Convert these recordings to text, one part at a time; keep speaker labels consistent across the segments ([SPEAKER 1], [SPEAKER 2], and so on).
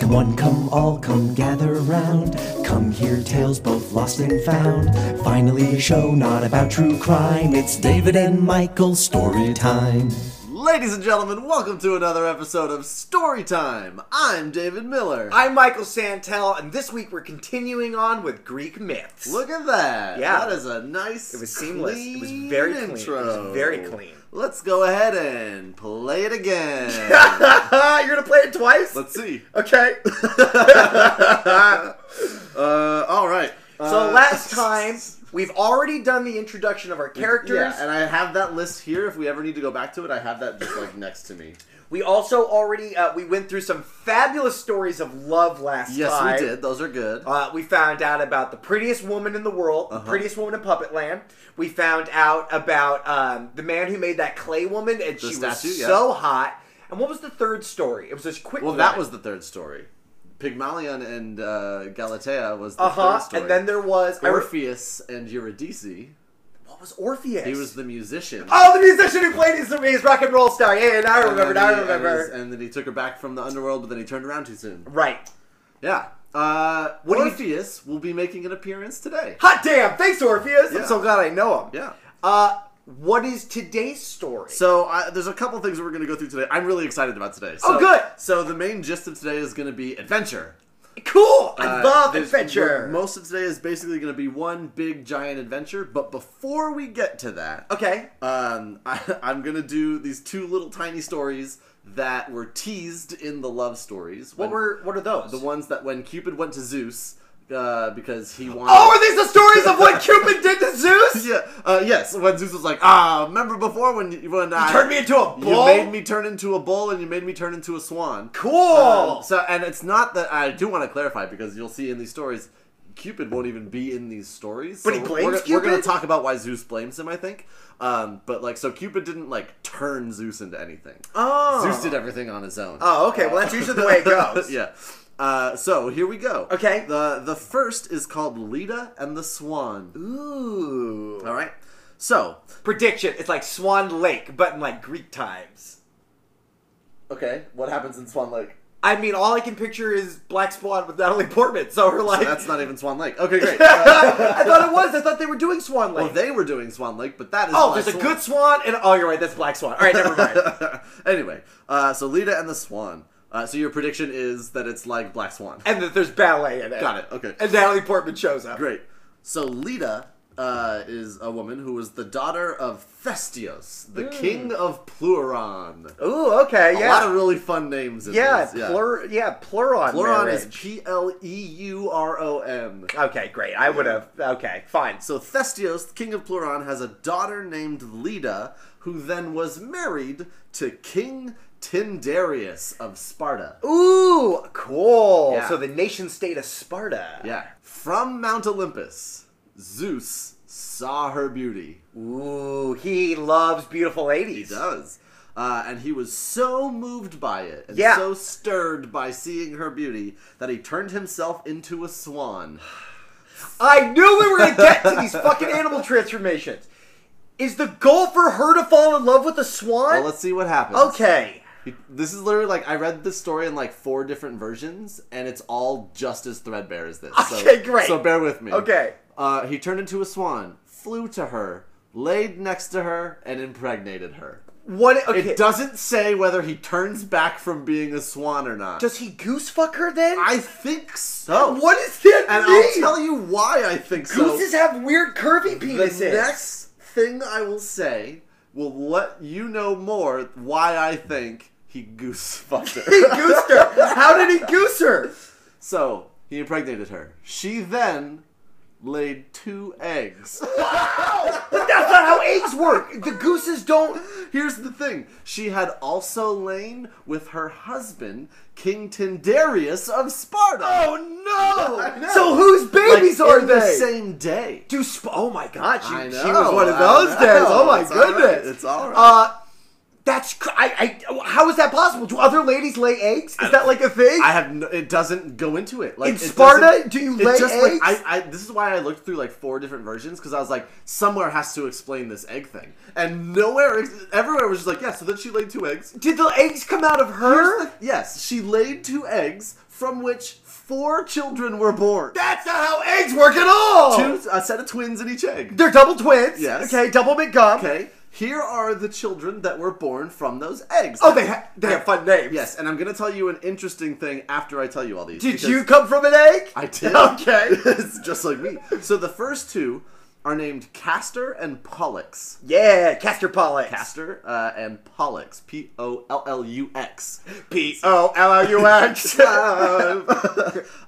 [SPEAKER 1] Come one, come all, come gather round. Come hear tales both lost and found. Finally, a show not about true crime. It's David and Michael story time.
[SPEAKER 2] Ladies and gentlemen, welcome to another episode of Storytime. I'm David Miller.
[SPEAKER 3] I'm Michael Santel, and this week we're continuing on with Greek myths.
[SPEAKER 2] Look at that.
[SPEAKER 3] Yeah.
[SPEAKER 2] That is a nice
[SPEAKER 3] It was seamless. It was
[SPEAKER 2] clean
[SPEAKER 3] very clean. It was
[SPEAKER 2] intro.
[SPEAKER 3] very clean.
[SPEAKER 2] Let's go ahead and play it again.
[SPEAKER 3] You're gonna play it twice?
[SPEAKER 2] Let's see.
[SPEAKER 3] okay.
[SPEAKER 2] Uh, all right. Uh,
[SPEAKER 3] so last time we've already done the introduction of our characters.
[SPEAKER 2] Yeah, and I have that list here. If we ever need to go back to it, I have that just like next to me.
[SPEAKER 3] we also already uh, we went through some fabulous stories of love last
[SPEAKER 2] Yes,
[SPEAKER 3] time.
[SPEAKER 2] we did. Those are good.
[SPEAKER 3] Uh, we found out about the prettiest woman in the world,
[SPEAKER 2] Uh-huh.
[SPEAKER 3] the prettiest woman in Puppet Land. We found out about um, the man who made that clay woman, and
[SPEAKER 2] The
[SPEAKER 3] she
[SPEAKER 2] statue,
[SPEAKER 3] was
[SPEAKER 2] yeah.
[SPEAKER 3] so hot. And what was the third story? It was this quick.
[SPEAKER 2] Well,
[SPEAKER 3] one.
[SPEAKER 2] that was the third story. Pygmalion and uh, Galatea was the
[SPEAKER 3] uh
[SPEAKER 2] third
[SPEAKER 3] huh.
[SPEAKER 2] story.
[SPEAKER 3] And then there was I re-
[SPEAKER 2] Orpheus and Eurydice.
[SPEAKER 3] what Oh, was Orpheus?
[SPEAKER 2] He was the musician.
[SPEAKER 3] oh the musician who played his, his rock and roll star. Yeah, yeah, now I
[SPEAKER 2] And then
[SPEAKER 3] remember. Now I
[SPEAKER 2] he- and
[SPEAKER 3] remember.
[SPEAKER 2] his- And then he took her back from the underworld, but then he turned around too soon.
[SPEAKER 3] right.
[SPEAKER 2] Yeah. Uh,
[SPEAKER 3] What do you-
[SPEAKER 2] Orpheus will be making an appearance today.
[SPEAKER 3] Hot damn! Thanks, Orpheus.
[SPEAKER 2] Yeah.
[SPEAKER 3] I'm so glad I know him.
[SPEAKER 2] Yeah.
[SPEAKER 3] Uh, what is today's story?
[SPEAKER 2] So uh, there's a couple things we're going to go through today. I'm really excited about today. So,
[SPEAKER 3] Oh, good.
[SPEAKER 2] So the main gist of today is going to be adventure.
[SPEAKER 3] cool. I
[SPEAKER 2] Uh,
[SPEAKER 3] love
[SPEAKER 2] there's-
[SPEAKER 3] adventure.
[SPEAKER 2] Most of today is basically going to be one big giant adventure. But before we get to that,
[SPEAKER 3] okay.
[SPEAKER 2] um, I, I'm gonna do these two little tiny stories that were teased in the love stories.
[SPEAKER 3] What
[SPEAKER 2] When-
[SPEAKER 3] were what are those?
[SPEAKER 2] the ones that when Cupid went to Zeus uh, because he wanted?
[SPEAKER 3] Oh, are these the stories of what Cupid did to Zeus?
[SPEAKER 2] yeah, uh, yes. When Zeus was like, ah, remember before when you- when I
[SPEAKER 3] Turned me into a
[SPEAKER 2] you
[SPEAKER 3] bull.
[SPEAKER 2] made me turn into a bull and you made me turn into a swan.
[SPEAKER 3] cool.
[SPEAKER 2] Um, so, and it's not that I do want to clarify because you'll see in these stories, Cupid won't even be in these stories.
[SPEAKER 3] But he
[SPEAKER 2] we're-
[SPEAKER 3] blames
[SPEAKER 2] we're, gonna- We're going
[SPEAKER 3] Cupid?
[SPEAKER 2] to talk about why Zeus blames him, I think. Um, but like, so Cupid didn't like turn Zeus into anything.
[SPEAKER 3] Oh.
[SPEAKER 2] Zeus did everything on his own.
[SPEAKER 3] oh, okay. Well, that's usually the way it goes.
[SPEAKER 2] yeah. Uh, so here we go.
[SPEAKER 3] Okay.
[SPEAKER 2] The the first is called Leda and the Swan.
[SPEAKER 3] Ooh.
[SPEAKER 2] All right. So
[SPEAKER 3] Prediction: It's like Swan Lake, but in like Greek times.
[SPEAKER 2] okay, what happens in Swan Lake?
[SPEAKER 3] I mean, all I can picture is Black Swan with Natalie Portman. So her like.
[SPEAKER 2] That's not even Swan Lake. Okay, great. Uh,
[SPEAKER 3] I thought it was. I thought they were doing Swan Lake.
[SPEAKER 2] well, they were doing Swan Lake, but that is
[SPEAKER 3] oh,
[SPEAKER 2] Black
[SPEAKER 3] there's a
[SPEAKER 2] Swan.
[SPEAKER 3] good Swan, and oh, you're right. That's Black Swan. All right, never mind.
[SPEAKER 2] anyway, uh, so Lita and the Swan. Uh, so your prediction is that it's like Black Swan.
[SPEAKER 3] and that there's ballet in it.
[SPEAKER 2] Got it. Okay.
[SPEAKER 3] And Natalie Portman shows up.
[SPEAKER 2] Great. So Lita uh, is a woman who was the daughter of Thestios, the king of Pleuron.
[SPEAKER 3] Ooh. Okay.
[SPEAKER 2] A lot of
[SPEAKER 3] Hmm. Yeah.
[SPEAKER 2] really fun names. In
[SPEAKER 3] Yeah.
[SPEAKER 2] this, yeah.
[SPEAKER 3] Plur. Yeah. Pluron.
[SPEAKER 2] Pleuron
[SPEAKER 3] marriage.
[SPEAKER 2] is P L E U R O N.
[SPEAKER 3] Okay, great. I would have. Okay, fine.
[SPEAKER 2] So Thestios, the king of Pleuron, has a daughter named Leda, who then was married to King Tyndareus of Sparta.
[SPEAKER 3] Ooh, cool.
[SPEAKER 2] Yeah.
[SPEAKER 3] So the nation state of Sparta.
[SPEAKER 2] Yeah. From Mount Olympus, Zeus saw her beauty.
[SPEAKER 3] Ooh, he loves beautiful ladies.
[SPEAKER 2] He does. Uh, and he was so moved by it and
[SPEAKER 3] Yeah.
[SPEAKER 2] so stirred by seeing her beauty that he turned himself into a swan.
[SPEAKER 3] I knew we were gonna get to these fucking animal transformations. Is the goal for her to fall in love with a
[SPEAKER 2] Well,
[SPEAKER 3] swan?
[SPEAKER 2] let's see what happens.
[SPEAKER 3] okay.
[SPEAKER 2] He- This is literally like I read this story in like four different versions, and it's all just as threadbare as this. So-
[SPEAKER 3] Okay, great.
[SPEAKER 2] So bear with me.
[SPEAKER 3] Okay.
[SPEAKER 2] Uh, he turned into a swan, flew to her, laid next to her, and impregnated her.
[SPEAKER 3] What? Okay.
[SPEAKER 2] It doesn't say whether he turns back from being a swan or not.
[SPEAKER 3] Does he goose fuck her then?
[SPEAKER 2] I think so.
[SPEAKER 3] What does that
[SPEAKER 2] And
[SPEAKER 3] mean?
[SPEAKER 2] I'll tell you why I think so.
[SPEAKER 3] Gooses have weird curvy
[SPEAKER 2] the
[SPEAKER 3] penises.
[SPEAKER 2] next thing I will say will let you know more why I think he goose fucked
[SPEAKER 3] he
[SPEAKER 2] her.
[SPEAKER 3] goosed her. How did he goose her?
[SPEAKER 2] so he impregnated her. She then laid two eggs.
[SPEAKER 3] But that's not how eggs work. The gooses don't.
[SPEAKER 2] Here's the thing: she had also lain with her husband, King Tyndareus of Sparta.
[SPEAKER 3] Oh
[SPEAKER 2] I know.
[SPEAKER 3] So whose babies
[SPEAKER 2] Like,
[SPEAKER 3] are
[SPEAKER 2] in
[SPEAKER 3] they?
[SPEAKER 2] the same day.
[SPEAKER 3] Do sp- oh my god, she,
[SPEAKER 2] I
[SPEAKER 3] she was
[SPEAKER 2] know,
[SPEAKER 3] one of
[SPEAKER 2] I
[SPEAKER 3] those
[SPEAKER 2] know.
[SPEAKER 3] days. Oh my
[SPEAKER 2] It's all right,
[SPEAKER 3] goodness,
[SPEAKER 2] it's all right.
[SPEAKER 3] Uh, That's cr- I, I. How is that possible? Do other ladies lay eggs? Is that like a thing?
[SPEAKER 2] I have. No, it doesn't go into it. Like
[SPEAKER 3] In
[SPEAKER 2] it
[SPEAKER 3] Sparta,
[SPEAKER 2] doesn't-
[SPEAKER 3] do you
[SPEAKER 2] it
[SPEAKER 3] lay
[SPEAKER 2] like,
[SPEAKER 3] eggs?
[SPEAKER 2] I, I, this is why I looked through like four different versions because I was like, somewhere has to explain this egg thing, and nowhere, ex- everywhere was just like, yeah. So then she laid two eggs.
[SPEAKER 3] Did the eggs come out of
[SPEAKER 2] Here's
[SPEAKER 3] her?
[SPEAKER 2] the- yes, she laid two eggs from which four children were born.
[SPEAKER 3] That's not how eggs work at all.
[SPEAKER 2] Two, a set of twins in each egg.
[SPEAKER 3] They're double twins.
[SPEAKER 2] Yes.
[SPEAKER 3] Okay, double McGum.
[SPEAKER 2] Okay. Here are the children that were born from those eggs.
[SPEAKER 3] Oh, they ha- they have fun names.
[SPEAKER 2] Yes, and I'm gonna tell you an interesting thing after I tell you all these.
[SPEAKER 3] Did
[SPEAKER 2] because-
[SPEAKER 3] you come from an egg?
[SPEAKER 2] I did.
[SPEAKER 3] Okay.
[SPEAKER 2] it's just like me. So the first two are named Castor and Pollux.
[SPEAKER 3] yeah, Castor Pollux.
[SPEAKER 2] Castor uh, and Pollux. P O L L U X.
[SPEAKER 3] P uh, O L L U X.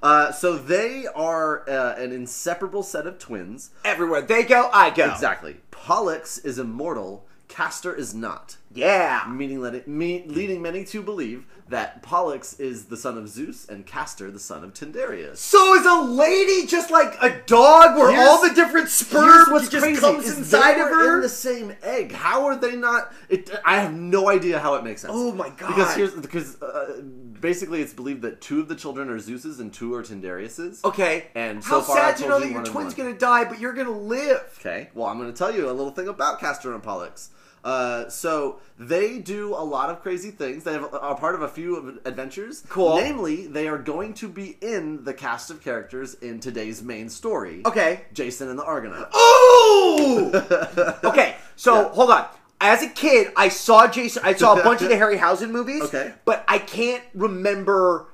[SPEAKER 2] Uh, so they are uh, an inseparable set of twins.
[SPEAKER 3] Everywhere they go, I go.
[SPEAKER 2] Exactly. Pollux is immortal. Castor is not,
[SPEAKER 3] Yeah.
[SPEAKER 2] meaning that it, me, leading many to believe that Pollux is the son of Zeus and Castor the son of Tyndareus.
[SPEAKER 3] So is a lady just like a dog, where
[SPEAKER 2] Here's-
[SPEAKER 3] all the different sperm just comes
[SPEAKER 2] is
[SPEAKER 3] inside
[SPEAKER 2] they
[SPEAKER 3] of
[SPEAKER 2] were in
[SPEAKER 3] her?
[SPEAKER 2] the same egg. How are they not? It, I have no idea how it makes sense.
[SPEAKER 3] Oh my God.
[SPEAKER 2] Because here's because uh, basically it's believed that two of the children are Zeus's and two are Tyndareus's.
[SPEAKER 3] Okay.
[SPEAKER 2] And so
[SPEAKER 3] how
[SPEAKER 2] far, I
[SPEAKER 3] sad to
[SPEAKER 2] told
[SPEAKER 3] know
[SPEAKER 2] you
[SPEAKER 3] that your
[SPEAKER 2] one and
[SPEAKER 3] twin's
[SPEAKER 2] one.
[SPEAKER 3] gonna die, but you're gonna live.
[SPEAKER 2] Okay. Well, I'm going to tell you a little thing about Castor and Pollux. Uh, so they do a lot of crazy things. They have, are part of a few of adventures.
[SPEAKER 3] Cool.
[SPEAKER 2] Namely, they are going to be in the cast of characters in today's main story.
[SPEAKER 3] Okay.
[SPEAKER 2] Jason and the Argonauts.
[SPEAKER 3] Oh. okay. So hold on. As a kid, I saw Jason. I saw a bunch of the Harryhausen movies.
[SPEAKER 2] Okay.
[SPEAKER 3] But I can't remember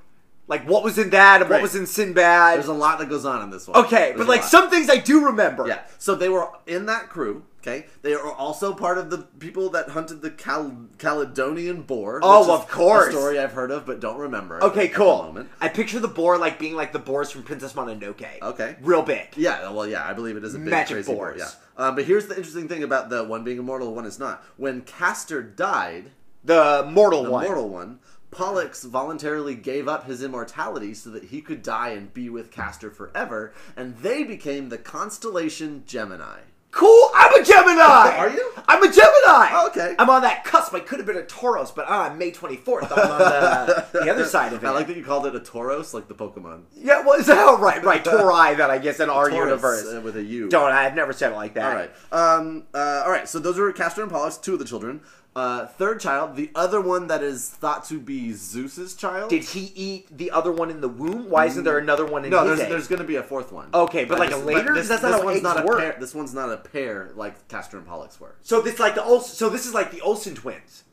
[SPEAKER 3] like what was in that and
[SPEAKER 2] Right.
[SPEAKER 3] what was in Sinbad.
[SPEAKER 2] There's a lot that goes on in this one.
[SPEAKER 3] okay,
[SPEAKER 2] There's
[SPEAKER 3] but
[SPEAKER 2] a
[SPEAKER 3] like
[SPEAKER 2] lot.
[SPEAKER 3] some things I do remember.
[SPEAKER 2] Yeah. So they were in that crew. Okay. They are also part of the people that hunted the Cal- Caledonian boar.
[SPEAKER 3] Oh,
[SPEAKER 2] which is
[SPEAKER 3] of course.
[SPEAKER 2] A story I've heard of but don't remember.
[SPEAKER 3] Okay,
[SPEAKER 2] at the
[SPEAKER 3] cool.
[SPEAKER 2] moment.
[SPEAKER 3] I picture the boar like being like the boars from Princess Mononoke.
[SPEAKER 2] Okay.
[SPEAKER 3] Real big.
[SPEAKER 2] Yeah. Well, yeah. I believe it is a big
[SPEAKER 3] Magic
[SPEAKER 2] crazy boar.
[SPEAKER 3] boars.
[SPEAKER 2] Yeah. Um, but here's the interesting thing about the one being immortal, one is not. When Castor died,
[SPEAKER 3] The mortal
[SPEAKER 2] the
[SPEAKER 3] one.
[SPEAKER 2] mortal one. Pollux voluntarily gave up his immortality so that he could die and be with Castor forever, and they became the constellation Gemini.
[SPEAKER 3] Cool. I'm a Gemini.
[SPEAKER 2] Are you?
[SPEAKER 3] I'm a Gemini.
[SPEAKER 2] Oh, okay.
[SPEAKER 3] I'm on that cusp. I could have been a Taurus, but ah, on May 24th, I'm on the, the other side of it.
[SPEAKER 2] I like that you called it a Tauros, like the Pokemon.
[SPEAKER 3] Yeah, well, is that all right? Right, Torai, that I guess in our
[SPEAKER 2] Taurus,
[SPEAKER 3] universe.
[SPEAKER 2] uh, with a U.
[SPEAKER 3] Don't I've never said it like that.
[SPEAKER 2] All right. Um, uh, all right. So those are Castor and Pollux, two of the children. Uh, third child, the other one that is thought to be Zeus's child.
[SPEAKER 3] Did he eat the other one in the womb? Why isn't there another one in
[SPEAKER 2] Mm. no,
[SPEAKER 3] his
[SPEAKER 2] there's,
[SPEAKER 3] egg?
[SPEAKER 2] there's going to be a fourth one.
[SPEAKER 3] Okay, but like a
[SPEAKER 2] this-
[SPEAKER 3] later?
[SPEAKER 2] This,
[SPEAKER 3] That's not
[SPEAKER 2] this
[SPEAKER 3] how
[SPEAKER 2] one's
[SPEAKER 3] eggs
[SPEAKER 2] not a
[SPEAKER 3] work.
[SPEAKER 2] pair. This one's not a pair like Castor and Pollux were.
[SPEAKER 3] So this like the Olsen, so this is like the Olsen twins.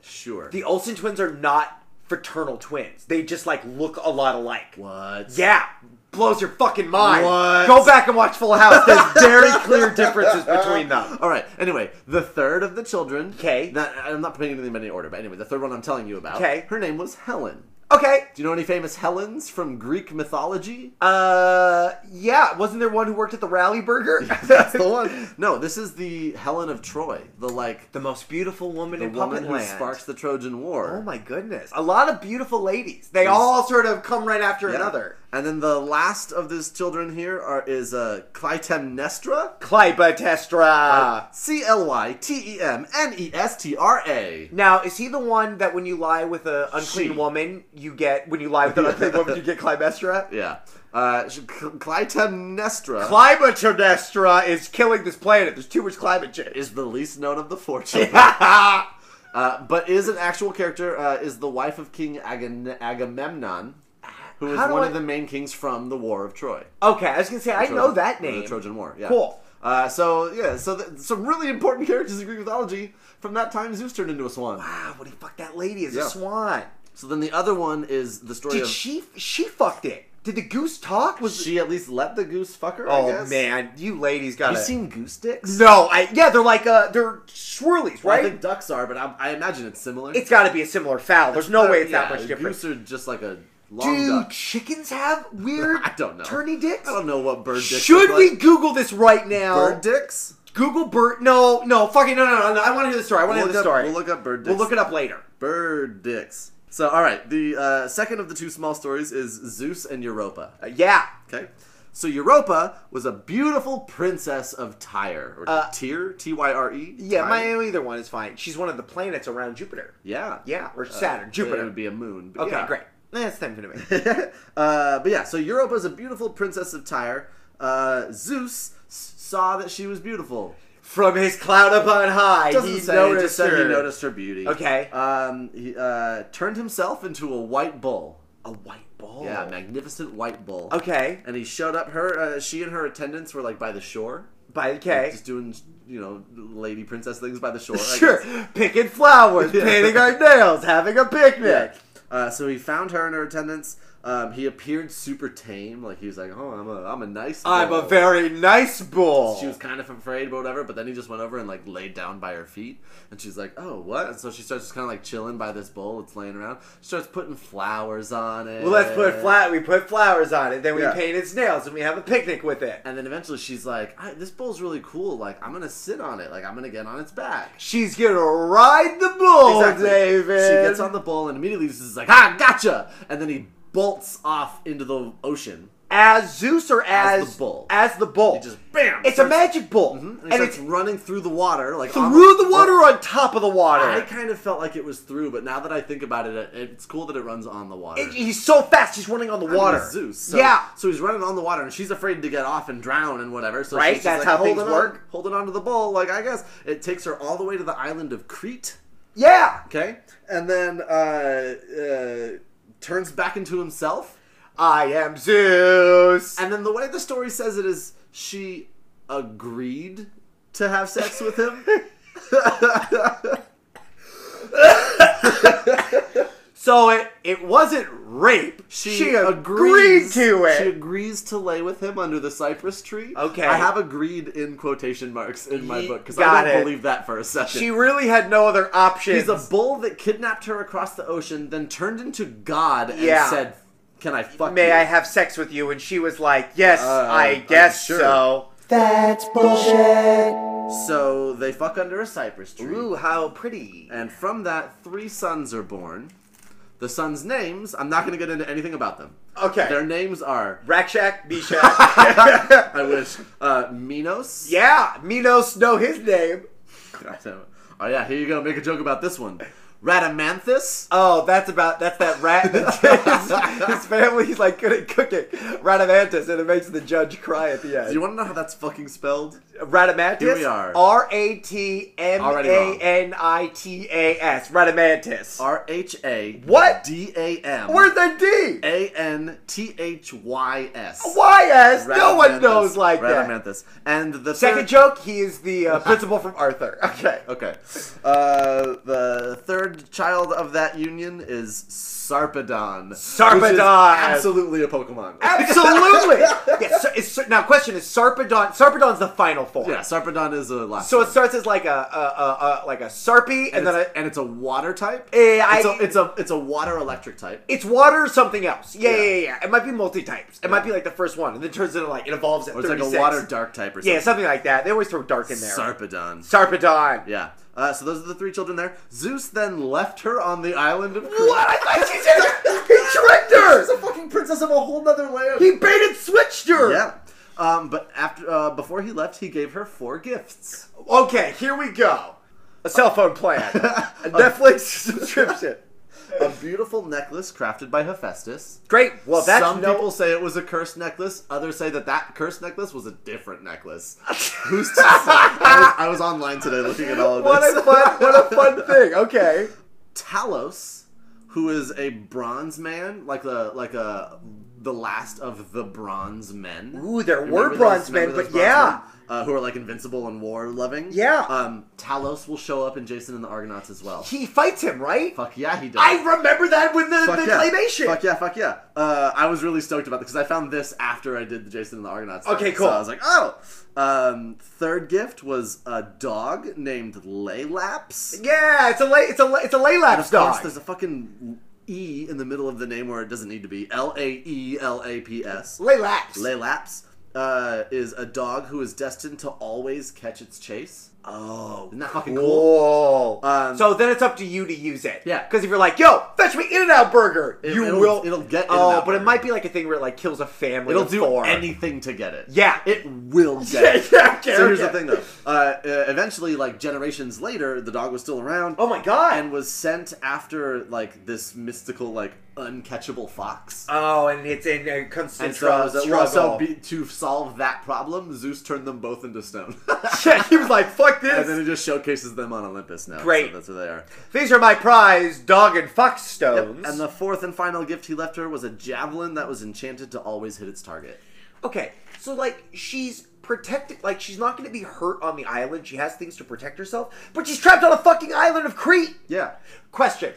[SPEAKER 2] Sure.
[SPEAKER 3] The Olsen twins are not fraternal twins. They just like look a lot alike.
[SPEAKER 2] what?
[SPEAKER 3] Yeah, blows your fucking mind.
[SPEAKER 2] What?
[SPEAKER 3] Go back and watch Full House. There's very clear differences between them.
[SPEAKER 2] All right. Anyway, the third of the children.
[SPEAKER 3] 'Kay.
[SPEAKER 2] That I'm not putting them in any order, but anyway, the third one I'm telling you about.
[SPEAKER 3] 'Kay.
[SPEAKER 2] Her name was Helen.
[SPEAKER 3] Okay.
[SPEAKER 2] Do you know any famous Helens from Greek mythology?
[SPEAKER 3] Uh, yeah. Wasn't there one who worked at the Rally Burger?
[SPEAKER 2] That's the one. No, this is the Helen of Troy, the like
[SPEAKER 3] The most beautiful woman
[SPEAKER 2] the
[SPEAKER 3] in
[SPEAKER 2] woman
[SPEAKER 3] Puppet
[SPEAKER 2] who
[SPEAKER 3] Land.
[SPEAKER 2] sparks the Trojan War.
[SPEAKER 3] Oh my goodness. A lot of beautiful ladies. They all sort of come right after
[SPEAKER 2] Yeah.
[SPEAKER 3] another.
[SPEAKER 2] And then the last of these children here are is uh, Clytemnestra.
[SPEAKER 3] Clytemnestra.
[SPEAKER 2] C L Y T E M N E S T R A.
[SPEAKER 3] Now, is he the one that when you lie with an unclean
[SPEAKER 2] She.
[SPEAKER 3] woman, you get when you lie with an unclean woman, you get Clytemnestra?
[SPEAKER 2] Yeah. Uh, she- Cl- Clytemnestra
[SPEAKER 3] Clytemnestra is killing this planet. There's too much climate
[SPEAKER 2] is the least known of the four children,
[SPEAKER 3] change.
[SPEAKER 2] uh, but is an actual character. Uh, is the wife of King Agan- Agamemnon, who is
[SPEAKER 3] How do
[SPEAKER 2] one
[SPEAKER 3] I-
[SPEAKER 2] of the main kings from the War of Troy.
[SPEAKER 3] Okay, I was gonna say I
[SPEAKER 2] Trojan-
[SPEAKER 3] know that
[SPEAKER 2] or the
[SPEAKER 3] name.
[SPEAKER 2] Trojan War. Yeah.
[SPEAKER 3] Cool.
[SPEAKER 2] Uh, so yeah, so th- some really important characters in Greek mythology. From that time, Zeus turned into a swan.
[SPEAKER 3] Ah, what he fucked that lady is
[SPEAKER 2] Yeah.
[SPEAKER 3] a swan.
[SPEAKER 2] So then the other one is the story
[SPEAKER 3] Did
[SPEAKER 2] of
[SPEAKER 3] she? She fucked it. Did the goose talk? Was
[SPEAKER 2] she at least let the goose fuck her. I
[SPEAKER 3] Oh
[SPEAKER 2] guess?
[SPEAKER 3] man, you ladies got
[SPEAKER 2] you
[SPEAKER 3] to
[SPEAKER 2] seen goose dicks?
[SPEAKER 3] No, I yeah, they're like uh, they're swirlies,
[SPEAKER 2] Well,
[SPEAKER 3] right?
[SPEAKER 2] I think ducks are, but I, I imagine it's similar. Uh,
[SPEAKER 3] it's got to be a similar fowl. There's no way it's that
[SPEAKER 2] Yeah,
[SPEAKER 3] much different.
[SPEAKER 2] Goose are just like a long
[SPEAKER 3] Do
[SPEAKER 2] duck.
[SPEAKER 3] chickens have weird
[SPEAKER 2] I don't know.
[SPEAKER 3] turny dicks?
[SPEAKER 2] I don't know what bird dicks.
[SPEAKER 3] Should
[SPEAKER 2] look
[SPEAKER 3] we
[SPEAKER 2] like.
[SPEAKER 3] Google this right now?
[SPEAKER 2] bird dicks?
[SPEAKER 3] Google bird. No, no, fucking no, no, no. no. I want to hear the story. I want to
[SPEAKER 2] We'll
[SPEAKER 3] hear
[SPEAKER 2] look,
[SPEAKER 3] the
[SPEAKER 2] up,
[SPEAKER 3] story.
[SPEAKER 2] we'll look up bird dicks.
[SPEAKER 3] We'll look it up later.
[SPEAKER 2] Bird dicks. So all right, the uh, second of the two small stories is Zeus and Europa.
[SPEAKER 3] Uh, yeah.
[SPEAKER 2] Okay. So Europa was a beautiful princess of Tyre or Tyre, T Y R E.
[SPEAKER 3] Uh, Yeah,
[SPEAKER 2] Tyre?
[SPEAKER 3] my either one is fine. She's one of the planets around Jupiter.
[SPEAKER 2] yeah,
[SPEAKER 3] Yeah, or
[SPEAKER 2] Uh,
[SPEAKER 3] Saturn,
[SPEAKER 2] It
[SPEAKER 3] Jupiter.
[SPEAKER 2] would be a moon. but
[SPEAKER 3] okay,
[SPEAKER 2] yeah.
[SPEAKER 3] great. That's time for me.
[SPEAKER 2] uh, but yeah, so Europa is a beautiful princess of Tyre. Uh, Zeus s- saw that she was beautiful.
[SPEAKER 3] From his cloud up on high,
[SPEAKER 2] Doesn't
[SPEAKER 3] he
[SPEAKER 2] say,
[SPEAKER 3] noticed
[SPEAKER 2] just said
[SPEAKER 3] her.
[SPEAKER 2] he noticed her beauty.
[SPEAKER 3] Okay.
[SPEAKER 2] Um, he uh, turned himself into a white bull.
[SPEAKER 3] a white ball.
[SPEAKER 2] Yeah, magnificent white bull.
[SPEAKER 3] Okay.
[SPEAKER 2] And he showed up. Her, uh, she and her attendants were like by the shore,
[SPEAKER 3] By okay.
[SPEAKER 2] just doing, you know, lady princess things by the shore. I
[SPEAKER 3] Sure.
[SPEAKER 2] guess.
[SPEAKER 3] Picking flowers,
[SPEAKER 2] Yeah.
[SPEAKER 3] painting our nails, having a picnic.
[SPEAKER 2] Uh, so he found her and her attendants. Um, he appeared super tame, like he was like, "Oh, I'm a, I'm a nice."
[SPEAKER 3] I'm a
[SPEAKER 2] bull."
[SPEAKER 3] very nice bull.
[SPEAKER 2] She was kind of afraid, but whatever. But then he just went over and like laid down by her feet, and she's like, "Oh, what?" And so she starts just kind of like chilling by this bowl that's laying around. She starts putting flowers on it.
[SPEAKER 3] well, let's put flat. We put flowers on it, then we
[SPEAKER 2] Yeah.
[SPEAKER 3] paint its nails, and we have a picnic with it.
[SPEAKER 2] And then eventually she's like, I, "This bowl's really cool. Like, I'm gonna sit on it. Like, I'm gonna get on its back."
[SPEAKER 3] She's gonna ride the bull, Oh, David.
[SPEAKER 2] She gets on the bowl and immediately Zeus is like, "Ah, gotcha!" And then he bolts off into the ocean.
[SPEAKER 3] as Zeus or as,
[SPEAKER 2] As the bull.
[SPEAKER 3] As the bull.
[SPEAKER 2] He just bam.
[SPEAKER 3] It's a
[SPEAKER 2] starts- Mm-hmm,
[SPEAKER 3] magic bull,
[SPEAKER 2] And,
[SPEAKER 3] and,
[SPEAKER 2] he starts
[SPEAKER 3] it's
[SPEAKER 2] running through the water, like on-
[SPEAKER 3] through the water or on top of the water.
[SPEAKER 2] I kind of felt like it was through, but now that I think about it, it- it's cool that it runs on the water.
[SPEAKER 3] It- he's so fast. He's running on the
[SPEAKER 2] I mean,
[SPEAKER 3] water.
[SPEAKER 2] it's Zeus. So,
[SPEAKER 3] yeah.
[SPEAKER 2] So he's running on the water, and she's afraid to get off and drown and whatever. So
[SPEAKER 3] Right?
[SPEAKER 2] She's just
[SPEAKER 3] That's
[SPEAKER 2] like,
[SPEAKER 3] how things
[SPEAKER 2] holding
[SPEAKER 3] work.
[SPEAKER 2] On, holding onto the bowl, like I guess it takes her all the way to the island of Crete.
[SPEAKER 3] Yeah.
[SPEAKER 2] Okay, and then uh, uh, turns back into himself.
[SPEAKER 3] I am Zeus.
[SPEAKER 2] And then the way the story says it is she agreed to have sex with him.
[SPEAKER 3] so it it wasn't rape. She, agreed
[SPEAKER 2] agrees-
[SPEAKER 3] to it.
[SPEAKER 2] She agrees to lay with him under the cypress tree.
[SPEAKER 3] Okay.
[SPEAKER 2] I have agreed in quotation marks in my
[SPEAKER 3] Ye-
[SPEAKER 2] book because I
[SPEAKER 3] got
[SPEAKER 2] don't
[SPEAKER 3] it.
[SPEAKER 2] believe that for a second.
[SPEAKER 3] She really had no other option.
[SPEAKER 2] He's a bull that kidnapped her across the ocean, then turned into God and
[SPEAKER 3] Yeah.
[SPEAKER 2] said, "Can I fuck
[SPEAKER 3] May
[SPEAKER 2] you?"
[SPEAKER 3] I have sex with you? And she was like, Yes,
[SPEAKER 2] Uh,
[SPEAKER 3] I
[SPEAKER 2] I'm
[SPEAKER 3] guess
[SPEAKER 2] sure.
[SPEAKER 3] so.
[SPEAKER 1] That's bullshit.
[SPEAKER 2] so they fuck under a cypress tree,
[SPEAKER 3] how pretty.
[SPEAKER 2] and from that, three sons are born. The sons' names. I'm not going to get into anything about them.
[SPEAKER 3] Okay.
[SPEAKER 2] Their names are.
[SPEAKER 3] Rakshak, Meshach.
[SPEAKER 2] I wish. Uh, Minos.
[SPEAKER 3] yeah, Minos know his name.
[SPEAKER 2] God damn it. Oh yeah, here you go. Make a joke about this one. Radamanthus.
[SPEAKER 3] Oh, that's about that's that rat. That his, his family's like good at cooking. Radamantus, and it makes the judge cry at the
[SPEAKER 2] Do you
[SPEAKER 3] end.
[SPEAKER 2] want to know how that's fucking spelled?
[SPEAKER 3] Radamantus.
[SPEAKER 2] Here we are.
[SPEAKER 3] R A T M
[SPEAKER 2] Already wrong.
[SPEAKER 3] A N I T A S. Radamantus.
[SPEAKER 2] R H A.
[SPEAKER 3] What?
[SPEAKER 2] D A M.
[SPEAKER 3] Where's that D?
[SPEAKER 2] A N T H Y S.
[SPEAKER 3] Y S. No one knows like that.
[SPEAKER 2] Radamanthus. And the
[SPEAKER 3] Second
[SPEAKER 2] third-
[SPEAKER 3] joke, he is the uh, principal from Arthur. Okay.
[SPEAKER 2] Okay. Uh, the third child of that union is Sarpedon. which is
[SPEAKER 3] Sarpedon.
[SPEAKER 2] Absolutely a Pokemon.
[SPEAKER 3] Absolutely. yes. so- is- so- now, question is Sarpedon. Sarpedon's the final form.
[SPEAKER 2] yeah, Sarpedon is a last.
[SPEAKER 3] So
[SPEAKER 2] name.
[SPEAKER 3] it starts as like a, a, a, a like a Sarpy, and,
[SPEAKER 2] and,
[SPEAKER 3] then
[SPEAKER 2] it's,
[SPEAKER 3] a,
[SPEAKER 2] and it's a water type.
[SPEAKER 3] Eh, I-
[SPEAKER 2] it's, a, it's a it's a water electric type.
[SPEAKER 3] it's water or something else. Yeah,
[SPEAKER 2] Yeah.
[SPEAKER 3] yeah, yeah. yeah. It might be multi types. It might be like the first one, and then turns into like it evolves at
[SPEAKER 2] Or it's like
[SPEAKER 3] 36.
[SPEAKER 2] a water dark type or something.
[SPEAKER 3] Yeah, something like that. They always throw dark in there.
[SPEAKER 2] Sarpedon.
[SPEAKER 3] Sarpedon.
[SPEAKER 2] Yeah. Uh, so those are the three children there. Zeus then left her on the island of Crete.
[SPEAKER 3] What? I thought she said he tricked her.
[SPEAKER 2] She's a fucking princess of a whole nother land.
[SPEAKER 3] He baited switched her.
[SPEAKER 2] yeah. Um, but after uh, before he left, he gave her four gifts.
[SPEAKER 3] Okay, here we go. A cell phone plan. a Netflix subscription.
[SPEAKER 2] A beautiful necklace crafted by Hephaestus.
[SPEAKER 3] Great. Well, that's
[SPEAKER 2] Some
[SPEAKER 3] no.
[SPEAKER 2] people say it was a cursed necklace. Others say that that cursed necklace was a different necklace. Who's to say? I was, I was online today looking at all of
[SPEAKER 3] what
[SPEAKER 2] this.
[SPEAKER 3] a fun, what a fun thing. Okay.
[SPEAKER 2] Talos, who is a bronze man, like the like a the last of the bronze men.
[SPEAKER 3] Ooh, there
[SPEAKER 2] You
[SPEAKER 3] were
[SPEAKER 2] remember
[SPEAKER 3] bronze men,
[SPEAKER 2] remember
[SPEAKER 3] but
[SPEAKER 2] bronze
[SPEAKER 3] yeah.
[SPEAKER 2] men, uh, who are like invincible and war loving.
[SPEAKER 3] Yeah.
[SPEAKER 2] Um, Talos will show up in Jason and the Argonauts as well.
[SPEAKER 3] He fights him, right?
[SPEAKER 2] Fuck yeah, he does.
[SPEAKER 3] I remember that with the,
[SPEAKER 2] Fuck
[SPEAKER 3] the
[SPEAKER 2] yeah.
[SPEAKER 3] claymation.
[SPEAKER 2] Fuck yeah, fuck yeah. Uh, I was really stoked about this because I found this after I did the Jason and the Argonauts.
[SPEAKER 3] Okay,
[SPEAKER 2] So
[SPEAKER 3] cool.
[SPEAKER 2] I was like, oh. Um, third gift was a dog named Laylaps.
[SPEAKER 3] Yeah, it's a lay, it's a lay, it's a lay
[SPEAKER 2] And
[SPEAKER 3] lapse
[SPEAKER 2] of course,
[SPEAKER 3] dog.
[SPEAKER 2] there's a fucking E in the middle of the name where it doesn't need to be. L A E L A P S.
[SPEAKER 3] lay lapse.
[SPEAKER 2] Lelaps uh, is a dog who is destined to always catch its chase.
[SPEAKER 3] Oh,
[SPEAKER 2] Isn't that fucking cool?
[SPEAKER 3] cool.
[SPEAKER 2] Um,
[SPEAKER 3] so then it's up to you to use it.
[SPEAKER 2] Yeah.
[SPEAKER 3] Because if you're like, yo, fetch me In-N-Out Burger,
[SPEAKER 2] It-
[SPEAKER 3] you
[SPEAKER 2] it'll-
[SPEAKER 3] will.
[SPEAKER 2] it'll get
[SPEAKER 3] Oh,
[SPEAKER 2] In-N-Out
[SPEAKER 3] but
[SPEAKER 2] Burger.
[SPEAKER 3] it might be like a thing where it like kills a family.
[SPEAKER 2] It'll
[SPEAKER 3] of
[SPEAKER 2] do
[SPEAKER 3] four.
[SPEAKER 2] anything to get it.
[SPEAKER 3] Yeah.
[SPEAKER 2] It will
[SPEAKER 3] yeah,
[SPEAKER 2] get it.
[SPEAKER 3] yeah, yeah,
[SPEAKER 2] So here's
[SPEAKER 3] yeah.
[SPEAKER 2] the thing, though. Uh, uh, eventually, like generations later, the dog was still around.
[SPEAKER 3] Oh my god.
[SPEAKER 2] And was sent after like this mystical, like uncatchable fox.
[SPEAKER 3] oh, and it's in a constant
[SPEAKER 2] and so,
[SPEAKER 3] struggle.
[SPEAKER 2] so, so be, to solve that problem, Zeus turned them both into stone.
[SPEAKER 3] yeah, he was like, fuck
[SPEAKER 2] and then
[SPEAKER 3] this.
[SPEAKER 2] it just showcases them on Olympus now.
[SPEAKER 3] Great.
[SPEAKER 2] So that's where they are.
[SPEAKER 3] These are my prize dog and fox stones.
[SPEAKER 2] And the fourth and final gift he left her was a javelin that was enchanted to always hit its target.
[SPEAKER 3] Okay, so like she's protected, like she's not going to be hurt on the island. She has things to protect herself, but she's trapped on a fucking island of Crete.
[SPEAKER 2] Yeah.
[SPEAKER 3] Question: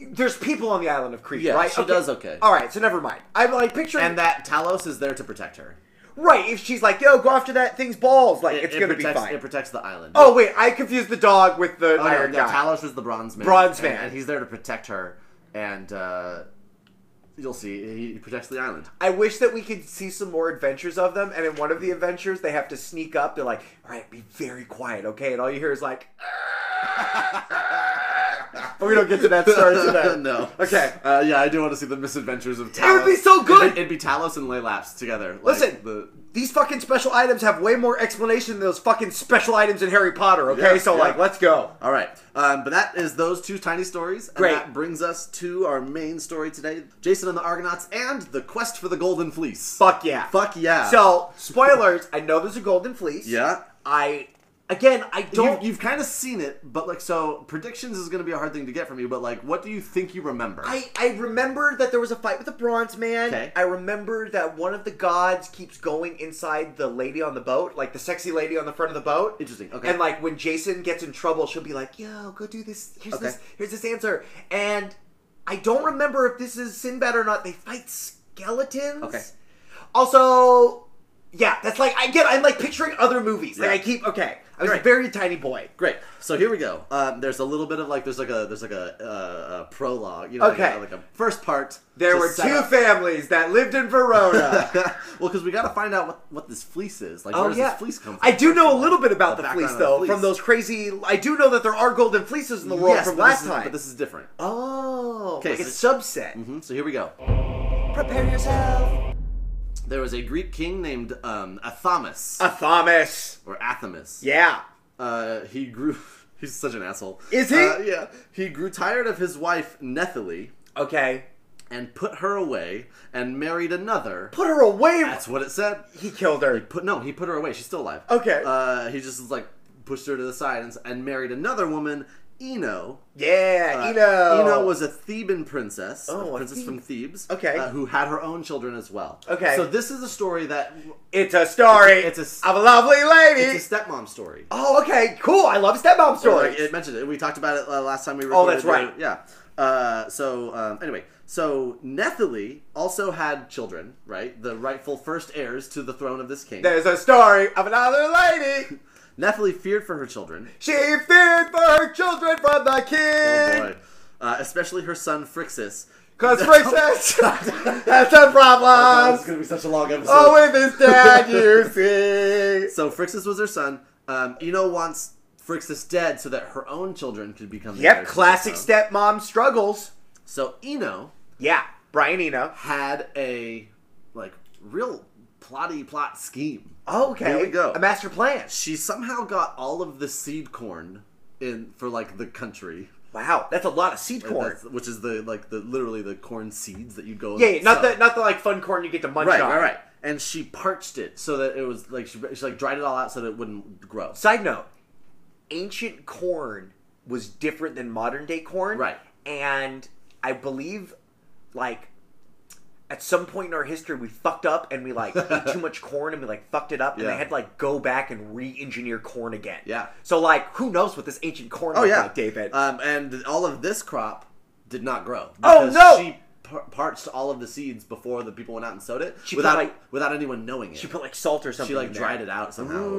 [SPEAKER 3] There's people on the island of Crete,
[SPEAKER 2] Yeah,
[SPEAKER 3] right?
[SPEAKER 2] she does okay.
[SPEAKER 3] All right, so never mind. I'm like picturing
[SPEAKER 2] And that Talos is there to protect her.
[SPEAKER 3] right. If she's like, "Yo, go after that thing's balls," like
[SPEAKER 2] It-
[SPEAKER 3] it's
[SPEAKER 2] it
[SPEAKER 3] going to be
[SPEAKER 2] protects-
[SPEAKER 3] fine.
[SPEAKER 2] It protects the island.
[SPEAKER 3] oh wait, I confused the dog with the
[SPEAKER 2] Oh, no,
[SPEAKER 3] iron
[SPEAKER 2] no,
[SPEAKER 3] guy.
[SPEAKER 2] Talos is the bronze man.
[SPEAKER 3] Bronze
[SPEAKER 2] and-
[SPEAKER 3] man.
[SPEAKER 2] And he's there to protect her. And uh, you'll see, he, he protects the island.
[SPEAKER 3] I wish that we could see some more adventures of them. And in one of the adventures, they have to sneak up. They're like, "All right, be very quiet, okay?" And all you hear is like. but we don't get to that story today.
[SPEAKER 2] no.
[SPEAKER 3] Okay.
[SPEAKER 2] Uh, yeah, I do want to see the misadventures of Talos.
[SPEAKER 3] would be so good!
[SPEAKER 2] It'd, it'd be Talos and Laylaps together. Like,
[SPEAKER 3] Listen.
[SPEAKER 2] the-
[SPEAKER 3] These fucking special items have way more explanation than those fucking special items in Harry Potter, okay?
[SPEAKER 2] Yeah,
[SPEAKER 3] so,
[SPEAKER 2] yeah.
[SPEAKER 3] like, let's go.
[SPEAKER 2] all right, um, but that is those two tiny stories, and
[SPEAKER 3] Great.
[SPEAKER 2] that brings us to our main story today: Jason and the Argonauts and the quest for the Golden Fleece.
[SPEAKER 3] Fuck yeah.
[SPEAKER 2] Fuck yeah!
[SPEAKER 3] So, spoilers, I know there's a golden fleece.
[SPEAKER 2] yeah,
[SPEAKER 3] I, again, I don't.
[SPEAKER 2] You've, you've kind of seen it, but like, so predictions is going to be a hard thing to get from you. But like, what do you think you remember?
[SPEAKER 3] I, I remember that there was a fight with a bronze man.
[SPEAKER 2] Okay.
[SPEAKER 3] I remember that one of the gods keeps going inside the lady on the boat, like the sexy lady on the front of the boat.
[SPEAKER 2] Interesting, okay.
[SPEAKER 3] And like when Jason gets in trouble, she'll be like, "Yo, go do this. Here's
[SPEAKER 2] Okay.
[SPEAKER 3] this. Here's this answer." And I don't remember if this is Sinbad or not. They fight skeletons.
[SPEAKER 2] Okay.
[SPEAKER 3] Also, yeah, that's like I get. I'm like picturing other movies.
[SPEAKER 2] Yeah.
[SPEAKER 3] Like I keep okay. I was
[SPEAKER 2] Great.
[SPEAKER 3] a very tiny boy.
[SPEAKER 2] Great. So here we go. Um, there's a little bit of like, there's like a, there's like a, uh, a prologue. You know,
[SPEAKER 3] Okay.
[SPEAKER 2] Like a, like a first part.
[SPEAKER 3] There
[SPEAKER 2] to
[SPEAKER 3] were
[SPEAKER 2] set
[SPEAKER 3] two
[SPEAKER 2] up.
[SPEAKER 3] families that lived in Verona.
[SPEAKER 2] well, because we got to find out what, what this fleece is. Like, where does this fleece come from?
[SPEAKER 3] Oh, I do know a little bit about the,
[SPEAKER 2] The
[SPEAKER 3] fleece
[SPEAKER 2] background of the
[SPEAKER 3] though
[SPEAKER 2] fleece.
[SPEAKER 3] from those crazy. I do know that there are golden fleeces in the world
[SPEAKER 2] Yes,
[SPEAKER 3] from
[SPEAKER 2] but this
[SPEAKER 3] last
[SPEAKER 2] is-
[SPEAKER 3] time.
[SPEAKER 2] but this is different.
[SPEAKER 3] oh,
[SPEAKER 2] Okay,
[SPEAKER 3] like a
[SPEAKER 2] so-
[SPEAKER 3] subset.
[SPEAKER 2] hmm So here we go.
[SPEAKER 3] Prepare yourself.
[SPEAKER 2] There was a Greek king named um, Athamas
[SPEAKER 3] Athamas.
[SPEAKER 2] or Athamas.
[SPEAKER 3] Yeah.
[SPEAKER 2] Uh, he grew. He's such an asshole.
[SPEAKER 3] Is he?
[SPEAKER 2] Uh, yeah. He grew tired of his wife Nethily
[SPEAKER 3] Okay.
[SPEAKER 2] and put her away and married another.
[SPEAKER 3] Put her away.
[SPEAKER 2] That's what it said.
[SPEAKER 3] he killed her.
[SPEAKER 2] Put no, he put her away. She's still alive.
[SPEAKER 3] Okay.
[SPEAKER 2] Uh, he just like pushed her to the side and, and married another woman, Eno.
[SPEAKER 3] Yeah,
[SPEAKER 2] Uh,
[SPEAKER 3] Eno.
[SPEAKER 2] Eno was a Theban princess,
[SPEAKER 3] Oh,
[SPEAKER 2] a
[SPEAKER 3] a
[SPEAKER 2] princess
[SPEAKER 3] Thebe-
[SPEAKER 2] from Thebes.
[SPEAKER 3] Okay.
[SPEAKER 2] uh, who had her own children as well.
[SPEAKER 3] Okay.
[SPEAKER 2] So this is a story that
[SPEAKER 3] It's a story.
[SPEAKER 2] It's a- it's a-
[SPEAKER 3] of a lovely lady.
[SPEAKER 2] it's a stepmom story.
[SPEAKER 3] oh, okay, cool. I love stepmom
[SPEAKER 2] Or,
[SPEAKER 3] stories.
[SPEAKER 2] like, it mentioned it. We talked about it uh, last time we recorded.
[SPEAKER 3] Oh, that's
[SPEAKER 2] the-
[SPEAKER 3] right.
[SPEAKER 2] yeah. Uh, so um, anyway, so Nethily also had children, right? The rightful first heirs to the throne of this king.
[SPEAKER 3] There's a story of another lady.
[SPEAKER 2] Nethily feared for her children.
[SPEAKER 3] She feared for her children from the king.
[SPEAKER 2] Oh boy. Uh, especially her son Phrixus.
[SPEAKER 3] Cause princess, that's a problem.
[SPEAKER 2] gonna be such a long episode.
[SPEAKER 3] Oh, with his dad, you see.
[SPEAKER 2] So Phrixus was her son. Um, Eno wants Phrixus dead so that her own children could become. the
[SPEAKER 3] Yep,
[SPEAKER 2] heirs to the
[SPEAKER 3] classic
[SPEAKER 2] throne.
[SPEAKER 3] stepmom struggles.
[SPEAKER 2] So Eno
[SPEAKER 3] Yeah, Brian Eno.
[SPEAKER 2] had a like real plotty plot scheme.
[SPEAKER 3] Okay,
[SPEAKER 2] Here we go.
[SPEAKER 3] A master plan.
[SPEAKER 2] She somehow got all of the seed corn in for like the country.
[SPEAKER 3] Wow, that's a lot of seed corn.
[SPEAKER 2] That's- which is the like the literally the corn seeds that you go.
[SPEAKER 3] Yeah, yeah, not
[SPEAKER 2] that.
[SPEAKER 3] the not the like fun corn you get to munch
[SPEAKER 2] Right,
[SPEAKER 3] on.
[SPEAKER 2] right, right. And she parched it so that it was like she, she like dried it all out so that it wouldn't grow.
[SPEAKER 3] Side note: ancient corn was different than modern day corn.
[SPEAKER 2] Right.
[SPEAKER 3] And I believe, like, at some point in our history, we fucked up and we like ate too much corn and we like fucked it up, and
[SPEAKER 2] Yeah.
[SPEAKER 3] they had to like go back and re-engineer corn again.
[SPEAKER 2] Yeah.
[SPEAKER 3] So like, who knows what this ancient corn?
[SPEAKER 2] Oh
[SPEAKER 3] looked
[SPEAKER 2] yeah,
[SPEAKER 3] like, David.
[SPEAKER 2] Um, and all of this crop did not grow.
[SPEAKER 3] Oh,
[SPEAKER 2] because
[SPEAKER 3] no!
[SPEAKER 2] She par- parched all of the seeds before the people went out and sowed it
[SPEAKER 3] She
[SPEAKER 2] without
[SPEAKER 3] probably-
[SPEAKER 2] without anyone knowing it.
[SPEAKER 3] she put like salt or something.
[SPEAKER 2] She, like
[SPEAKER 3] in there.
[SPEAKER 2] dried it out somehow or
[SPEAKER 3] Ooh.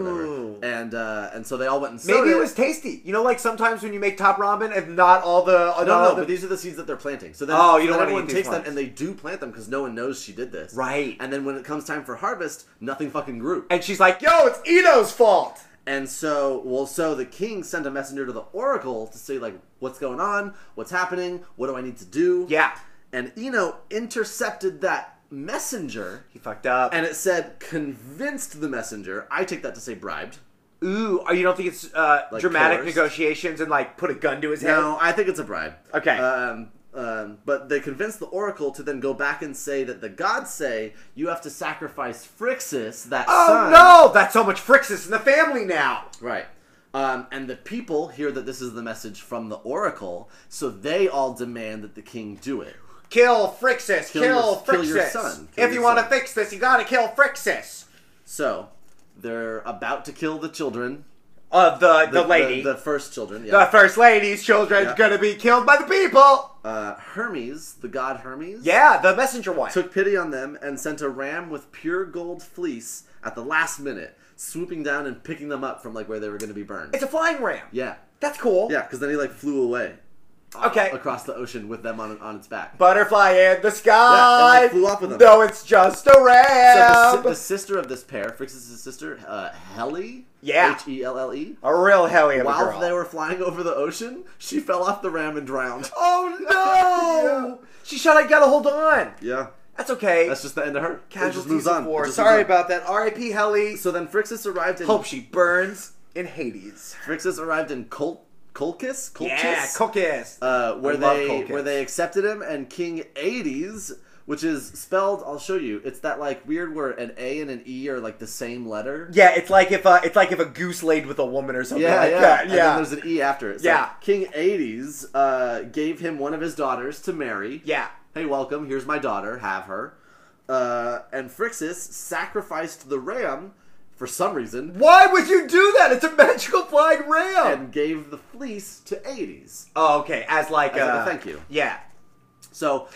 [SPEAKER 2] whatever. And uh, and so they all went and sowed
[SPEAKER 3] Maybe it was tasty. You know, like sometimes when you make top ramen, if not all the
[SPEAKER 2] no,
[SPEAKER 3] not
[SPEAKER 2] no,
[SPEAKER 3] all
[SPEAKER 2] but
[SPEAKER 3] the,
[SPEAKER 2] these are the seeds that they're planting. So then, so
[SPEAKER 3] Oh, you don't
[SPEAKER 2] then
[SPEAKER 3] wanna
[SPEAKER 2] everyone
[SPEAKER 3] eat these
[SPEAKER 2] takes them
[SPEAKER 3] ones.
[SPEAKER 2] and they do plant them because no one knows she did this.
[SPEAKER 3] Right.
[SPEAKER 2] And then when it comes time for harvest, nothing fucking grew.
[SPEAKER 3] and she's like, "Yo, it's Eno's fault."
[SPEAKER 2] And so, well, so the king sent a messenger to the oracle to say, like, what's going on? What's happening? What do I need to do?
[SPEAKER 3] Yeah.
[SPEAKER 2] And Eno intercepted that messenger,
[SPEAKER 3] He fucked up.
[SPEAKER 2] and it said, convinced the messenger. I take that to say bribed.
[SPEAKER 3] ooh, oh, you don't think it's uh, dramatic
[SPEAKER 2] coerced?
[SPEAKER 3] negotiations and like put a gun to his head?
[SPEAKER 2] No, I think it's a bribe.
[SPEAKER 3] Okay.
[SPEAKER 2] Um, um, but they convinced the oracle to then go back and say that the gods say you have to sacrifice Phrixus, that
[SPEAKER 3] Oh
[SPEAKER 2] son.
[SPEAKER 3] no! That's so much Frixus in the family now.
[SPEAKER 2] Right. Um, and the people hear that this is the message from the oracle, so they all demand that the king do it.
[SPEAKER 3] Kill Frixus! Kill,
[SPEAKER 2] Kill your-
[SPEAKER 3] Frixus!
[SPEAKER 2] kill your son. Kill
[SPEAKER 3] if
[SPEAKER 2] your
[SPEAKER 3] you want to
[SPEAKER 2] son.
[SPEAKER 3] fix this, you gotta kill Frixus.
[SPEAKER 2] So they're about to kill the children.
[SPEAKER 3] Of Uh, the, the, lady,
[SPEAKER 2] The,
[SPEAKER 3] the,
[SPEAKER 2] first children, yeah.
[SPEAKER 3] first lady's children's
[SPEAKER 2] Yeah.
[SPEAKER 3] gonna be killed by the people.
[SPEAKER 2] uh, Hermes, the god Hermes,
[SPEAKER 3] Yeah, the messenger one.
[SPEAKER 2] took pity on them and sent a ram with pure gold fleece at the last minute, swooping down and picking them up from like where they were going to be burned.
[SPEAKER 3] it's a flying ram.
[SPEAKER 2] yeah.
[SPEAKER 3] That's cool.
[SPEAKER 2] Yeah, because then he like flew away
[SPEAKER 3] Okay.
[SPEAKER 2] across the ocean with them on on its back.
[SPEAKER 3] Butterfly in the sky.
[SPEAKER 2] Yeah, and, like, flew off with them.
[SPEAKER 3] No, it's just a
[SPEAKER 2] So the,
[SPEAKER 3] ram.
[SPEAKER 2] si- the sister of this pair, Frix's sister, uh, Helle,
[SPEAKER 3] Yeah.
[SPEAKER 2] H E L L E.
[SPEAKER 3] a real helly of a
[SPEAKER 2] While
[SPEAKER 3] girl.
[SPEAKER 2] they were flying over the ocean, she fell off the ram and drowned.
[SPEAKER 3] oh no! She shot. I gotta hold on.
[SPEAKER 2] Yeah,
[SPEAKER 3] That's okay.
[SPEAKER 2] that's just the end of her. It just
[SPEAKER 3] Casualties
[SPEAKER 2] moves
[SPEAKER 3] of
[SPEAKER 2] on.
[SPEAKER 3] war.
[SPEAKER 2] It just
[SPEAKER 3] Sorry
[SPEAKER 2] moves on.
[SPEAKER 3] about that. R.I.P. Helly.
[SPEAKER 2] So then Phrixus arrived in
[SPEAKER 3] Hope she burns in Hades.
[SPEAKER 2] Phrixus arrived in Col- Colchis, Colchis,
[SPEAKER 3] Yeah, Kokis.
[SPEAKER 2] uh, where
[SPEAKER 3] I love
[SPEAKER 2] they
[SPEAKER 3] Colchis.
[SPEAKER 2] where they accepted him, and King Aedes, which is spelled, I'll show you. It's that like weird where an A and an E are like the same letter.
[SPEAKER 3] yeah, it's like if uh, it's like if a goose laid with a woman or something
[SPEAKER 2] Yeah,
[SPEAKER 3] like
[SPEAKER 2] yeah.
[SPEAKER 3] that.
[SPEAKER 2] And then
[SPEAKER 3] Yeah,
[SPEAKER 2] there's an E after it. So
[SPEAKER 3] Yeah.
[SPEAKER 2] King Aedes uh, gave him one of his daughters to marry.
[SPEAKER 3] yeah.
[SPEAKER 2] Hey, welcome. Here's my daughter. Have her. Uh, and Phrixus sacrificed the ram for some reason
[SPEAKER 3] Why would you do that? It's a magical flying ram.
[SPEAKER 2] and gave the fleece to Aedes.
[SPEAKER 3] oh, okay. As like
[SPEAKER 2] As like a
[SPEAKER 3] uh,
[SPEAKER 2] thank you.
[SPEAKER 3] Yeah.
[SPEAKER 2] So,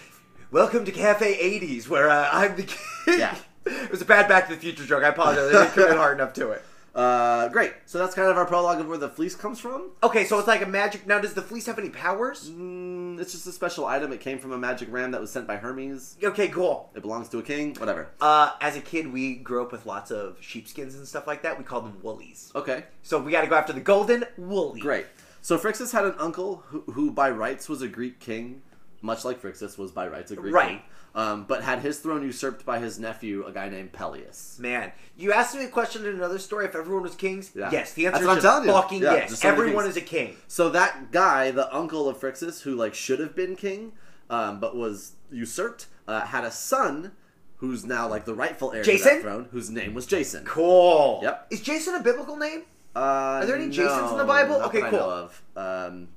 [SPEAKER 3] Welcome to Cafe 80s, where uh, I'm the king.
[SPEAKER 2] Yeah.
[SPEAKER 3] it was a bad Back to the Future joke. I apologize. I didn't commit hard enough to it.
[SPEAKER 2] uh, great. So that's kind of our prologue of where the fleece comes from.
[SPEAKER 3] Okay, so it's like a magic. Now, does the fleece have any powers?
[SPEAKER 2] Mm, it's just a special item. It came from a magic ram that was sent by Hermes.
[SPEAKER 3] Okay, cool.
[SPEAKER 2] It belongs to a king. Whatever.
[SPEAKER 3] Uh, as a kid, we grew up with lots of sheepskins and stuff like that. We called them woolies.
[SPEAKER 2] Okay.
[SPEAKER 3] So we got to go after the golden woolly.
[SPEAKER 2] Great. So Phrixus had an uncle who, who by rights was a Greek king, much like Phrixus was by rights a Greek
[SPEAKER 3] Right.
[SPEAKER 2] king, um, but had his throne usurped by his nephew, a guy named Peleus.
[SPEAKER 3] Man, you asked me a question in another story if everyone was kings.
[SPEAKER 2] Yeah.
[SPEAKER 3] Yes, the
[SPEAKER 2] That's
[SPEAKER 3] answer
[SPEAKER 2] what I'm
[SPEAKER 3] is
[SPEAKER 2] telling
[SPEAKER 3] just
[SPEAKER 2] you.
[SPEAKER 3] fucking
[SPEAKER 2] Yeah,
[SPEAKER 3] yes.
[SPEAKER 2] just so many
[SPEAKER 3] everyone
[SPEAKER 2] kings.
[SPEAKER 3] is a king.
[SPEAKER 2] So that guy, the uncle of Phrixus, who like should have been king, um, but was usurped, uh, had a son who's now like the rightful heir to
[SPEAKER 3] Jason?
[SPEAKER 2] that throne, whose name was Jason.
[SPEAKER 3] Cool.
[SPEAKER 2] Yep.
[SPEAKER 3] Is Jason a biblical name?
[SPEAKER 2] Uh, Are
[SPEAKER 3] there any Jasons in the Bible? Okay,
[SPEAKER 2] I
[SPEAKER 3] cool.
[SPEAKER 2] know of. Um,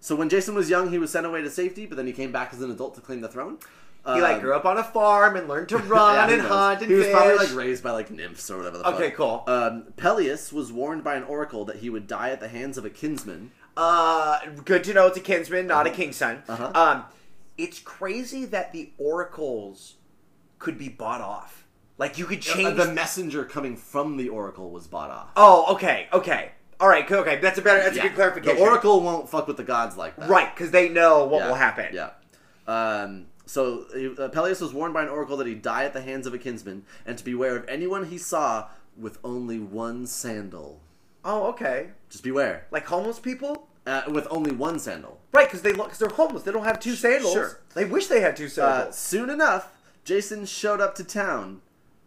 [SPEAKER 2] so when Jason was young, he was sent away to safety, but then he came back as an adult to claim the throne.
[SPEAKER 3] He like grew up on a farm and learned to
[SPEAKER 2] Um, Yeah,
[SPEAKER 3] run
[SPEAKER 2] who
[SPEAKER 3] and
[SPEAKER 2] knows?
[SPEAKER 3] hunt and
[SPEAKER 2] He was
[SPEAKER 3] fish.
[SPEAKER 2] probably like raised by like nymphs or whatever the fuck.
[SPEAKER 3] Okay, cool.
[SPEAKER 2] Um, Peleus was warned by an oracle that he would die at the hands of a kinsman.
[SPEAKER 3] Uh, good to know it's a kinsman, not
[SPEAKER 2] Uh-huh.
[SPEAKER 3] a king's son. Um, it's crazy that the oracles could be bought off. Like you could change.
[SPEAKER 2] Uh, the messenger coming from the oracle was bought off.
[SPEAKER 3] oh, okay, okay, all right, cool, okay. That's a better. That's
[SPEAKER 2] Yeah.
[SPEAKER 3] a good clarification.
[SPEAKER 2] The oracle won't fuck with the gods like that.
[SPEAKER 3] right? Because they know what
[SPEAKER 2] Yeah.
[SPEAKER 3] will happen.
[SPEAKER 2] Yeah. Um, so uh, Peleus was warned by an oracle that he'd die at the hands of a kinsman, and to beware of anyone he saw with only one sandal.
[SPEAKER 3] Oh, okay.
[SPEAKER 2] Just beware.
[SPEAKER 3] Like homeless people,
[SPEAKER 2] Uh, with only one sandal.
[SPEAKER 3] right? Because they because they're homeless. They don't have two sandals.
[SPEAKER 2] sure.
[SPEAKER 3] They wish they had two
[SPEAKER 2] Uh,
[SPEAKER 3] sandals.
[SPEAKER 2] soon enough, Jason showed up to town,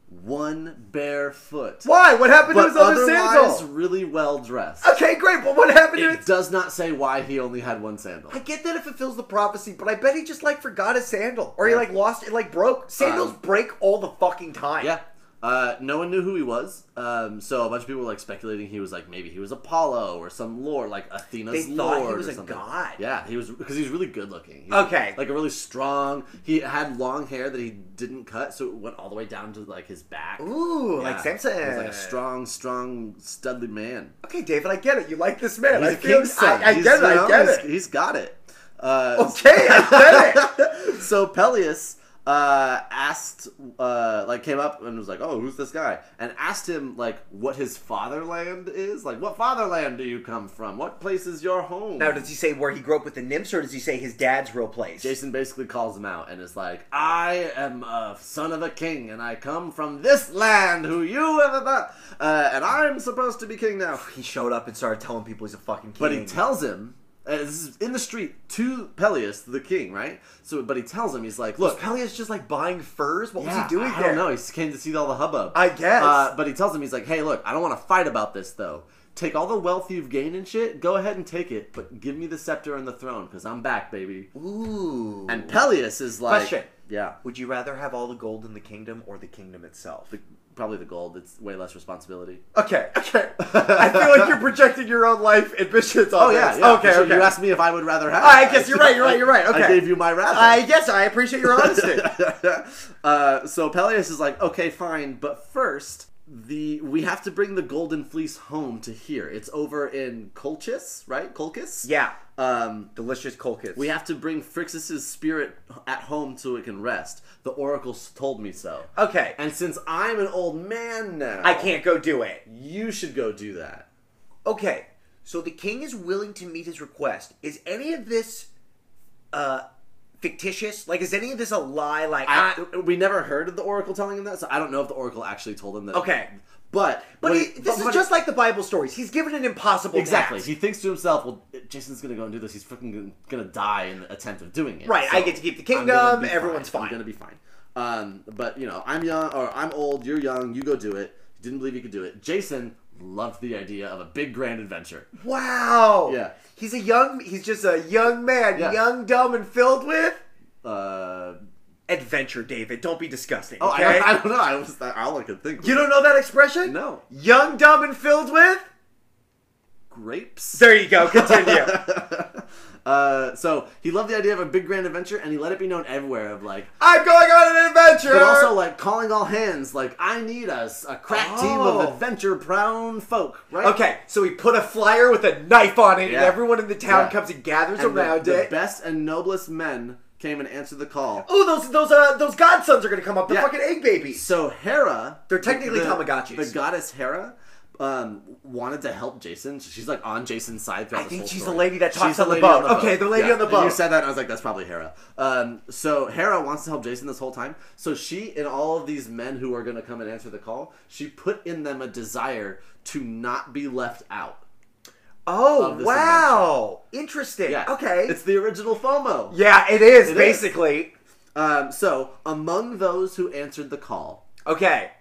[SPEAKER 2] one barefoot,
[SPEAKER 3] Why? What happened to
[SPEAKER 2] but
[SPEAKER 3] his other
[SPEAKER 2] otherwise
[SPEAKER 3] sandal?
[SPEAKER 2] really well dressed.
[SPEAKER 3] Okay, great. But what happened to
[SPEAKER 2] It
[SPEAKER 3] his?
[SPEAKER 2] does not say why he only had one sandal.
[SPEAKER 3] I get that it fulfills the prophecy, but I bet he just like forgot his sandal, or he like lost it, like broke. Sandals
[SPEAKER 2] Um,
[SPEAKER 3] break all the fucking time.
[SPEAKER 2] Yeah. Uh, no one knew who he was, um, so a bunch of people were like speculating he was like maybe he was Apollo or some lord, like Athena's
[SPEAKER 3] They thought
[SPEAKER 2] lord.
[SPEAKER 3] he was
[SPEAKER 2] or
[SPEAKER 3] a
[SPEAKER 2] something.
[SPEAKER 3] god.
[SPEAKER 2] Yeah, he was because he's really good looking. He's
[SPEAKER 3] Okay.
[SPEAKER 2] like a really strong. He had long hair that he didn't cut, so it went all the way down to like his back.
[SPEAKER 3] Ooh, like
[SPEAKER 2] Yeah.
[SPEAKER 3] Samson.
[SPEAKER 2] He was like a strong, strong, studly man.
[SPEAKER 3] Okay, David, I get it. You like this man.
[SPEAKER 2] He's
[SPEAKER 3] I
[SPEAKER 2] a
[SPEAKER 3] feel-
[SPEAKER 2] king's son.
[SPEAKER 3] I, I
[SPEAKER 2] He's,
[SPEAKER 3] get it.
[SPEAKER 2] you know,
[SPEAKER 3] I get
[SPEAKER 2] he's-
[SPEAKER 3] it.
[SPEAKER 2] He's got it. Uh,
[SPEAKER 3] Okay, I get it.
[SPEAKER 2] so Peleus uh, asked, uh, like, came up and was like, "Oh, who's this guy?" and asked him like what his fatherland is, like, "What fatherland do you come from? What place is your home?"
[SPEAKER 3] Now, does he say where he grew up with the nymphs, or does he say his dad's real place?
[SPEAKER 2] Jason basically calls him out and is like, "I am a son of a king, and I come from this land. Who you ever thought? Uh, and I'm supposed to be king now."
[SPEAKER 3] He showed up and started telling people he's a fucking king.
[SPEAKER 2] But he tells him, and this is in the street to Peleus, the king, right? So, but he tells him, he's like, "Look,
[SPEAKER 3] Peleus just like buying furs. What was
[SPEAKER 2] yeah,
[SPEAKER 3] he doing
[SPEAKER 2] I
[SPEAKER 3] there?
[SPEAKER 2] don't know. He came to see all the hubbub.
[SPEAKER 3] I guess.
[SPEAKER 2] Uh, but he tells him, he's like, "Hey, look, I don't want to fight about this though." Take all the wealth you've gained and shit. Go ahead and take it, but give me the scepter and the throne, because I'm back, baby.
[SPEAKER 3] Ooh.
[SPEAKER 2] And Peleus is like,
[SPEAKER 3] Question.
[SPEAKER 2] yeah,
[SPEAKER 3] would you rather have all the gold in the kingdom or the kingdom itself?
[SPEAKER 2] the, probably the gold. It's way less responsibility.
[SPEAKER 3] Okay, okay. I feel like you're projecting your own life ambitions on
[SPEAKER 2] Oh yeah,
[SPEAKER 3] this.
[SPEAKER 2] yeah,
[SPEAKER 3] okay,
[SPEAKER 2] for sure.
[SPEAKER 3] okay.
[SPEAKER 2] You asked me if I would rather have.
[SPEAKER 3] I guess you're right, you're right, you're right.
[SPEAKER 2] I
[SPEAKER 3] Okay.
[SPEAKER 2] gave you my rather.
[SPEAKER 3] I guess I appreciate your honesty.
[SPEAKER 2] uh, so Peleus is like, okay, fine, but first the we have to bring the golden fleece home to here. It's over in Colchis, right? Colchis.
[SPEAKER 3] yeah, uh,
[SPEAKER 2] Um,
[SPEAKER 3] delicious colchis.
[SPEAKER 2] we have to bring Phrixus's spirit at home so it can rest. The oracle s- told me so.
[SPEAKER 3] okay.
[SPEAKER 2] And since I'm an old man now,
[SPEAKER 3] I can't go do it.
[SPEAKER 2] You should go do that.
[SPEAKER 3] Okay, so the king is willing to meet his request. Is any of this uh fictitious? Like, is any of this a lie? Like, I,
[SPEAKER 2] I, we never heard of the oracle telling him that, so I don't know if the oracle actually told him that.
[SPEAKER 3] Okay.
[SPEAKER 2] but
[SPEAKER 3] but
[SPEAKER 2] what
[SPEAKER 3] he,
[SPEAKER 2] he-
[SPEAKER 3] this
[SPEAKER 2] but-
[SPEAKER 3] is just like the Bible stories. He's given an impossible
[SPEAKER 2] exactly.
[SPEAKER 3] task.
[SPEAKER 2] He thinks to himself, "Well, Jason's gonna go and do this. He's freaking gonna- gonna die in the attempt of doing it.
[SPEAKER 3] Right, I get to keep the
[SPEAKER 2] I'm gonna
[SPEAKER 3] kingdom,
[SPEAKER 2] be
[SPEAKER 3] everyone's fine.
[SPEAKER 2] I'm gonna be fine. Um, but you know, I'm young or I'm old. You're young. You go do it. You didn't believe you could do it. Jason loved the idea of a big grand adventure.
[SPEAKER 3] Wow.
[SPEAKER 2] Yeah.
[SPEAKER 3] He's a young. He's just a young man,
[SPEAKER 2] Yeah.
[SPEAKER 3] young, dumb, and filled with
[SPEAKER 2] Uh,
[SPEAKER 3] adventure. David, don't be disgusting.
[SPEAKER 2] oh,
[SPEAKER 3] okay.
[SPEAKER 2] I, don't, I don't know. I was all I could think.
[SPEAKER 3] you don't know that expression?
[SPEAKER 2] No.
[SPEAKER 3] Young, dumb, and filled with.
[SPEAKER 2] grapes.
[SPEAKER 3] There you go. Continue.
[SPEAKER 2] Uh, so he loved the idea of a big grand adventure, and he let it be known everywhere of like
[SPEAKER 3] I'm going on an adventure.
[SPEAKER 2] But also like calling all hands, like I need a, s- a crack team
[SPEAKER 3] Oh.
[SPEAKER 2] of adventure prone folk, right?
[SPEAKER 3] Okay, so we put a flyer with a knife on it,
[SPEAKER 2] Yeah.
[SPEAKER 3] and everyone in the town
[SPEAKER 2] Yeah.
[SPEAKER 3] comes and gathers
[SPEAKER 2] And the,
[SPEAKER 3] around
[SPEAKER 2] the
[SPEAKER 3] it.
[SPEAKER 2] best and noblest men came and answered the call.
[SPEAKER 3] oh, those those uh those godsons are gonna come up. The
[SPEAKER 2] Yeah.
[SPEAKER 3] fucking egg babies.
[SPEAKER 2] So Hera,
[SPEAKER 3] They're technically
[SPEAKER 2] the,
[SPEAKER 3] Tamagotchis.
[SPEAKER 2] The goddess Hera um, wanted to help Jason. She's like on Jason's side throughout.
[SPEAKER 3] I
[SPEAKER 2] this
[SPEAKER 3] think
[SPEAKER 2] whole
[SPEAKER 3] she's
[SPEAKER 2] story.
[SPEAKER 3] the lady that
[SPEAKER 2] She's
[SPEAKER 3] talks on the
[SPEAKER 2] lady
[SPEAKER 3] boat. Okay, the lady on the
[SPEAKER 2] And
[SPEAKER 3] boat.
[SPEAKER 2] You said that, and I was like, that's probably Hera. Um, so Hera wants to help Jason this whole time. So she and all of these men who are going to come and answer the call, she put in them a desire to not be left out.
[SPEAKER 3] Oh
[SPEAKER 2] of this
[SPEAKER 3] wow, interesting.
[SPEAKER 2] Yeah.
[SPEAKER 3] Okay.
[SPEAKER 2] It's the original FOMO.
[SPEAKER 3] yeah, it is
[SPEAKER 2] It is.
[SPEAKER 3] basically.
[SPEAKER 2] Um, so, among those who answered the call,
[SPEAKER 3] Okay.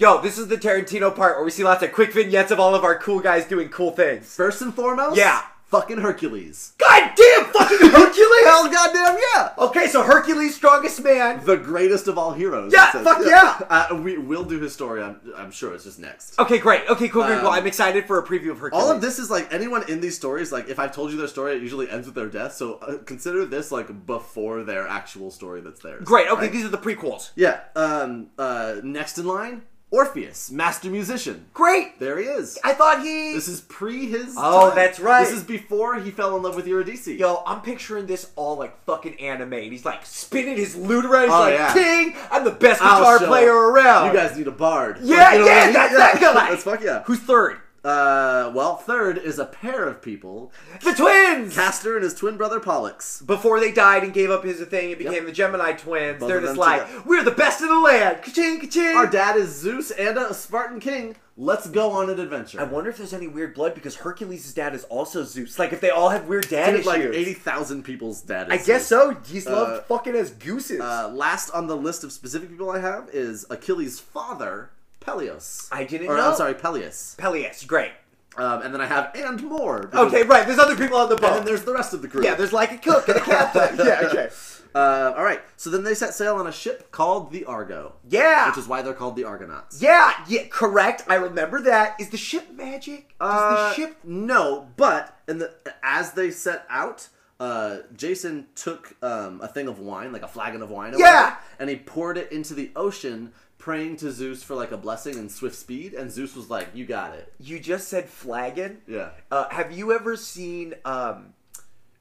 [SPEAKER 3] Yo, this is the Tarantino part where we see lots of quick vignettes of all of our cool guys doing cool things.
[SPEAKER 2] first and foremost,
[SPEAKER 3] Yeah.
[SPEAKER 2] fucking Hercules.
[SPEAKER 3] God damn fucking Hercules!
[SPEAKER 2] Hell, goddamn, yeah.
[SPEAKER 3] okay, so Hercules, strongest man.
[SPEAKER 2] The greatest of all heroes.
[SPEAKER 3] Yeah,
[SPEAKER 2] it says.
[SPEAKER 3] fuck yeah.
[SPEAKER 2] Uh, we will do his story. I'm, I'm sure it's just next.
[SPEAKER 3] Okay, great. Okay, cool, cool, cool.
[SPEAKER 2] Um,
[SPEAKER 3] I'm excited for a preview of Hercules.
[SPEAKER 2] All of this is like anyone in these stories. Like, if I've told you their story, it usually ends with their death. So uh, consider this like before their actual story that's theirs.
[SPEAKER 3] Great. Okay,
[SPEAKER 2] right?
[SPEAKER 3] these are the prequels.
[SPEAKER 2] Yeah. Um. Uh. Next in line, Orpheus, master musician.
[SPEAKER 3] Great.
[SPEAKER 2] There he is.
[SPEAKER 3] I thought he.
[SPEAKER 2] This is pre his.
[SPEAKER 3] Oh,
[SPEAKER 2] time.
[SPEAKER 3] that's right.
[SPEAKER 2] This is before he fell in love with Eurydice.
[SPEAKER 3] Yo, I'm picturing this all like fucking anime. And he's like spinning his lute around. He's
[SPEAKER 2] Oh,
[SPEAKER 3] like,
[SPEAKER 2] yeah.
[SPEAKER 3] King, I'm the best
[SPEAKER 2] I'll
[SPEAKER 3] guitar
[SPEAKER 2] show
[SPEAKER 3] player
[SPEAKER 2] up.
[SPEAKER 3] around.
[SPEAKER 2] You guys need a bard.
[SPEAKER 3] Yeah,
[SPEAKER 2] you know what
[SPEAKER 3] yeah,
[SPEAKER 2] I mean?
[SPEAKER 3] that's that guy.
[SPEAKER 2] That's fuck yeah.
[SPEAKER 3] Who's third?
[SPEAKER 2] Uh, well, third is a pair of people,
[SPEAKER 3] The twins!
[SPEAKER 2] Castor and his twin brother Pollux.
[SPEAKER 3] Before they died and gave up his thing and became
[SPEAKER 2] Yep.
[SPEAKER 3] the Gemini twins,
[SPEAKER 2] Both
[SPEAKER 3] they're
[SPEAKER 2] of
[SPEAKER 3] just
[SPEAKER 2] them
[SPEAKER 3] like,
[SPEAKER 2] together.
[SPEAKER 3] we're the best in the land. Ka-ching, ka-ching.
[SPEAKER 2] Our dad is Zeus and a Spartan king. Let's go on an adventure.
[SPEAKER 3] I wonder if there's any weird blood because Hercules' dad is also Zeus. Like, if they all have weird dad
[SPEAKER 2] Dude,
[SPEAKER 3] issues.
[SPEAKER 2] like eighty thousand people's dad.
[SPEAKER 3] I
[SPEAKER 2] Is
[SPEAKER 3] guess
[SPEAKER 2] Zeus.
[SPEAKER 3] so. He's loved
[SPEAKER 2] Uh,
[SPEAKER 3] fucking as gooses.
[SPEAKER 2] Uh, last on the list of specific people I have is Achilles' father, Peleus.
[SPEAKER 3] I didn't
[SPEAKER 2] or,
[SPEAKER 3] know.
[SPEAKER 2] I'm sorry, Peleus.
[SPEAKER 3] Peleus, great.
[SPEAKER 2] Um, and then I have and more. because-
[SPEAKER 3] Okay, right. There's other people on the
[SPEAKER 2] And then
[SPEAKER 3] boat.
[SPEAKER 2] there's the rest of the crew.
[SPEAKER 3] yeah, there's like a cook and a captain. yeah, okay.
[SPEAKER 2] Uh, all right. So then they set sail on a ship called the Argo.
[SPEAKER 3] Yeah.
[SPEAKER 2] Which is why they're called the Argonauts.
[SPEAKER 3] Yeah, yeah, correct. I remember that. Is the ship magic? Does
[SPEAKER 2] Uh,
[SPEAKER 3] the ship?
[SPEAKER 2] No, but in the as they set out, uh, Jason took um, a thing of wine, like a flagon of wine, or
[SPEAKER 3] Yeah.
[SPEAKER 2] whatever, and he poured it into the ocean, praying to Zeus for like a blessing and swift speed. And Zeus was like, "You got it."
[SPEAKER 3] You just said flagon.
[SPEAKER 2] Yeah.
[SPEAKER 3] Uh, have you ever seen um,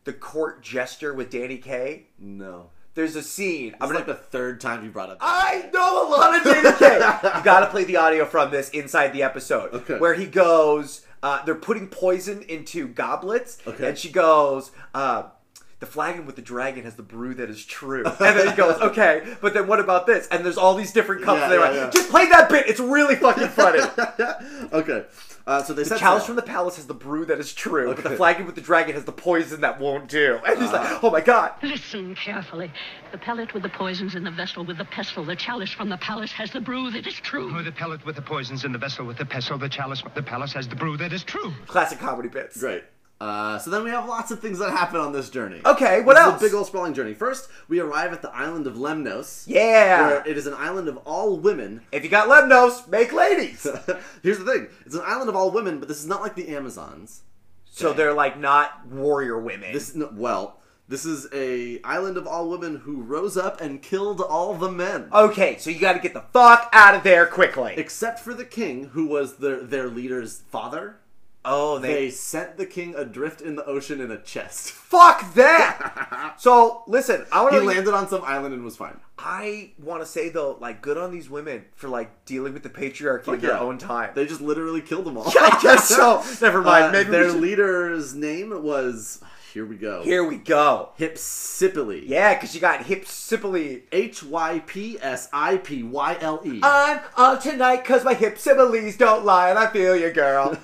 [SPEAKER 3] the court jester with Danny Kaye?
[SPEAKER 2] No.
[SPEAKER 3] There's a scene. I'm
[SPEAKER 2] It's
[SPEAKER 3] gonna
[SPEAKER 2] like the third time you brought up.
[SPEAKER 3] I know a lot of Danny Kaye. you got to play the audio from this inside the episode
[SPEAKER 2] Okay.
[SPEAKER 3] where he goes. Uh, they're putting poison into goblets,
[SPEAKER 2] Okay.
[SPEAKER 3] and she goes. Uh, the flagon with the dragon has the brew that is true, and then he goes, "Okay, but then what about this?" And there's all these different cups.
[SPEAKER 2] Yeah,
[SPEAKER 3] and they're
[SPEAKER 2] yeah,
[SPEAKER 3] like,
[SPEAKER 2] yeah.
[SPEAKER 3] "Just play that bit. It's really fucking funny."
[SPEAKER 2] okay, uh, so they said
[SPEAKER 3] Chalice from the palace has the brew that is true, but the
[SPEAKER 2] Okay. Ah.
[SPEAKER 3] flagon with the dragon has the poison that won't do. And he's like, "Oh my god!"
[SPEAKER 4] Listen carefully. The pellet with the poisons in the vessel with the pestle. The chalice from the palace has the brew that is
[SPEAKER 5] Oh,
[SPEAKER 4] true.
[SPEAKER 5] the pellet with the poisons in the vessel with the pestle, the chalice, the palace has the brew that is true.
[SPEAKER 3] Classic comedy bits.
[SPEAKER 2] Great. Uh, so then we have lots of things that happen on this journey.
[SPEAKER 3] Okay, what
[SPEAKER 2] This is
[SPEAKER 3] else?
[SPEAKER 2] a big old sprawling journey. First, we arrive at the island of Lemnos.
[SPEAKER 3] Yeah.
[SPEAKER 2] Where it is an island of all women.
[SPEAKER 3] If you got Lemnos, make ladies.
[SPEAKER 2] Here's the thing: it's an island of all women, but this is not like the Amazons.
[SPEAKER 3] So they're like not warrior women.
[SPEAKER 2] This no, well, this is a island of all women who rose up and killed all the men.
[SPEAKER 3] okay, so you got to get the fuck out of there quickly.
[SPEAKER 2] Except for the king, who was their their leader's father,
[SPEAKER 3] Oh, they,
[SPEAKER 2] they sent the king adrift in the ocean in a chest.
[SPEAKER 3] fuck that. so listen, I want
[SPEAKER 2] He
[SPEAKER 3] to.
[SPEAKER 2] landed on some island and was fine.
[SPEAKER 3] I want to say though, like, good on these women for like dealing with the patriarchy in their
[SPEAKER 2] Yeah.
[SPEAKER 3] own time.
[SPEAKER 2] They just literally killed them all.
[SPEAKER 3] I guess so. Never mind.
[SPEAKER 2] Uh,
[SPEAKER 3] Maybe we
[SPEAKER 2] their
[SPEAKER 3] should-
[SPEAKER 2] leader's name was here we go.
[SPEAKER 3] Here we go.
[SPEAKER 2] Hypsipyle.
[SPEAKER 3] Yeah, because you got hipsipile.
[SPEAKER 2] H Y P S I P Y L E.
[SPEAKER 3] I'm up tonight because my hipsipiles don't lie, and I feel you, girl.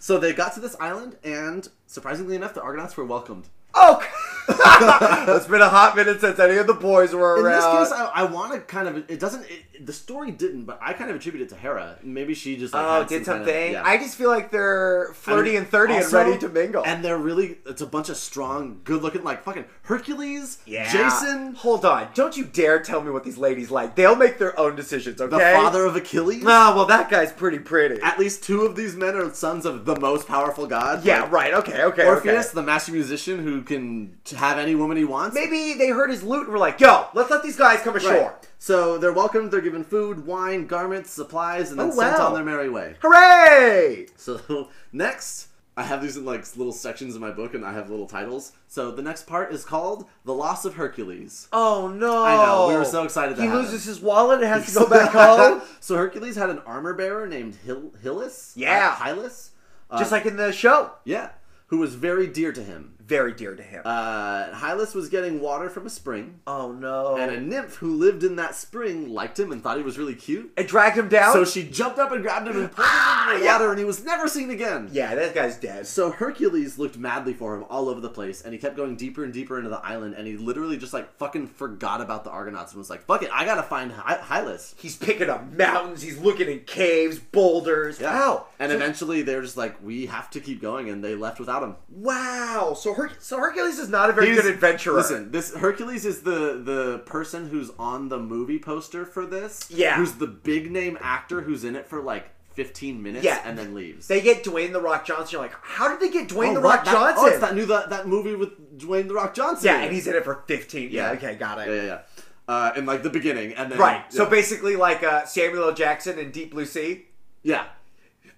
[SPEAKER 2] So they got to this island, and surprisingly enough, the Argonauts were welcomed.
[SPEAKER 3] oh, it's been a hot minute since any of the boys were
[SPEAKER 2] In
[SPEAKER 3] around.
[SPEAKER 2] this case, I, I want to kind of it doesn't it, the story didn't, but I kind of attribute it to Hera. Maybe she just like,
[SPEAKER 3] Oh,
[SPEAKER 2] had
[SPEAKER 3] did
[SPEAKER 2] some kind
[SPEAKER 3] something.
[SPEAKER 2] of- yeah.
[SPEAKER 3] I just feel like they're
[SPEAKER 2] I mean,
[SPEAKER 3] flirty and thirty
[SPEAKER 2] also,
[SPEAKER 3] and ready to mingle.
[SPEAKER 2] and they're really it's a bunch of strong, good looking like fucking Hercules, Jason,
[SPEAKER 3] hold on! Don't you dare tell me what these ladies like. They'll make their own decisions. Okay.
[SPEAKER 2] the father of Achilles.
[SPEAKER 3] Oh well, that guy's pretty pretty.
[SPEAKER 2] At least two of these men are sons of the most powerful god.
[SPEAKER 3] yeah.
[SPEAKER 2] like
[SPEAKER 3] right. Okay. Okay.
[SPEAKER 2] Orpheus,
[SPEAKER 3] Okay.
[SPEAKER 2] the master musician who can have any woman he wants.
[SPEAKER 3] Maybe they heard his loot and were like, "Yo, let's let these guys come
[SPEAKER 2] Right.
[SPEAKER 3] ashore."
[SPEAKER 2] So they're welcomed. They're given food, wine, garments, supplies, and then
[SPEAKER 3] Oh,
[SPEAKER 2] sent
[SPEAKER 3] wow.
[SPEAKER 2] on their merry way.
[SPEAKER 3] Hooray!
[SPEAKER 2] So next, I have these in like little sections in my book, and I have little titles. So the next part is called "The Loss of Hercules."
[SPEAKER 3] Oh no!
[SPEAKER 2] I know, we were so excited that
[SPEAKER 3] He
[SPEAKER 2] happened.
[SPEAKER 3] loses his wallet and has to go back home,
[SPEAKER 2] so Hercules had an armor bearer named Hil- Hyllus.
[SPEAKER 3] Yeah.
[SPEAKER 2] uh, Hyllus. Uh,
[SPEAKER 3] just like in the show.
[SPEAKER 2] yeah, who was very dear to him.
[SPEAKER 3] Very dear to him.
[SPEAKER 2] Uh, Hyllus was getting water from a spring,
[SPEAKER 3] oh no!
[SPEAKER 2] and a nymph who lived in that spring liked him and thought he was really cute.
[SPEAKER 3] It dragged him down.
[SPEAKER 2] So she jumped up and grabbed him and pulled him into the water, and he was never seen again.
[SPEAKER 3] Ah, yeah, that guy's dead.
[SPEAKER 2] So Hercules looked madly for him all over the place, and he kept going deeper and deeper into the island, and he literally just like fucking forgot about the Argonauts and was like, "Fuck it, I gotta find Hy- Hylas."
[SPEAKER 3] He's picking up mountains. He's looking in caves, boulders. Wow.
[SPEAKER 2] And
[SPEAKER 3] so,
[SPEAKER 2] eventually, they're just like, "We have to keep going," and they left without him.
[SPEAKER 3] wow. So, Her- so Hercules is not a very good
[SPEAKER 2] He's-
[SPEAKER 3] adventurer.
[SPEAKER 2] Listen, this Hercules is the the person who's on the movie poster for this.
[SPEAKER 3] Yeah.
[SPEAKER 2] who's the big name actor who's in it for like 15 minutes
[SPEAKER 3] Yeah.
[SPEAKER 2] and then leaves.
[SPEAKER 3] they get Dwayne the Rock Johnson. You're like, how did they get Dwayne
[SPEAKER 2] Oh,
[SPEAKER 3] the
[SPEAKER 2] right,
[SPEAKER 3] Rock
[SPEAKER 2] that-
[SPEAKER 3] Johnson?
[SPEAKER 2] Oh, it's that new that, that movie with Dwayne the Rock Johnson.
[SPEAKER 3] yeah, and he's in it for 15. Yeah.
[SPEAKER 2] Yeah.
[SPEAKER 3] okay, got it.
[SPEAKER 2] Yeah, yeah, yeah. Uh, in like the beginning, and then
[SPEAKER 3] Right. So
[SPEAKER 2] yeah.
[SPEAKER 3] basically, like uh, Samuel L. Jackson in Deep Blue Sea.
[SPEAKER 2] yeah,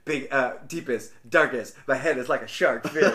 [SPEAKER 3] Big, uh, deepest, darkest. My head is like a shark. fin.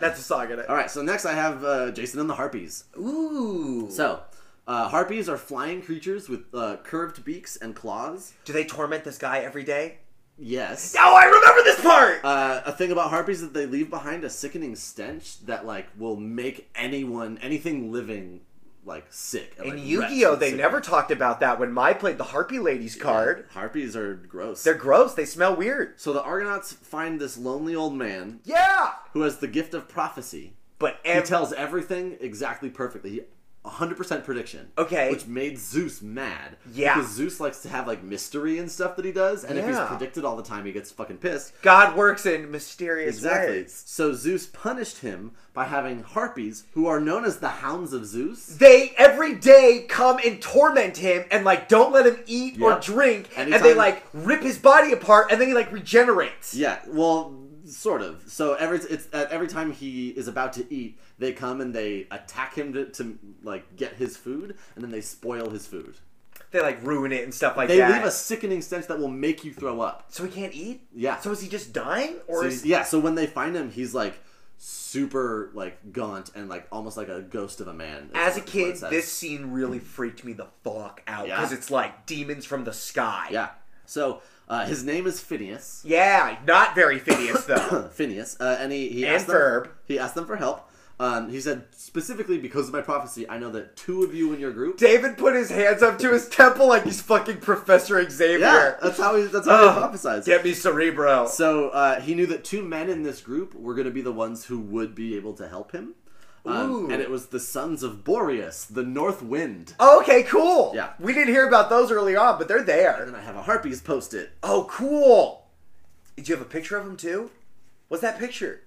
[SPEAKER 3] That's a song in it.
[SPEAKER 2] all right. So next, I have uh, Jason and the Harpies.
[SPEAKER 3] Ooh.
[SPEAKER 2] So uh, harpies are flying creatures with uh, curved beaks and claws.
[SPEAKER 3] Do they torment this guy every day?
[SPEAKER 2] Yes.
[SPEAKER 3] Oh, I remember this part.
[SPEAKER 2] Uh, a thing about harpies is that they leave behind a sickening stench that like will make anyone, anything living, like sick. and,
[SPEAKER 3] In
[SPEAKER 2] like,
[SPEAKER 3] Yu
[SPEAKER 2] wretched
[SPEAKER 3] Gi Oh,
[SPEAKER 2] and
[SPEAKER 3] they
[SPEAKER 2] sick.
[SPEAKER 3] never talked about that when Mai played the Harpy Ladies card.
[SPEAKER 2] Harpies are gross.
[SPEAKER 3] They're gross. They smell weird.
[SPEAKER 2] so the Argonauts find this lonely old man
[SPEAKER 3] Yeah,
[SPEAKER 2] who has the gift of prophecy.
[SPEAKER 3] but
[SPEAKER 2] He
[SPEAKER 3] ev-
[SPEAKER 2] tells everything exactly perfectly. He, 100% prediction.
[SPEAKER 3] Okay.
[SPEAKER 2] Which made Zeus mad.
[SPEAKER 3] Yeah.
[SPEAKER 2] Because Zeus likes to have like mystery and stuff that he does, and if he's
[SPEAKER 3] Yeah.
[SPEAKER 2] predicted all the time, he gets fucking pissed.
[SPEAKER 3] God works in mysterious
[SPEAKER 2] Exactly.
[SPEAKER 3] ways.
[SPEAKER 2] So Zeus punished him by having harpies, who are known as the hounds of Zeus.
[SPEAKER 3] They every day come and torment him and like don't let him eat or
[SPEAKER 2] Yep.
[SPEAKER 3] drink, and they
[SPEAKER 2] Anytime-
[SPEAKER 3] like rip his body apart, and then he like regenerates.
[SPEAKER 2] Yeah, well, sort of. So every it's at every time he is about to eat, they come and they attack him to, to like get his food, and then they spoil his food.
[SPEAKER 3] They like ruin it and stuff like
[SPEAKER 2] They
[SPEAKER 3] that.
[SPEAKER 2] leave a sickening stench that will make you throw up.
[SPEAKER 3] so he can't eat.
[SPEAKER 2] Yeah.
[SPEAKER 3] So is he just dying, or
[SPEAKER 2] So
[SPEAKER 3] is
[SPEAKER 2] he's- yeah, so when they find him, he's like super like gaunt and like almost like a ghost of a man. is
[SPEAKER 3] As a
[SPEAKER 2] what- is what it
[SPEAKER 3] kid,
[SPEAKER 2] says.
[SPEAKER 3] this scene really freaked me the fuck out
[SPEAKER 2] Yeah.
[SPEAKER 3] because it's like demons from the sky.
[SPEAKER 2] yeah. So uh, his name is Phineas.
[SPEAKER 3] Yeah, not very Phineas though.
[SPEAKER 2] Phineas, uh, and he he
[SPEAKER 3] And
[SPEAKER 2] asked them,
[SPEAKER 3] Ferb.
[SPEAKER 2] he asked them for help. Um, he said specifically because of my prophecy, I know that two of you in your group.
[SPEAKER 3] David put his hands up to his temple like he's fucking Professor Xavier.
[SPEAKER 2] Yeah, that's how he that's how he
[SPEAKER 3] Ugh,
[SPEAKER 2] prophesies.
[SPEAKER 3] Get me Cerebro.
[SPEAKER 2] So uh, he knew that two men in this group were going to be the ones who would be able to help him,
[SPEAKER 3] Ooh.
[SPEAKER 2] um, and it was the sons of Boreas, the North Wind.
[SPEAKER 3] okay, cool.
[SPEAKER 2] Yeah.
[SPEAKER 3] We didn't hear about those early on, but they're there.
[SPEAKER 2] And I have a harpies post-it.
[SPEAKER 3] Oh, cool. Did you have a picture of him too? What's that picture?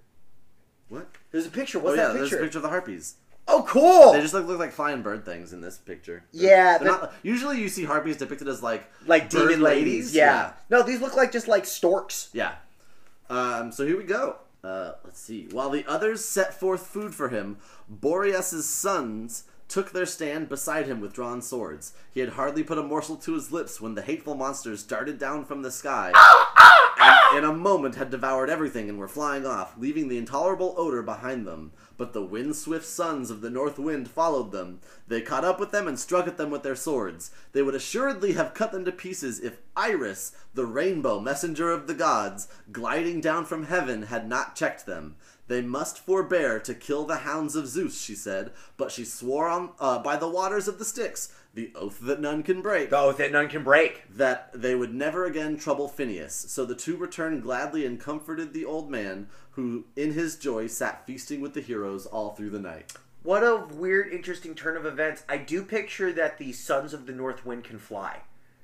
[SPEAKER 2] What?
[SPEAKER 3] There's a picture.
[SPEAKER 2] Oh
[SPEAKER 3] What's
[SPEAKER 2] yeah,
[SPEAKER 3] that
[SPEAKER 2] there's
[SPEAKER 3] picture?
[SPEAKER 2] a picture of the harpies.
[SPEAKER 3] Oh, cool.
[SPEAKER 2] They just look, look like flying bird things in this picture.
[SPEAKER 3] Yeah,
[SPEAKER 2] They're
[SPEAKER 3] that-
[SPEAKER 2] not, usually you see harpies depicted as like
[SPEAKER 3] like
[SPEAKER 2] bird
[SPEAKER 3] demon ladies. Yeah. No, these look like just like storks.
[SPEAKER 2] Yeah. Um, so here we go. Uh, let's see. While the others set forth food for him, Boreas's sons took their stand beside him with drawn swords. He had hardly put a morsel to his lips when the hateful monsters darted down from the sky and in a moment had devoured everything and were flying off, leaving the intolerable odor behind them. But the wind-swift sons of the North Wind followed them. They caught up with them and struck at them with their swords. They would assuredly have cut them to pieces if Iris, the rainbow messenger of the gods, gliding down from heaven, had not checked them. They must forbear to kill the hounds of Zeus, she said, but she swore on uh, by the waters of the Styx, the oath that none can break
[SPEAKER 3] Oh, that none can break.
[SPEAKER 2] that they would never again trouble Phineas. So the two returned gladly and comforted the old man, who in his joy sat feasting with the heroes all through the night.
[SPEAKER 3] What a weird, interesting turn of events. I do picture that the sons of the North Wind can fly.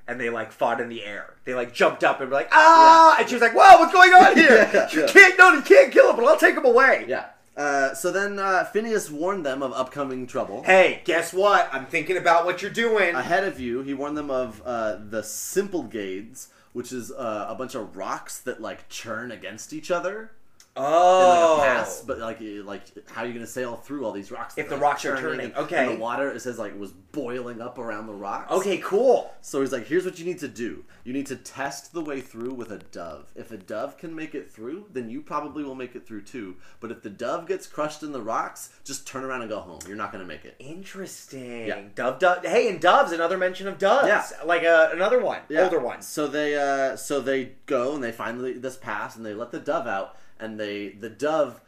[SPEAKER 3] And they like fought in the air. They like jumped up and were like, ah! And she was like, wow, what's going on here?
[SPEAKER 2] Yeah,
[SPEAKER 3] you
[SPEAKER 2] yeah.
[SPEAKER 3] can't, no, you can't kill him, but I'll take him away.
[SPEAKER 2] Yeah. Uh, so then uh, Phineas warned them of upcoming trouble.
[SPEAKER 3] Hey, guess what? I'm thinking about what you're doing.
[SPEAKER 2] Ahead of you, he warned them of uh, the Simplegades, which is uh, a bunch of rocks that like churn against each other. in, like, a
[SPEAKER 3] oh.
[SPEAKER 2] pass, but like, you- like how are you gonna sail through all these rocks?
[SPEAKER 3] If
[SPEAKER 2] that
[SPEAKER 3] the rocks are
[SPEAKER 2] and-
[SPEAKER 3] turning,
[SPEAKER 2] and
[SPEAKER 3] okay.
[SPEAKER 2] the water it says like was boiling up around the rocks.
[SPEAKER 3] okay, cool.
[SPEAKER 2] So he's like, here's what you need to do. You need to test the way through with a dove. If a dove can make it through, then you probably will make it through too. But if the dove gets crushed in the rocks, just turn around and go home. You're not going to make it.
[SPEAKER 3] Interesting.
[SPEAKER 2] Yeah.
[SPEAKER 3] Dove, dove. Hey, and doves. Another mention of doves.
[SPEAKER 2] Yeah.
[SPEAKER 3] Like uh, another one. Older one.
[SPEAKER 2] So they uh, so they go and they find the- this pass and they let the dove out and they the dove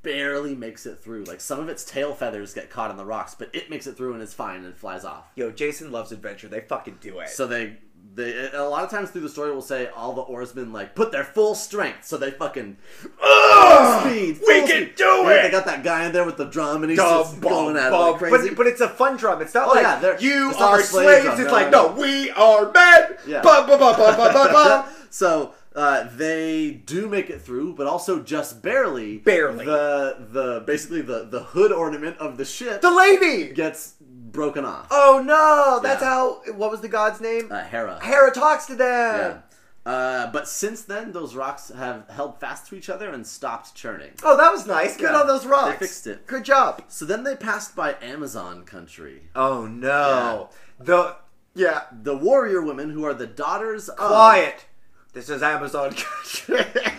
[SPEAKER 2] barely makes it through. Like some of its tail feathers get caught in the rocks, but it makes it through and is fine and flies off.
[SPEAKER 3] Yo, Jason loves adventure. They fucking do it.
[SPEAKER 2] So they, they a lot of times through the story will say all the oarsmen like put their full strength, so they fucking full speed.
[SPEAKER 3] We
[SPEAKER 2] full
[SPEAKER 3] can
[SPEAKER 2] speed.
[SPEAKER 3] do
[SPEAKER 2] Yeah,
[SPEAKER 3] it!
[SPEAKER 2] They got that guy in there with the drum, and he's
[SPEAKER 3] Dum,
[SPEAKER 2] just
[SPEAKER 3] bum,
[SPEAKER 2] blowing at it
[SPEAKER 3] bum.
[SPEAKER 2] like crazy.
[SPEAKER 3] But, but it's a fun drum. It's not
[SPEAKER 2] Oh,
[SPEAKER 3] like
[SPEAKER 2] yeah, they're-
[SPEAKER 3] you
[SPEAKER 2] it's not
[SPEAKER 3] are
[SPEAKER 2] a slave
[SPEAKER 3] slaves.
[SPEAKER 2] drum.
[SPEAKER 3] It's
[SPEAKER 2] No,
[SPEAKER 3] like
[SPEAKER 2] no,
[SPEAKER 3] no,
[SPEAKER 2] no.
[SPEAKER 3] we are men.
[SPEAKER 2] Yeah.
[SPEAKER 3] Ba, ba, ba, ba, ba, ba, ba.
[SPEAKER 2] so uh, they do make it through, but also just barely,
[SPEAKER 3] Barely.
[SPEAKER 2] the the basically the the hood ornament of the ship
[SPEAKER 3] the lady.
[SPEAKER 2] gets broken off.
[SPEAKER 3] Oh no, that's
[SPEAKER 2] Yeah.
[SPEAKER 3] how. What was the god's name?
[SPEAKER 2] Uh, Hera.
[SPEAKER 3] Hera talks to
[SPEAKER 2] Yeah.
[SPEAKER 3] them.
[SPEAKER 2] Uh, but since then, those rocks have held fast to each other and stopped churning.
[SPEAKER 3] Oh, that was nice. Good
[SPEAKER 2] Yeah.
[SPEAKER 3] on those
[SPEAKER 2] They
[SPEAKER 3] rocks.
[SPEAKER 2] fixed it.
[SPEAKER 3] Good job.
[SPEAKER 2] So then they passed by Amazon country.
[SPEAKER 3] Oh no. The yeah.
[SPEAKER 2] The warrior women who are the daughters of
[SPEAKER 3] Quiet. This is Amazon.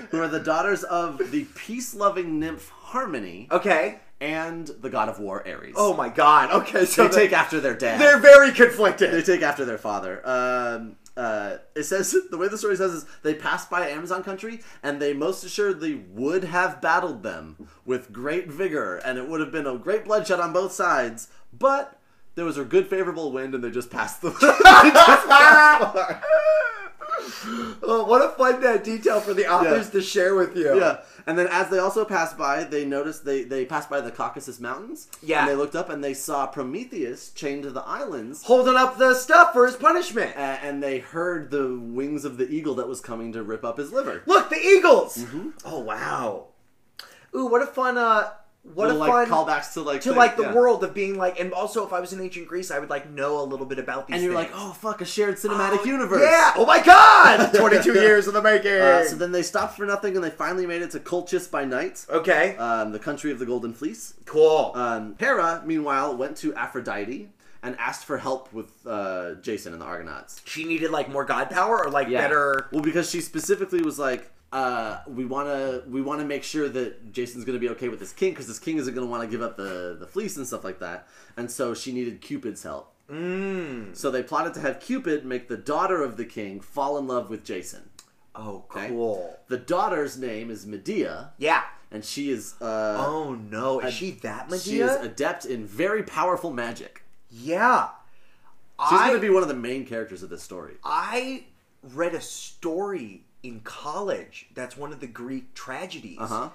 [SPEAKER 2] who are the daughters of the peace-loving nymph Harmony
[SPEAKER 3] okay.
[SPEAKER 2] and the god of war Ares.
[SPEAKER 3] Oh my God. Okay, so
[SPEAKER 2] they
[SPEAKER 3] they
[SPEAKER 2] take after their dad.
[SPEAKER 3] they're very conflicted.
[SPEAKER 2] they take after their father. Um, uh, it says the way the story says is they passed by Amazon country and they most assuredly would have battled them with great vigor and it would have been a great bloodshed on both sides, but there was a good favorable wind and they just passed the. they just passed by.
[SPEAKER 3] Oh, what a fun uh, detail for the authors
[SPEAKER 2] Yeah.
[SPEAKER 3] to share with you.
[SPEAKER 2] Yeah, and then as they also passed by, they noticed they they passed by the Caucasus Mountains.
[SPEAKER 3] Yeah.
[SPEAKER 2] and they looked up and they saw Prometheus chained to the islands,
[SPEAKER 3] Holding up the stuff for his punishment.
[SPEAKER 2] a- and they heard the wings of the eagle that was coming to rip up his liver.
[SPEAKER 3] Look, the Eagles.
[SPEAKER 2] Mm-hmm.
[SPEAKER 3] Oh wow. Ooh, what a fun. Uh, what
[SPEAKER 2] Little,
[SPEAKER 3] a
[SPEAKER 2] like
[SPEAKER 3] fun
[SPEAKER 2] callbacks to like
[SPEAKER 3] to
[SPEAKER 2] things,
[SPEAKER 3] like the
[SPEAKER 2] yeah.
[SPEAKER 3] world of being like, and also if I was in ancient Greece, I would like know a little bit about these.
[SPEAKER 2] And you're
[SPEAKER 3] things.
[SPEAKER 2] like, oh fuck, a shared cinematic universe.
[SPEAKER 3] Yeah. Oh my God. Twenty two years in the making.
[SPEAKER 2] Uh, so then they stopped for nothing, and they finally made it to Colchis by night,
[SPEAKER 3] okay.
[SPEAKER 2] um, the country of the Golden Fleece.
[SPEAKER 3] cool.
[SPEAKER 2] Um, Hera, meanwhile, went to Aphrodite and asked for help with uh, Jason and the Argonauts.
[SPEAKER 3] she needed like more god power or like better.
[SPEAKER 2] Well, because she specifically was like, uh, we want to we want to make sure that Jason's going to be okay with this king because this king isn't going to want to give up the the fleece and stuff like that. And so she needed Cupid's help. Mm. So they plotted to have Cupid make the daughter of the king fall in love with Jason.
[SPEAKER 3] Oh,
[SPEAKER 2] okay?
[SPEAKER 3] cool.
[SPEAKER 2] The daughter's name is Medea,
[SPEAKER 3] Yeah.
[SPEAKER 2] and she is uh,
[SPEAKER 3] Oh no, is she that Medea?
[SPEAKER 2] she is adept in very powerful magic.
[SPEAKER 3] yeah.
[SPEAKER 2] She's
[SPEAKER 3] I
[SPEAKER 2] going to be one of the main characters of this story.
[SPEAKER 3] I read a story in college that's one of the Greek tragedies,
[SPEAKER 2] Uh-huh.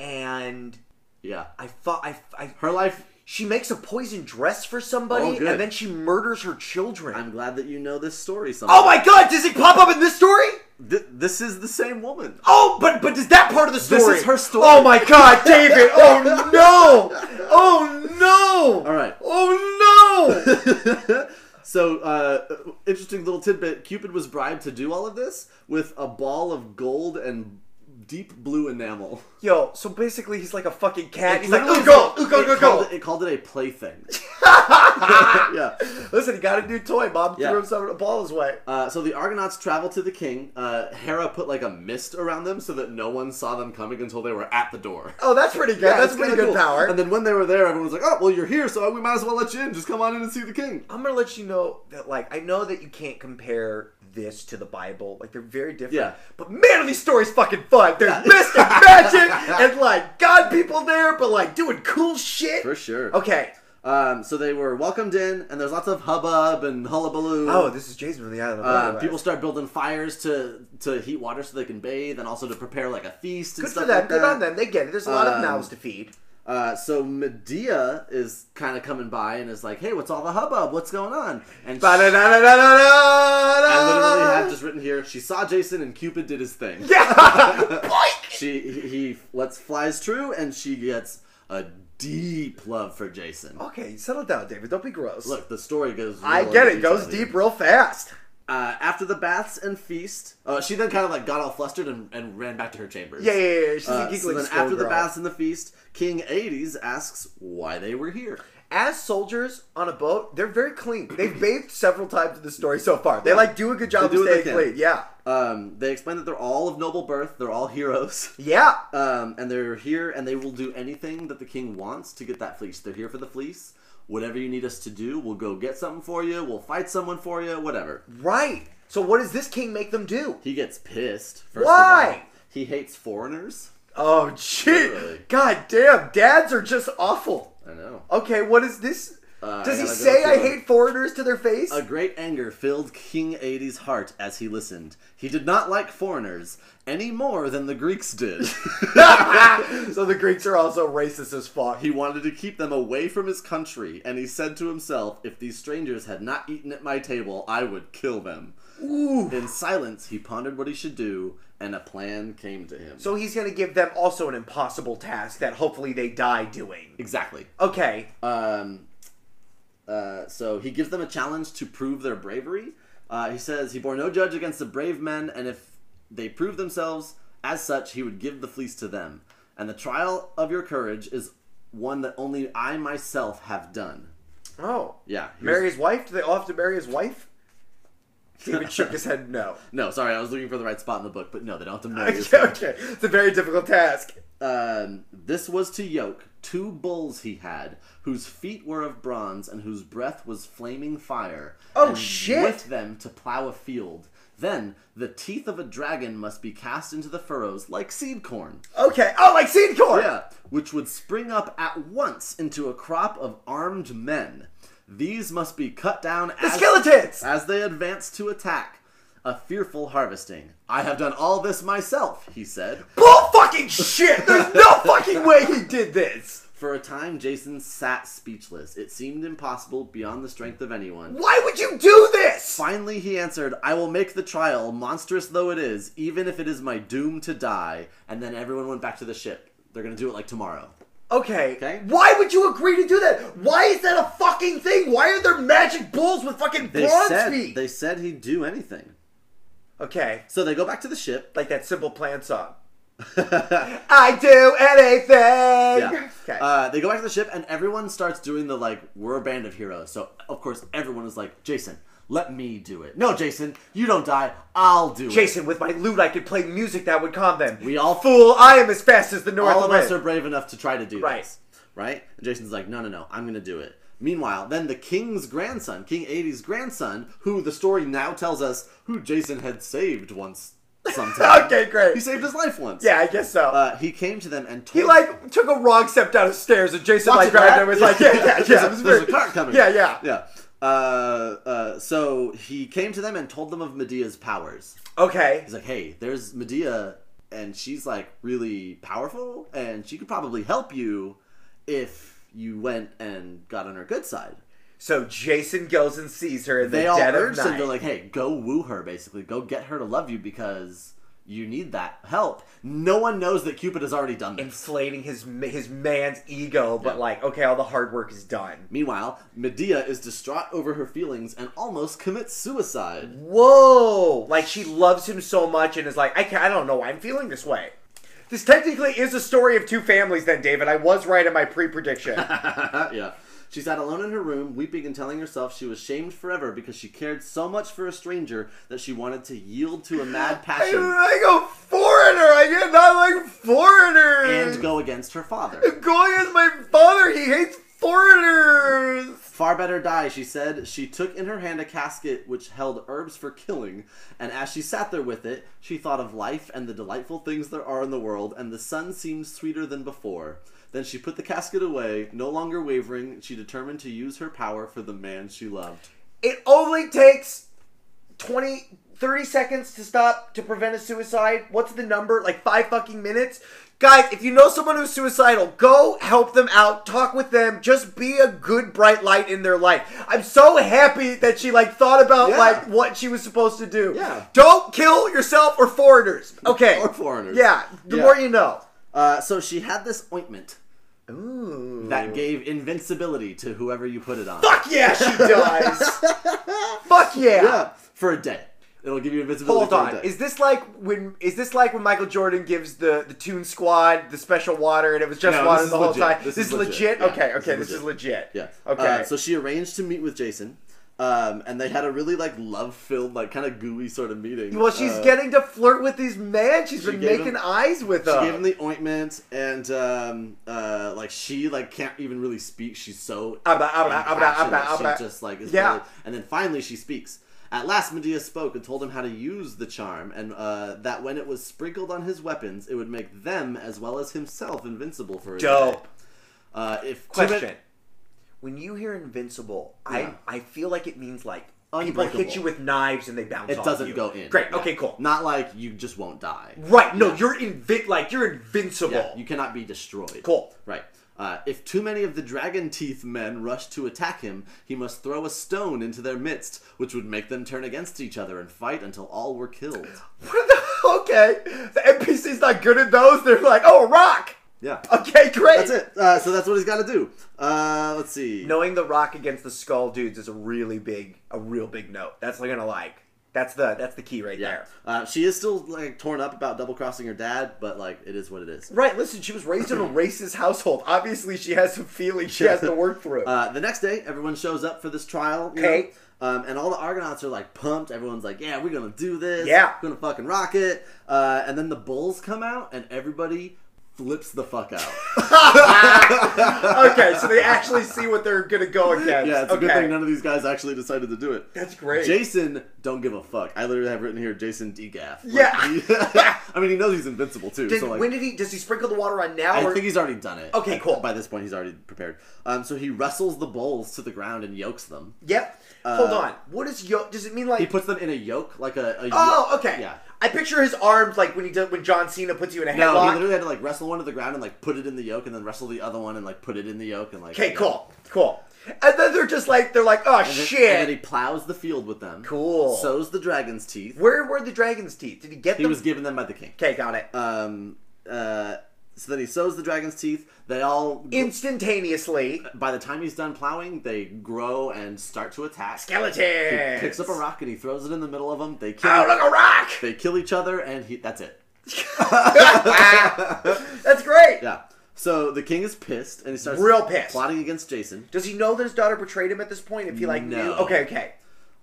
[SPEAKER 3] and
[SPEAKER 2] Yeah,
[SPEAKER 3] I thought I, I
[SPEAKER 2] her life.
[SPEAKER 3] she makes a poison dress for somebody,
[SPEAKER 2] Oh, good.
[SPEAKER 3] and then she murders her children.
[SPEAKER 2] I'm glad that you know this story. Somehow.
[SPEAKER 3] oh my god! Does it pop up in this story?
[SPEAKER 2] Th- this is the same woman.
[SPEAKER 3] Oh, but but is that part of the story?
[SPEAKER 2] This is her story.
[SPEAKER 3] Oh my god, David! Oh no! Oh no!
[SPEAKER 2] All right.
[SPEAKER 3] Oh no!
[SPEAKER 2] So, uh, interesting little tidbit. Cupid was bribed to do all of this with a ball of gold and deep blue enamel.
[SPEAKER 3] Yo, so basically he's like a fucking cat.
[SPEAKER 2] It
[SPEAKER 3] He's like,
[SPEAKER 2] literally
[SPEAKER 3] ooh, go,
[SPEAKER 2] called-
[SPEAKER 3] ooh, go,
[SPEAKER 2] it
[SPEAKER 3] go,
[SPEAKER 2] called
[SPEAKER 3] go.
[SPEAKER 2] It, it called it a plaything. yeah.
[SPEAKER 3] Listen, he got a new toy. Mom
[SPEAKER 2] Yeah.
[SPEAKER 3] threw him some a ball his way.
[SPEAKER 2] Uh, so the Argonauts traveled to the king. Uh, Hera put like a mist around them so that no one saw them coming until they were at the door.
[SPEAKER 3] Oh, that's pretty good.
[SPEAKER 2] Yeah,
[SPEAKER 3] that's
[SPEAKER 2] it's
[SPEAKER 3] pretty
[SPEAKER 2] kinda
[SPEAKER 3] good
[SPEAKER 2] cool.
[SPEAKER 3] power.
[SPEAKER 2] And then when they were there, everyone was like, "Oh, well, you're here, so we might as well let you in. Just come on in and see the king."
[SPEAKER 3] I'm gonna let you know that, like, I know that you can't compare this to the Bible. Like, they're very different.
[SPEAKER 2] Yeah.
[SPEAKER 3] But man, are these stories fucking fun. There's mist and magic and like God people there, but like doing cool shit.
[SPEAKER 2] For sure.
[SPEAKER 3] Okay.
[SPEAKER 2] Um, so they were welcomed in, and there's lots of hubbub and hullabaloo.
[SPEAKER 3] Oh, this is Jason from the Island of
[SPEAKER 2] Uh,
[SPEAKER 3] Butterflies.
[SPEAKER 2] people start building fires to to heat water so they can bathe and also to prepare like a feast and
[SPEAKER 3] Good
[SPEAKER 2] stuff
[SPEAKER 3] for them.
[SPEAKER 2] like
[SPEAKER 3] Good
[SPEAKER 2] that.
[SPEAKER 3] on them. They get it. There's a lot
[SPEAKER 2] Um,
[SPEAKER 3] of mouths to feed.
[SPEAKER 2] Uh, so Medea is kind of coming by and is like, "Hey, what's all the hubbub? What's going on?" And she, I literally have
[SPEAKER 3] I
[SPEAKER 2] just written here. She saw Jason and Cupid did his thing.
[SPEAKER 3] Yeah. Boink.
[SPEAKER 2] She he, he lets flies true and she gets a deep love for Jason.
[SPEAKER 3] Okay, settle down, David. Don't be gross.
[SPEAKER 2] Look, the story goes.
[SPEAKER 3] I
[SPEAKER 2] real
[SPEAKER 3] get
[SPEAKER 2] into
[SPEAKER 3] it. Goes
[SPEAKER 2] detail here.
[SPEAKER 3] deep real fast.
[SPEAKER 2] Uh, after the baths and feast, uh, she then kind of like got all flustered and, and ran back to her chambers.
[SPEAKER 3] Yeah, yeah, yeah. yeah. She's
[SPEAKER 2] Uh,
[SPEAKER 3] a
[SPEAKER 2] so
[SPEAKER 3] giggling
[SPEAKER 2] then
[SPEAKER 3] skull
[SPEAKER 2] after the
[SPEAKER 3] girl.
[SPEAKER 2] baths and the feast, King Aedes asks why they were here.
[SPEAKER 3] As soldiers on a boat, they're very clean. They've bathed several times in the story so far. They like do a good job
[SPEAKER 2] They
[SPEAKER 3] of
[SPEAKER 2] do what they
[SPEAKER 3] staying
[SPEAKER 2] can.
[SPEAKER 3] clean. Yeah,
[SPEAKER 2] Um, they explain that they're all of noble birth, they're all heroes,
[SPEAKER 3] yeah.
[SPEAKER 2] um, and they're here and they will do anything that the king wants to get that fleece. They're here for the fleece. Whatever you need us to do, we'll go get something for you, we'll fight someone for you, whatever.
[SPEAKER 3] Right. So what does this king make them do?
[SPEAKER 2] He gets pissed. First Of all.
[SPEAKER 3] Why?
[SPEAKER 2] He hates foreigners.
[SPEAKER 3] Oh, gee.
[SPEAKER 2] Literally.
[SPEAKER 3] God damn. Dads are just awful.
[SPEAKER 2] I know.
[SPEAKER 3] Okay, what is this?
[SPEAKER 2] Uh,
[SPEAKER 3] Does
[SPEAKER 2] I
[SPEAKER 3] he
[SPEAKER 2] gotta go
[SPEAKER 3] say
[SPEAKER 2] to
[SPEAKER 3] I
[SPEAKER 2] a-
[SPEAKER 3] hate foreigners to their face?
[SPEAKER 2] A great anger filled King Aedes' heart as he listened. He did not like foreigners any more than the Greeks did.
[SPEAKER 3] so the Greeks are also racist as fuck.
[SPEAKER 2] he wanted to keep them away from his country, and he said to himself, If these strangers had not eaten at my table, I would kill them. In silence, he pondered what he should do, and a plan came to him.
[SPEAKER 3] So he's gonna give them also an impossible task that hopefully they die doing.
[SPEAKER 2] exactly.
[SPEAKER 3] Okay.
[SPEAKER 2] Um, uh, so he gives them a challenge to prove their bravery. Uh, he says he bore no judge against the brave men, and if they prove themselves as such, he would give the fleece to them. And the trial of your courage is one that only I myself have done.
[SPEAKER 3] Oh.
[SPEAKER 2] Yeah. he was-
[SPEAKER 3] Marry his wife? Do they all have to marry his wife? David shook his head no.
[SPEAKER 2] No, sorry, I was looking for the right spot in the book, but no, they don't have to marry. this
[SPEAKER 3] Okay,
[SPEAKER 2] one.
[SPEAKER 3] okay. It's a very difficult task.
[SPEAKER 2] Um, this was to yoke two bulls he had, whose feet were of bronze and whose breath was flaming fire.
[SPEAKER 3] Oh,
[SPEAKER 2] and
[SPEAKER 3] shit.
[SPEAKER 2] With them to plow a field. Then the teeth of a dragon must be cast into the furrows like seed corn.
[SPEAKER 3] Okay. Oh, like seed corn!
[SPEAKER 2] Yeah, which would spring up at once into a crop of armed men. These must be cut down
[SPEAKER 3] The
[SPEAKER 2] as
[SPEAKER 3] skeletons!
[SPEAKER 2] as they advanced to attack. A fearful harvesting. I have done all this myself, he said.
[SPEAKER 3] Bull fucking shit! There's no fucking way he did this!
[SPEAKER 2] For a time, Jason sat speechless. It seemed impossible beyond the strength of anyone.
[SPEAKER 3] Why would you do this?
[SPEAKER 2] Finally, he answered, I will make the trial, monstrous though it is, even if it is my doom to die. And then everyone went back to the ship. They're gonna do it like tomorrow.
[SPEAKER 3] Okay.
[SPEAKER 2] Okay.
[SPEAKER 3] Why would you agree to do that? Why is that a fucking thing? Why are there magic bulls with fucking
[SPEAKER 2] They
[SPEAKER 3] bronze
[SPEAKER 2] said
[SPEAKER 3] feet?
[SPEAKER 2] they said he'd do anything.
[SPEAKER 3] Okay.
[SPEAKER 2] So they go back to the ship.
[SPEAKER 3] Like that simple plan song. I do anything.
[SPEAKER 2] Yeah.
[SPEAKER 3] Okay.
[SPEAKER 2] Uh, they go back to the ship, and everyone starts doing the like, we're a band of heroes. So, of course, everyone is like, Jason, let me do it. No, Jason, you don't die. I'll do it.
[SPEAKER 3] Jason, with my lute, I could play music that would calm them.
[SPEAKER 2] We all-
[SPEAKER 3] fool. I am as fast as the North
[SPEAKER 2] all of
[SPEAKER 3] Wind.
[SPEAKER 2] us are brave enough to try to do
[SPEAKER 3] Right.
[SPEAKER 2] this, right? And Jason's like, no, no, no, I'm gonna do it. Meanwhile, then the king's grandson, King 80's grandson, who the story now tells us who Jason had saved once, sometime.
[SPEAKER 3] Okay, great.
[SPEAKER 2] He saved his life once.
[SPEAKER 3] yeah, I guess so.
[SPEAKER 2] Uh, he came to them and told
[SPEAKER 3] he like took a wrong step down the stairs, and Jason
[SPEAKER 2] Watch
[SPEAKER 3] like
[SPEAKER 2] it,
[SPEAKER 3] grabbed
[SPEAKER 2] Matt.
[SPEAKER 3] him and was like, "Yeah, yeah, yeah."
[SPEAKER 2] there's,
[SPEAKER 3] it
[SPEAKER 2] a,
[SPEAKER 3] was
[SPEAKER 2] there's
[SPEAKER 3] very-
[SPEAKER 2] a cart coming.
[SPEAKER 3] Yeah, yeah,
[SPEAKER 2] yeah. Uh, uh, so he came to them and told them of Medea's powers.
[SPEAKER 3] Okay.
[SPEAKER 2] He's like, "Hey, there's Medea, and she's like really powerful, and she could probably help you if you went and got on her good side."
[SPEAKER 3] So Jason goes and sees her in the
[SPEAKER 2] They all
[SPEAKER 3] dead
[SPEAKER 2] urged
[SPEAKER 3] of
[SPEAKER 2] him
[SPEAKER 3] night.
[SPEAKER 2] to like, "Hey, go woo her, basically, go get her to love you because you need that help." No one knows that Cupid has already done this.
[SPEAKER 3] inflating his his man's ego, but
[SPEAKER 2] Yeah.
[SPEAKER 3] like, okay, all the hard work is done.
[SPEAKER 2] Meanwhile, Medea is distraught over her feelings and almost commits suicide.
[SPEAKER 3] Whoa! Like she loves him so much and is like, I can't, I don't know why I'm feeling this way. This technically is a story of two families, then, David. I was right in my pre prediction.
[SPEAKER 2] yeah. She sat alone in her room, weeping and telling herself she was shamed forever because she cared so much for a stranger that she wanted to yield to a mad passion
[SPEAKER 3] I go foreigner. I get not like foreigners.
[SPEAKER 2] and go against her father.
[SPEAKER 3] Going is my father. He hates foreigners.
[SPEAKER 2] Far better die, she said. She took in her hand a casket which held herbs for killing, and as she sat there with it, she thought of life and the delightful things there are in the world, and the sun seemed sweeter than before. Then she put the casket away, no longer wavering, she determined to use her power for the man she loved.
[SPEAKER 3] It only takes 20, 30 seconds to stop to prevent a suicide. What's the number? Like five fucking minutes? Guys, if you know someone who's suicidal, go help them out, talk with them, just be a good bright light in their life. I'm so happy that she like thought about
[SPEAKER 2] Yeah.
[SPEAKER 3] like what she was supposed to do.
[SPEAKER 2] Yeah.
[SPEAKER 3] Don't kill yourself or foreigners. Okay.
[SPEAKER 2] Or foreigners.
[SPEAKER 3] Yeah. The
[SPEAKER 2] Yeah.
[SPEAKER 3] more you know.
[SPEAKER 2] Uh, so she had this ointment that gave invincibility to whoever you put it on.
[SPEAKER 3] Fuck yeah, she dies. Fuck yeah.
[SPEAKER 2] Yeah, for a day. It'll give you invincibility.
[SPEAKER 3] Hold
[SPEAKER 2] for
[SPEAKER 3] on.
[SPEAKER 2] A day.
[SPEAKER 3] Is this like when is this like when Michael Jordan gives the the Toon Squad the special water and it was just
[SPEAKER 2] No,
[SPEAKER 3] water
[SPEAKER 2] this
[SPEAKER 3] the
[SPEAKER 2] is
[SPEAKER 3] whole
[SPEAKER 2] legit.
[SPEAKER 3] time?
[SPEAKER 2] This is
[SPEAKER 3] is
[SPEAKER 2] legit.
[SPEAKER 3] legit.
[SPEAKER 2] Yeah,
[SPEAKER 3] Okay,
[SPEAKER 2] this
[SPEAKER 3] okay,
[SPEAKER 2] is
[SPEAKER 3] this is legit.
[SPEAKER 2] yeah.
[SPEAKER 3] Okay.
[SPEAKER 2] Uh, so she arranged to meet with Jason, um, and they had a really like love-filled, like kind of gooey sort of meeting.
[SPEAKER 3] well, she's
[SPEAKER 2] Uh,
[SPEAKER 3] getting to flirt with these men. She's been
[SPEAKER 2] gave
[SPEAKER 3] making
[SPEAKER 2] him-
[SPEAKER 3] eyes with
[SPEAKER 2] She
[SPEAKER 3] them.
[SPEAKER 2] gave him the ointment, and um, uh, like she like can't even really speak. She's so
[SPEAKER 3] Abba, abba, abba,
[SPEAKER 2] impassioned
[SPEAKER 3] abba,
[SPEAKER 2] that
[SPEAKER 3] abba.
[SPEAKER 2] She just like is
[SPEAKER 3] Yeah.
[SPEAKER 2] really- and then finally she speaks. At last, Medea spoke and told him how to use the charm, and uh, that when it was sprinkled on his weapons, it would make them as well as himself invincible for a
[SPEAKER 3] Dope.
[SPEAKER 2] day. Uh, if
[SPEAKER 3] Question. When you hear invincible,
[SPEAKER 2] Yeah.
[SPEAKER 3] I I feel like it means like people hit
[SPEAKER 2] Unbreakable.
[SPEAKER 3] you with knives and they bounce
[SPEAKER 2] it
[SPEAKER 3] off
[SPEAKER 2] doesn't
[SPEAKER 3] you.
[SPEAKER 2] go in.
[SPEAKER 3] Great.
[SPEAKER 2] Yeah.
[SPEAKER 3] Okay, cool.
[SPEAKER 2] Not like you just won't die.
[SPEAKER 3] Right. No,
[SPEAKER 2] Yeah.
[SPEAKER 3] you're invin like you're invincible.
[SPEAKER 2] Yeah, you cannot be destroyed.
[SPEAKER 3] Cool.
[SPEAKER 2] Right. Uh, if too many of the dragon teeth men rush to attack him, he must throw a stone into their midst, which would make them turn against each other and fight until all were killed.
[SPEAKER 3] What the- okay. The NPC's not good at those. They're like, "Oh, rock."
[SPEAKER 2] Yeah.
[SPEAKER 3] Okay, great.
[SPEAKER 2] That's it. Uh, so that's what he's got to do. Uh, let's see.
[SPEAKER 3] knowing the rock against the skull dudes is a really big a real big note that's like gonna like that's the that's the key right
[SPEAKER 2] Yeah.
[SPEAKER 3] there
[SPEAKER 2] Uh, she is still like torn up about double crossing her dad, but like it is what it is.
[SPEAKER 3] right listen she was raised in a racist household obviously she has some feelings she has to work through
[SPEAKER 2] Uh, the next day, everyone shows up for this trial. you
[SPEAKER 3] Okay.
[SPEAKER 2] know, Um, and all the Argonauts are like pumped. Everyone's like, "Yeah, we're gonna do this.
[SPEAKER 3] Yeah.
[SPEAKER 2] we're gonna fucking rock it." Uh, and then the bulls come out, and everybody flips the fuck out.
[SPEAKER 3] okay so they actually see what they're gonna go against
[SPEAKER 2] yeah, it's a
[SPEAKER 3] okay
[SPEAKER 2] good thing none of these guys actually decided to do it.
[SPEAKER 3] That's great.
[SPEAKER 2] Jason, don't give a fuck. I literally have written here, Jason DeGaff. Like,
[SPEAKER 3] Yeah.
[SPEAKER 2] he- I mean, he knows he's invincible too.
[SPEAKER 3] Did-
[SPEAKER 2] so like,
[SPEAKER 3] when did he does he sprinkle the water on now
[SPEAKER 2] I
[SPEAKER 3] or
[SPEAKER 2] think he's already done it.
[SPEAKER 3] Okay, cool.
[SPEAKER 2] By this point, he's already prepared. Um, so he wrestles the bulls to the ground and yokes them.
[SPEAKER 3] yep hold on what is yo does it mean like
[SPEAKER 2] uh, He puts them in a yoke, like a. a
[SPEAKER 3] oh
[SPEAKER 2] yoke-
[SPEAKER 3] okay
[SPEAKER 2] Yeah.
[SPEAKER 3] i picture his arms like when he does when john cena puts you in a
[SPEAKER 2] No, he
[SPEAKER 3] headlock
[SPEAKER 2] literally had to like wrestle one to the ground and like put it in the yoke, and then wrestle the other one and like put it in the yoke, and like.
[SPEAKER 3] okay
[SPEAKER 2] yeah.
[SPEAKER 3] cool cool and then they're just like they're like oh
[SPEAKER 2] And then,
[SPEAKER 3] shit
[SPEAKER 2] And then he plows the field with them.
[SPEAKER 3] Cool.
[SPEAKER 2] Sows the dragon's teeth.
[SPEAKER 3] Where were the dragon's teeth? Did he get
[SPEAKER 2] He
[SPEAKER 3] them?
[SPEAKER 2] was given them by the king.
[SPEAKER 3] okay, got it.
[SPEAKER 2] Um. Uh. So then he sows the dragon's teeth. They all.
[SPEAKER 3] Instantaneously.
[SPEAKER 2] by the time he's done plowing, they grow and start to attack.
[SPEAKER 3] Skeletons!
[SPEAKER 2] He picks up a rock and he throws it in the middle of them. They kill.
[SPEAKER 3] Oh, look, a rock!
[SPEAKER 2] They kill each other, and he. That's it.
[SPEAKER 3] That's great.
[SPEAKER 2] Yeah. So the king is pissed, and he starts
[SPEAKER 3] Real pissed.
[SPEAKER 2] plotting against Jason.
[SPEAKER 3] Does he know that his daughter betrayed him at this point? If he like
[SPEAKER 2] No.
[SPEAKER 3] knew, okay, okay.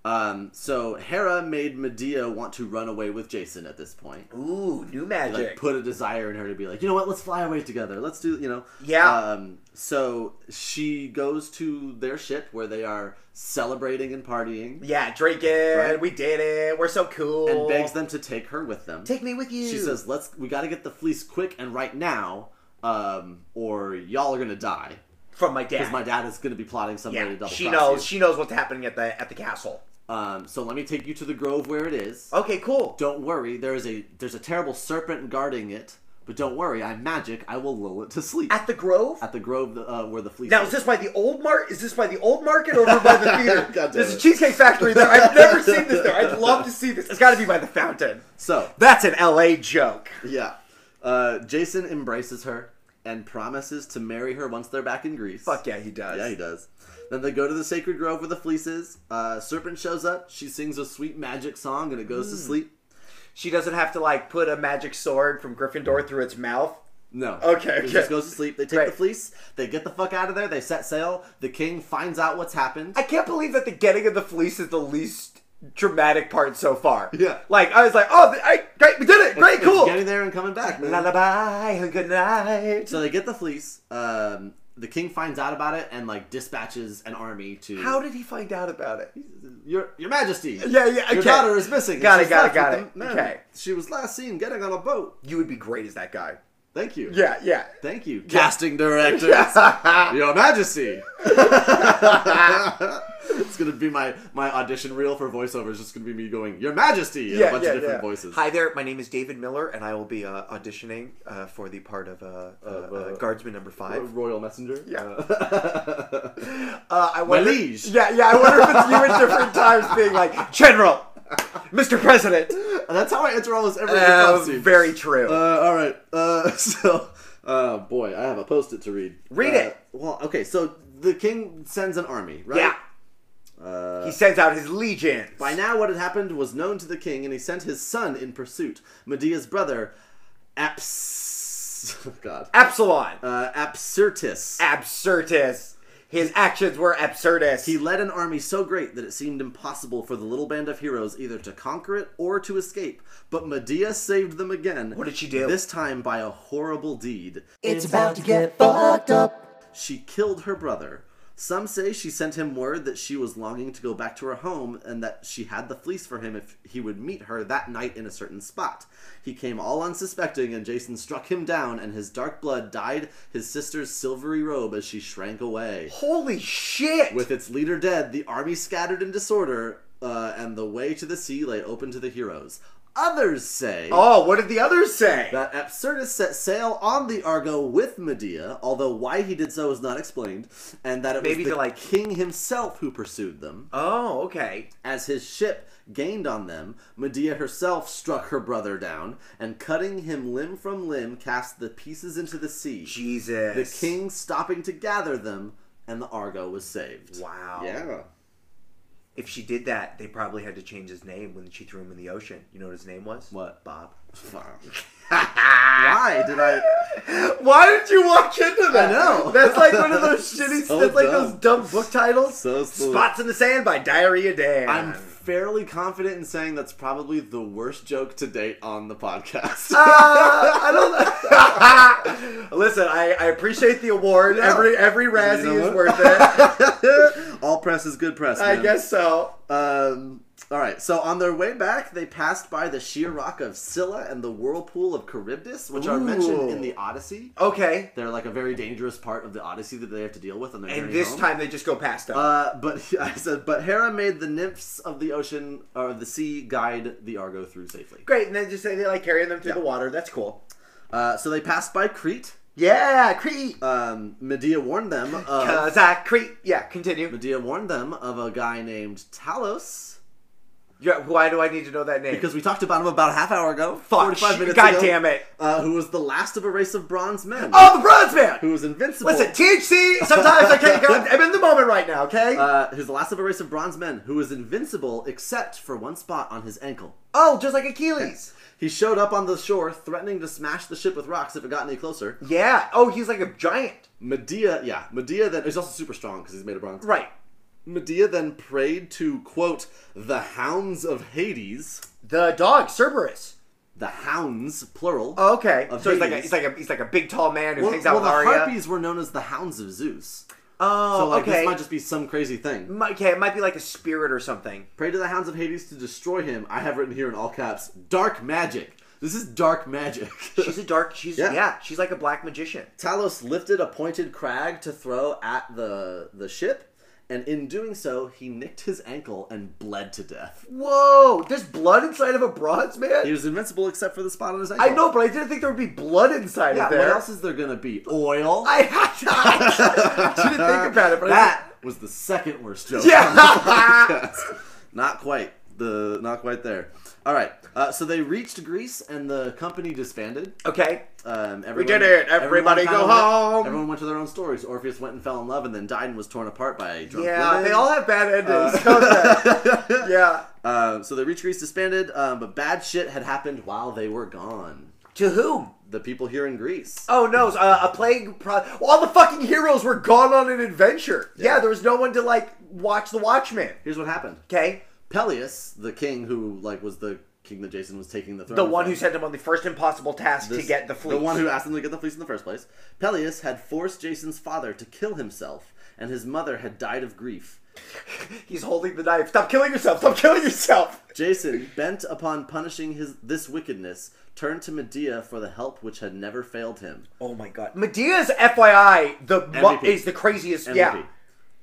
[SPEAKER 2] Um, so Hera made Medea want to run away with Jason at this point.
[SPEAKER 3] Ooh, new
[SPEAKER 2] Like
[SPEAKER 3] magic.
[SPEAKER 2] put a desire in her to be like, you know what? Let's fly away together. Let's do, you know.
[SPEAKER 3] Yeah.
[SPEAKER 2] Um, so she goes to their ship where they are celebrating and partying,
[SPEAKER 3] yeah, drink it.
[SPEAKER 2] Right.
[SPEAKER 3] We did it. We're so cool.
[SPEAKER 2] and begs them to take her with them.
[SPEAKER 3] Take me with you.
[SPEAKER 2] She says, "Let's. We got to get the fleece quick and right now, um, or y'all are gonna die
[SPEAKER 3] from my
[SPEAKER 2] because
[SPEAKER 3] dad.
[SPEAKER 2] my dad is gonna be plotting some way to
[SPEAKER 3] yeah,
[SPEAKER 2] double
[SPEAKER 3] she
[SPEAKER 2] cross
[SPEAKER 3] knows.
[SPEAKER 2] you.
[SPEAKER 3] She knows what's happening at the at the castle.
[SPEAKER 2] Um, so let me take you to the grove where it is.
[SPEAKER 3] Okay, cool.
[SPEAKER 2] Don't worry. There is a there's a terrible serpent guarding it, but don't worry. I'm magic. I will lull it to sleep
[SPEAKER 3] At the Grove.
[SPEAKER 2] at the grove uh, where the fleece."
[SPEAKER 3] now is this by the old mark? Is this by the old market or over by the
[SPEAKER 2] God damn
[SPEAKER 3] theater? There's a
[SPEAKER 2] it.
[SPEAKER 3] Cheesecake Factory there. I've never seen this there. I'd love to see this. It's got to be by the fountain.
[SPEAKER 2] So
[SPEAKER 3] That's an LA joke.
[SPEAKER 2] yeah, uh, Jason embraces her and promises to marry her once they're back in Greece.
[SPEAKER 3] Fuck yeah, he does.
[SPEAKER 2] Yeah, he does. Then they go to the sacred grove where the fleece is. Uh, Serpent shows up. She sings a sweet magic song and it goes to
[SPEAKER 3] Hmm.
[SPEAKER 2] sleep.
[SPEAKER 3] She doesn't have to like put a magic sword from Gryffindor through its mouth.
[SPEAKER 2] No.
[SPEAKER 3] Okay,
[SPEAKER 2] It
[SPEAKER 3] okay.
[SPEAKER 2] just goes to sleep. They take
[SPEAKER 3] Right.
[SPEAKER 2] the fleece. They get the fuck out of there. They set sail. The king finds out what's happened.
[SPEAKER 3] I can't believe that the getting of the fleece is the least dramatic part so far.
[SPEAKER 2] Yeah.
[SPEAKER 3] Like I was like, oh, th- I, great, we did it, great,
[SPEAKER 2] It's
[SPEAKER 3] cool.
[SPEAKER 2] Getting there and coming back. man.
[SPEAKER 3] Lullaby, good night.
[SPEAKER 2] So they get the fleece. Um, the king finds out about it and like dispatches an army to
[SPEAKER 3] How did he find out about it?
[SPEAKER 2] your your Majesty.
[SPEAKER 3] Yeah, yeah,
[SPEAKER 2] Your
[SPEAKER 3] okay.
[SPEAKER 2] daughter is missing.
[SPEAKER 3] Got it,
[SPEAKER 2] She's
[SPEAKER 3] got it,
[SPEAKER 2] left
[SPEAKER 3] got
[SPEAKER 2] with
[SPEAKER 3] it.
[SPEAKER 2] the man.
[SPEAKER 3] Okay.
[SPEAKER 2] She was last seen getting on a boat.
[SPEAKER 3] You would be great as that guy.
[SPEAKER 2] Thank you.
[SPEAKER 3] Yeah, yeah.
[SPEAKER 2] Thank you, casting directors. Your Majesty. it's gonna be my my audition reel for voiceover. It's just gonna be me going, Your Majesty, in a bunch of different voices.
[SPEAKER 3] Hi there, my name is David Miller, and I will be uh, auditioning uh, for the part of uh, uh, uh, Guardsman Number
[SPEAKER 2] Uh,
[SPEAKER 3] Five.
[SPEAKER 2] Royal messenger.
[SPEAKER 3] Yeah.
[SPEAKER 2] Uh,
[SPEAKER 3] Uh, I wonder,
[SPEAKER 2] liege.
[SPEAKER 3] Yeah, yeah. I wonder if it's you at different times being like General, Mr. President.
[SPEAKER 2] that's how I answer almost every
[SPEAKER 3] Uh,
[SPEAKER 2] improv scene.
[SPEAKER 3] very true.
[SPEAKER 2] Uh, all right. Uh, so, uh, boy, I have a post-it to read.
[SPEAKER 3] Read
[SPEAKER 2] Uh,
[SPEAKER 3] it.
[SPEAKER 2] Well, okay. So the king sends an army, right?
[SPEAKER 3] yeah. he sends out his legions.
[SPEAKER 2] Uh, By now, what had happened was known to the king, and he sent his son in pursuit, Medea's brother, Aps. God.
[SPEAKER 3] Absalon.
[SPEAKER 2] Uh, Absyrtus.
[SPEAKER 3] Absurdus. His actions were absurdus.
[SPEAKER 2] he led an army so great that it seemed impossible for the little band of heroes either to conquer it or to escape. But Medea saved them again.
[SPEAKER 3] What did she do?
[SPEAKER 2] This time by a horrible deed.
[SPEAKER 1] It's about to get fucked up.
[SPEAKER 2] She killed her brother. Some say she sent him word that she was longing to go back to her home and that she had the fleece for him if he would meet her that night in a certain spot. He came all unsuspecting, and Jason struck him down, and his dark blood dyed his sister's silvery robe as she shrank away.
[SPEAKER 3] Holy shit!
[SPEAKER 2] With its leader dead, the army scattered in disorder, uh, and the way to the sea lay open to the heroes. Others say
[SPEAKER 3] oh, what did the others say?
[SPEAKER 2] that Absyrtus set sail on the Argo with Medea, although why he did so is not explained, and that it was
[SPEAKER 3] Maybe
[SPEAKER 2] the
[SPEAKER 3] to, like-
[SPEAKER 2] king himself who pursued them.
[SPEAKER 3] oh, okay.
[SPEAKER 2] As his ship gained on them, Medea herself struck her brother down, and cutting him limb from limb, cast the pieces into the sea.
[SPEAKER 3] Jesus.
[SPEAKER 2] The king stopping to gather them, and the Argo was saved.
[SPEAKER 3] Wow.
[SPEAKER 2] Yeah.
[SPEAKER 3] If she did that, they probably had to change his name when she threw him in the ocean. You know what his name was?
[SPEAKER 2] What? Bob.
[SPEAKER 3] Ah.
[SPEAKER 2] Why did I?
[SPEAKER 3] Why did you walk into that?
[SPEAKER 2] I know.
[SPEAKER 3] That's like one of those shitty.
[SPEAKER 2] So
[SPEAKER 3] that's like
[SPEAKER 2] dumb.
[SPEAKER 3] those dumb book titles.
[SPEAKER 2] So silly.
[SPEAKER 3] Spots in the Sand by Diarrhea Dan.
[SPEAKER 2] I'm fairly confident in saying that's probably the worst joke to date on the podcast.
[SPEAKER 3] Uh, I don't. Listen, I, I appreciate the award. Every every Razzie
[SPEAKER 2] know
[SPEAKER 3] is
[SPEAKER 2] what?
[SPEAKER 3] worth it.
[SPEAKER 2] All press is good press.
[SPEAKER 3] I
[SPEAKER 2] man.
[SPEAKER 3] guess so.
[SPEAKER 2] Um, all right. So on their way back, they passed by the sheer rock of Scylla and the whirlpool of Charybdis, which are mentioned
[SPEAKER 3] Ooh.
[SPEAKER 2] in the Odyssey.
[SPEAKER 3] Okay.
[SPEAKER 2] They're like a very dangerous part of the Odyssey that they have to deal with on their
[SPEAKER 3] And
[SPEAKER 2] journey
[SPEAKER 3] this
[SPEAKER 2] home.
[SPEAKER 3] time they just go past them.
[SPEAKER 2] Uh, but I said, but Hera made the nymphs of the ocean or of the sea guide the Argo through safely.
[SPEAKER 3] Great, and then just say they like carrying them through the water. That's cool.
[SPEAKER 2] Uh, so they passed by Crete.
[SPEAKER 3] Yeah, Uh, Crete.
[SPEAKER 2] Um, Medea warned them of
[SPEAKER 3] Cause I Crete. Yeah, continue.
[SPEAKER 2] Medea warned them of a guy named Talos
[SPEAKER 3] Yeah, why do I need to know that name?
[SPEAKER 2] Because we talked about him about a half hour ago.
[SPEAKER 3] Fuck,
[SPEAKER 2] 45 minutes
[SPEAKER 3] God
[SPEAKER 2] ago,
[SPEAKER 3] damn it.
[SPEAKER 2] Uh, who was the last of a race of bronze men.
[SPEAKER 3] oh, the Bronze Man.
[SPEAKER 2] Who was invincible.
[SPEAKER 3] Listen, THC. Sometimes I can't. go- I'm in the moment right now. Okay.
[SPEAKER 2] uh, who's the last of a race of bronze men who was invincible except for one spot on his ankle.
[SPEAKER 3] oh, just like Achilles.
[SPEAKER 2] He showed up on the shore threatening to smash the ship with rocks if it got any closer.
[SPEAKER 3] Yeah. Oh, he's like a giant.
[SPEAKER 2] Medea, yeah, Medea then is also super strong because he's made of bronze.
[SPEAKER 3] Right.
[SPEAKER 2] Medea then prayed to quote the hounds of Hades,
[SPEAKER 3] The dog, Cerberus.
[SPEAKER 2] the hounds plural.
[SPEAKER 3] Oh, okay.
[SPEAKER 2] Of
[SPEAKER 3] so he's like a,
[SPEAKER 2] Hades.
[SPEAKER 3] he's like a he's like a big tall man who
[SPEAKER 2] well,
[SPEAKER 3] hangs out
[SPEAKER 2] well, the
[SPEAKER 3] with Arya.
[SPEAKER 2] harpies were known as the hounds of Zeus.
[SPEAKER 3] oh,
[SPEAKER 2] so like
[SPEAKER 3] okay.
[SPEAKER 2] this might just be some crazy thing.
[SPEAKER 3] Mi- okay, it might be like a spirit or something.
[SPEAKER 2] Pray to the hounds of Hades to destroy him. I have written here in all caps, dark magic. This is dark magic.
[SPEAKER 3] She's a dark. She's
[SPEAKER 2] Yeah.
[SPEAKER 3] yeah. She's like a black magician.
[SPEAKER 2] Talos lifted a pointed crag to throw at the the ship, and in doing so, he nicked his ankle and bled to death.
[SPEAKER 3] Whoa! There's blood inside of a bronze man.
[SPEAKER 2] He was invincible except for the spot on his ankle.
[SPEAKER 3] I know, but I didn't think there would be blood inside
[SPEAKER 2] Yeah,
[SPEAKER 3] of there.
[SPEAKER 2] what else is there gonna be? Oil. Uh,
[SPEAKER 3] I, I, didn't think about it, but I,
[SPEAKER 2] that was the second worst joke.
[SPEAKER 3] Yeah.
[SPEAKER 2] not quite the not quite there. All right, uh, so they reached Greece and the company disbanded.
[SPEAKER 3] okay.
[SPEAKER 2] Um, everyone,
[SPEAKER 3] did it. Everybody
[SPEAKER 2] everyone
[SPEAKER 3] go
[SPEAKER 2] kinda went-
[SPEAKER 3] home.
[SPEAKER 2] everyone went to their own stories. Orpheus went and fell in love, and then died and was torn apart by drunk
[SPEAKER 3] Yeah,
[SPEAKER 2] women.
[SPEAKER 3] they all have bad endings. don't they? yeah.
[SPEAKER 2] Uh, so they reached Greece disbanded, um, but bad shit had happened while they were gone.
[SPEAKER 3] To whom?
[SPEAKER 2] The people here in Greece.
[SPEAKER 3] Oh no! Uh, a plague. Pro- all the fucking heroes were gone on an adventure. Yeah. there was no one to like watch the Watchmen.
[SPEAKER 2] Here's what happened.
[SPEAKER 3] Okay,
[SPEAKER 2] Peleus, the king who like was the king that Jason was taking the throne.
[SPEAKER 3] the one
[SPEAKER 2] from,
[SPEAKER 3] who sent him on the first impossible task to
[SPEAKER 2] this-
[SPEAKER 3] get the fleet.
[SPEAKER 2] The one who asked him to get the fleece in the first place. Peleus had forced Jason's father to kill himself, and his mother had died of grief.
[SPEAKER 3] He's holding the knife. Stop killing yourself! Stop killing yourself!
[SPEAKER 2] Jason, bent upon punishing his this wickedness, turned to Medea for the help which had never failed him.
[SPEAKER 3] Oh my god. Medea's FYI the mu-
[SPEAKER 2] MVP.
[SPEAKER 3] is the craziest.
[SPEAKER 2] MVP.
[SPEAKER 3] Yeah.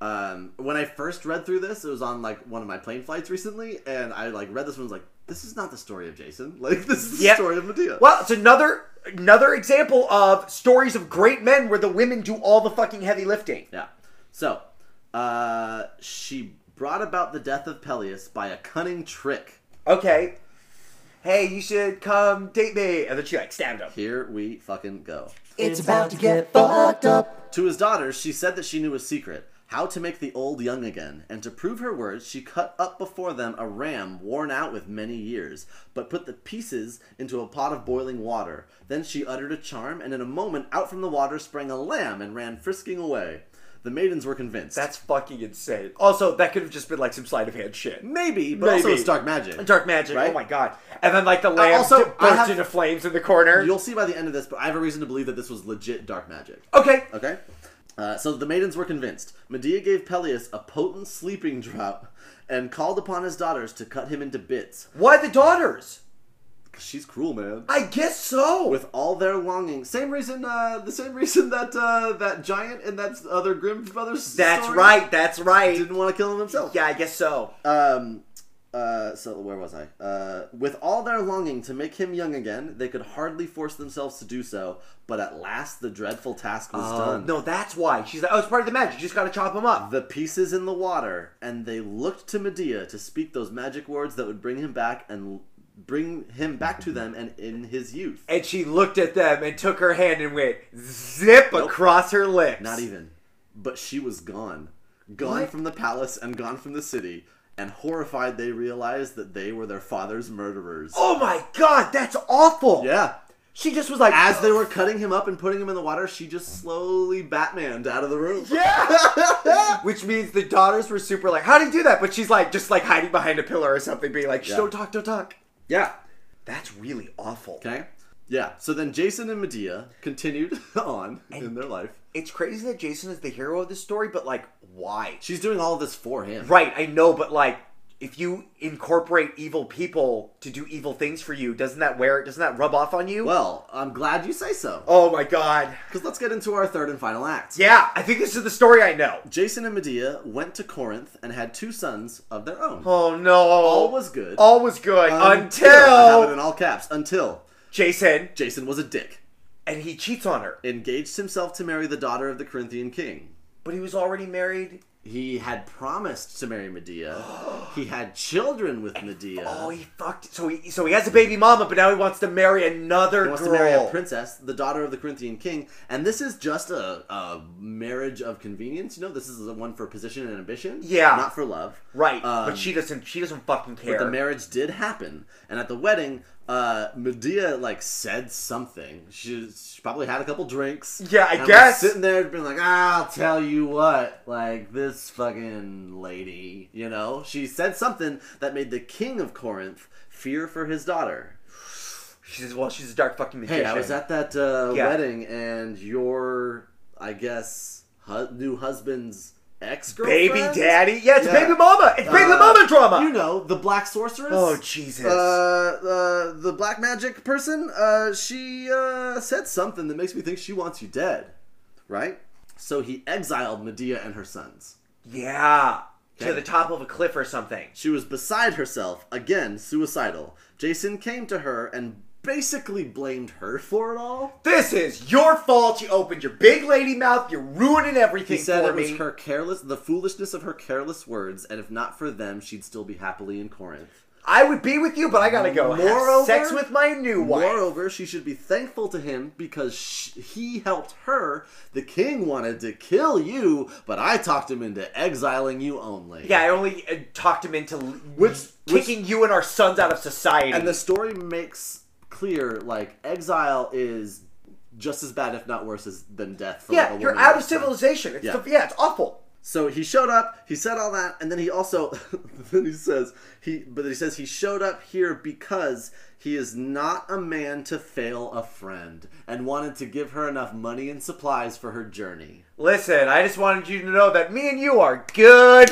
[SPEAKER 2] Um, when I first read through this, it was on like one of my plane flights recently, and I like read this one was like, this is not the story of Jason. Like this is the
[SPEAKER 3] Yep.
[SPEAKER 2] story of Medea.
[SPEAKER 3] Well, it's another another example of stories of great men where the women do all the fucking heavy lifting.
[SPEAKER 2] Yeah. So, uh, she brought about the death of Peleus by a cunning trick.
[SPEAKER 3] Okay. Hey, you should come date me, and then she like stabbed him.
[SPEAKER 2] Here we fucking go.
[SPEAKER 1] It's about to get fucked up.
[SPEAKER 2] To his daughters, she said that she knew a secret how to make the old young again. And to prove her words, she cut up before them a ram worn out with many years, but put the pieces into a pot of boiling water. Then she uttered a charm, and in a moment, out from the water sprang a lamb and ran frisking away. The maidens were convinced.
[SPEAKER 3] That's fucking insane. Also, that could have just been like some sleight of hand shit.
[SPEAKER 2] maybe, but also
[SPEAKER 3] Maybe.
[SPEAKER 2] it's dark magic.
[SPEAKER 3] Dark magic.
[SPEAKER 2] Right?
[SPEAKER 3] Oh my god. And then like the lamp
[SPEAKER 2] also,
[SPEAKER 3] burst
[SPEAKER 2] I have-
[SPEAKER 3] into flames in the corner.
[SPEAKER 2] You'll see by the end of this, but I have a reason to believe that this was legit dark magic.
[SPEAKER 3] Okay.
[SPEAKER 2] Okay? Uh, so the maidens were convinced. Medea gave Peleus a potent sleeping draught and called upon his daughters to cut him into bits.
[SPEAKER 3] Why the daughters?
[SPEAKER 2] She's cruel, man.
[SPEAKER 3] I guess so.
[SPEAKER 2] With all their longing, same reason, uh, the same reason that uh, that giant and that other Grimm brothers.
[SPEAKER 3] that's
[SPEAKER 2] story
[SPEAKER 3] right. That's right.
[SPEAKER 2] Didn't want to kill him himself.
[SPEAKER 3] Yeah, I guess so.
[SPEAKER 2] Um, uh, so where was I? Uh, with all their longing to make him young again, they could hardly force themselves to do so. But at last, the dreadful task was done.
[SPEAKER 3] Um, no, that's why she's like, oh, it's part of the magic. You just gotta chop them up.
[SPEAKER 2] The pieces in the water, and they looked to Medea to speak those magic words that would bring him back and bring him back to them and in his youth.
[SPEAKER 3] And she looked at them and took her hand and went zip across her lips.
[SPEAKER 2] Not even. But she was gone. Gone from the palace and gone from the city. And horrified, they realized that they were their father's murderers.
[SPEAKER 3] Oh my god, that's awful.
[SPEAKER 2] Yeah.
[SPEAKER 3] She just was like,
[SPEAKER 2] As they were cutting him up and putting him in the water, she just slowly Batmaned out of the room.
[SPEAKER 3] Yeah. Which means the daughters were super like, how do you do that? But she's like, just like hiding behind a pillar or something, being like, "Shh, don't talk, don't talk.
[SPEAKER 2] Yeah.
[SPEAKER 3] That's really awful.
[SPEAKER 2] Okay. Yeah. So then Jason and Medea continued on in their life.
[SPEAKER 3] It's crazy that Jason is the hero of this story, but like, why?
[SPEAKER 2] She's doing all this for him.
[SPEAKER 3] Right, I know, but like, if you incorporate evil people to do evil things for you, doesn't that wear? Doesn't that rub off on you?
[SPEAKER 2] Well, I'm glad you say so.
[SPEAKER 3] oh my god.
[SPEAKER 2] Because let's get into our third and final act.
[SPEAKER 3] Yeah, I think this is the story I know.
[SPEAKER 2] Jason and Medea went to Corinth and had two sons of their own.
[SPEAKER 3] Oh no.
[SPEAKER 2] All was good.
[SPEAKER 3] All was good
[SPEAKER 2] I have it
[SPEAKER 3] until
[SPEAKER 2] in all caps. Until
[SPEAKER 3] Jason
[SPEAKER 2] Jason was a dick,
[SPEAKER 3] and he cheats on her.
[SPEAKER 2] engaged himself to marry the daughter of the Corinthian king.
[SPEAKER 3] But he was already married
[SPEAKER 2] He had promised to marry Medea. he had children with Medea.
[SPEAKER 3] Oh, he fucked. So he so he has a baby mama, but now he wants to marry another
[SPEAKER 2] He wants
[SPEAKER 3] girl.
[SPEAKER 2] to marry a princess, the daughter of the Corinthian king, and this is just a, a marriage of convenience. You know, this is the one for position and ambition.
[SPEAKER 3] Yeah.
[SPEAKER 2] not for love.
[SPEAKER 3] Right,
[SPEAKER 2] Um,
[SPEAKER 3] but she doesn't. She doesn't fucking care.
[SPEAKER 2] but the marriage did happen, and at the wedding, uh, Medea like said something. She, she probably had a couple drinks.
[SPEAKER 3] Yeah, I
[SPEAKER 2] and was
[SPEAKER 3] guess.
[SPEAKER 2] sitting there being like, "I'll tell you what, like this fucking lady, you know." She said something that made the king of Corinth fear for his daughter.
[SPEAKER 3] she says, "Well, she's a dark fucking
[SPEAKER 2] Hey,
[SPEAKER 3] magician."
[SPEAKER 2] I was at that uh,
[SPEAKER 3] Yeah.
[SPEAKER 2] wedding, and your, I guess, hu- new husband's ex girlfriend,
[SPEAKER 3] baby daddy. Yeah, it's
[SPEAKER 2] Yeah. Uh,
[SPEAKER 3] baby mama. It's baby mama drama.
[SPEAKER 2] You know, the black sorceress.
[SPEAKER 3] oh Jesus.
[SPEAKER 2] Uh, uh, the black magic person. Uh, she uh, said something that makes me think she wants you dead, right? So he exiled Medea and her sons.
[SPEAKER 3] yeah, to
[SPEAKER 2] Okay.
[SPEAKER 3] the top of a cliff or something.
[SPEAKER 2] She was beside herself, again suicidal. Jason came to her and basically blamed her for it all.
[SPEAKER 3] This is your fault. You opened your big lady mouth. You're ruining everything
[SPEAKER 2] He said
[SPEAKER 3] for
[SPEAKER 2] it was
[SPEAKER 3] me.
[SPEAKER 2] her careless, the foolishness of her careless words, and if not for them, she'd still be happily in Corinth.
[SPEAKER 3] I would be with you, but I gotta go.
[SPEAKER 2] Moreover-
[SPEAKER 3] have sex with my new wife.
[SPEAKER 2] Moreover, she should be thankful to him because sh he helped her. The king wanted to kill you, but I talked him into exiling you only.
[SPEAKER 3] Yeah, I only uh, talked him into l-
[SPEAKER 2] Which-
[SPEAKER 3] kicking you and our sons out of society.
[SPEAKER 2] And the story makes clear like exile is just as bad, if not worse, as than death. For like,
[SPEAKER 3] yeah,
[SPEAKER 2] a
[SPEAKER 3] you're
[SPEAKER 2] woman
[SPEAKER 3] out
[SPEAKER 2] or
[SPEAKER 3] of
[SPEAKER 2] son.
[SPEAKER 3] civilization. It's
[SPEAKER 2] Yeah.
[SPEAKER 3] the- yeah, it's awful.
[SPEAKER 2] So he showed up. He said all that, and then he also then he says he but he says he showed up here because he is not a man to fail a friend and wanted to give her enough money and supplies for her journey.
[SPEAKER 3] Listen, I just wanted you to know that me and you are good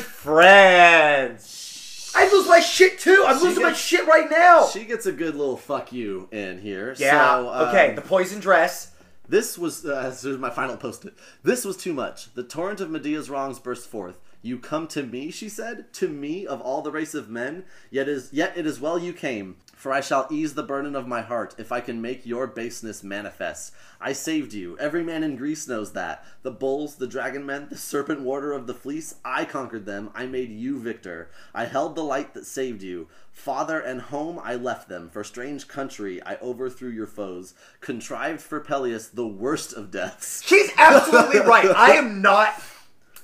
[SPEAKER 3] friends. I lose my shit too. I'm losing my
[SPEAKER 2] gets-
[SPEAKER 3] shit right now.
[SPEAKER 2] She gets a good little fuck you in here.
[SPEAKER 3] Oh. yeah.
[SPEAKER 2] So, um,
[SPEAKER 3] okay. The poison dress.
[SPEAKER 2] This was uh, this is my final post-it. This was too much. The torrent of Medea's wrongs burst forth. You come to me, she said, to me of all the race of men. Yet is yet it is well you came, for I shall ease the burden of my heart if I can make your baseness manifest. I saved you. Every man in Greece knows that. The bulls, the dragon men, the serpent warder of the fleece. I conquered them. I made you victor. I held the light that saved you. Father and home I left them. For strange country I overthrew your foes. Contrived for Peleus the worst of deaths.
[SPEAKER 3] She's absolutely right. I am not.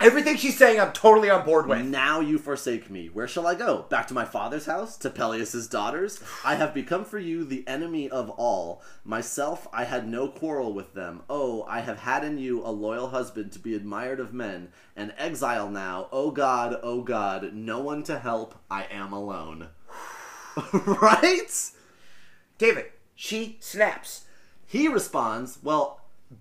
[SPEAKER 3] Everything she's saying, I'm totally on board with.
[SPEAKER 2] Now you forsake me. Where shall I go? Back to my father's house? To Peleus's daughters? I have become for you the enemy of all. Myself, I had no quarrel with them. Oh, I have had in you a loyal husband to be admired of men. An exile now. Oh God, oh God, no one to help. I am alone. right?
[SPEAKER 3] David, she snaps.
[SPEAKER 2] He responds, well,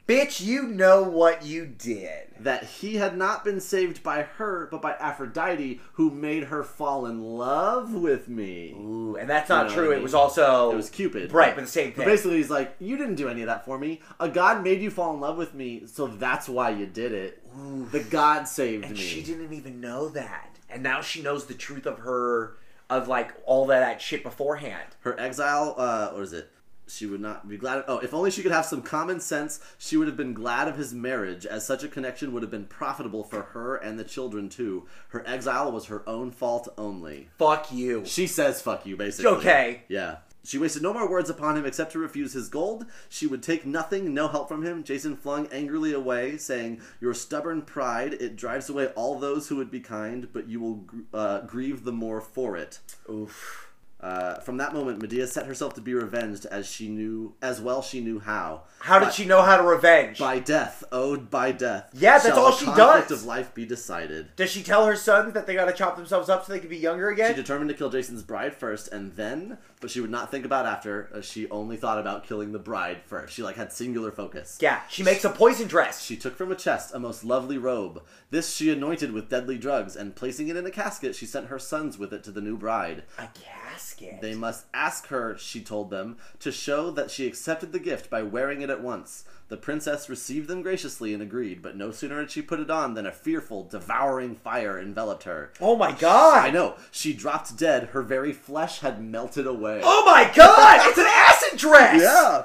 [SPEAKER 3] Bitch, you know what you did.
[SPEAKER 2] that he had not been saved by her, but by Aphrodite, who made her fall in love with me.
[SPEAKER 3] Ooh, and that's not
[SPEAKER 2] know
[SPEAKER 3] true.
[SPEAKER 2] what I
[SPEAKER 3] It was
[SPEAKER 2] mean?
[SPEAKER 3] also
[SPEAKER 2] It was Cupid.
[SPEAKER 3] Oh, right? But the same thing.
[SPEAKER 2] But basically, he's like, you didn't do any of that for me. A god made you fall in love with me, so that's why you did it. The god saved
[SPEAKER 3] and
[SPEAKER 2] me.
[SPEAKER 3] she didn't even know that, and now she knows the truth of her of like all that, that shit beforehand.
[SPEAKER 2] her exile, uh, or is it? She would not be glad. oh, if only she could have some common sense, she would have been glad of his marriage, as such a connection would have been profitable for her and the children too. Her exile was her own fault only.
[SPEAKER 3] Fuck you.
[SPEAKER 2] She says fuck you, basically.
[SPEAKER 3] Okay.
[SPEAKER 2] Yeah. She wasted no more words upon him except to refuse his gold. She would take nothing, no help from him. Jason flung angrily away, saying, Your stubborn pride, it drives away all those who would be kind, but you will gr- uh, grieve the more for it. Oof. Uh, from that moment, Medea set herself to be revenged as she knew, as well she knew how.
[SPEAKER 3] How did
[SPEAKER 2] By-
[SPEAKER 3] she know how to revenge?
[SPEAKER 2] By death, owed by death.
[SPEAKER 3] Yeah, that's
[SPEAKER 2] shall
[SPEAKER 3] all
[SPEAKER 2] the
[SPEAKER 3] she
[SPEAKER 2] conflict
[SPEAKER 3] does.
[SPEAKER 2] of life be decided.
[SPEAKER 3] Does she tell her sons that they gotta chop themselves up so they can be younger
[SPEAKER 2] She
[SPEAKER 3] again?
[SPEAKER 2] determined to kill Jason's bride first and then, but she would not think about after. Uh, she only thought about killing the bride first. She like had singular focus.
[SPEAKER 3] yeah, she makes a poison dress.
[SPEAKER 2] She took from a chest a most lovely robe. This she anointed with deadly drugs, and placing it in a casket, she sent her sons with it to the new bride.
[SPEAKER 3] a casket.
[SPEAKER 2] They must ask her, she told them, to show that she accepted the gift by wearing it at once. The princess received them graciously and agreed, but no sooner had she put it on than a fearful, devouring fire enveloped her.
[SPEAKER 3] oh my god!
[SPEAKER 2] I know. She dropped dead. Her very flesh had melted away.
[SPEAKER 3] Oh my god! It's an acid dress.
[SPEAKER 2] Yeah.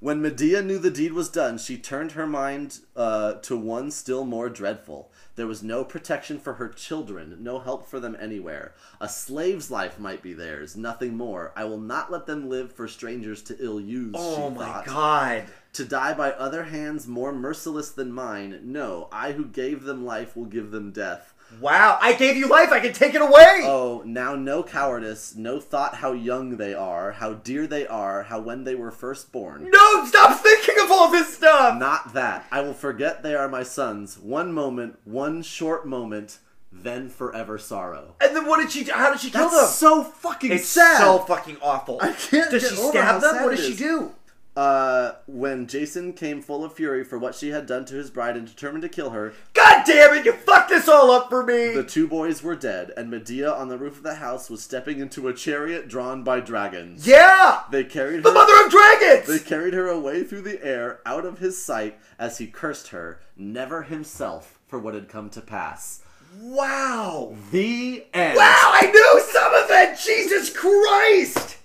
[SPEAKER 2] When Medea knew the deed was done, she turned her mind uh, to one still more dreadful. There was no protection for her children, no help for them anywhere. A slave's life might be theirs, nothing more. I will not let them live for strangers to ill use.
[SPEAKER 3] Oh
[SPEAKER 2] she
[SPEAKER 3] my
[SPEAKER 2] thought.
[SPEAKER 3] god.
[SPEAKER 2] To die by other hands more merciless than mine. No, I who gave them life will give them death.
[SPEAKER 3] Wow. I gave you life. I can take it away.
[SPEAKER 2] Oh, now no cowardice, no thought how young they are, how dear they are, how when they were first born.
[SPEAKER 3] No, stop thinking of all this stuff.
[SPEAKER 2] Not that. I will forget they are my sons. One moment, one short moment, then forever sorrow.
[SPEAKER 3] And then what did she do? How did she kill
[SPEAKER 2] That's
[SPEAKER 3] them?
[SPEAKER 2] so fucking
[SPEAKER 3] it's
[SPEAKER 2] sad.
[SPEAKER 3] so fucking awful.
[SPEAKER 2] I can't
[SPEAKER 3] Does
[SPEAKER 2] get
[SPEAKER 3] she
[SPEAKER 2] over how
[SPEAKER 3] stab them?
[SPEAKER 2] sad
[SPEAKER 3] What
[SPEAKER 2] it
[SPEAKER 3] does she
[SPEAKER 2] is.
[SPEAKER 3] do?
[SPEAKER 2] uh, when Jason came full of fury for what she had done to his bride and determined to kill her,
[SPEAKER 3] God damn it, you fucked this all up for me.
[SPEAKER 2] the two boys were dead, and Medea on the roof of the house was stepping into a chariot drawn by dragons.
[SPEAKER 3] yeah.
[SPEAKER 2] They carried
[SPEAKER 3] The
[SPEAKER 2] her.
[SPEAKER 3] mother of dragons.
[SPEAKER 2] They carried her away through the air, out of his sight, as he cursed her, never himself, for what had come to pass.
[SPEAKER 3] wow.
[SPEAKER 2] The end.
[SPEAKER 3] Wow, I knew some of it. Jesus Christ.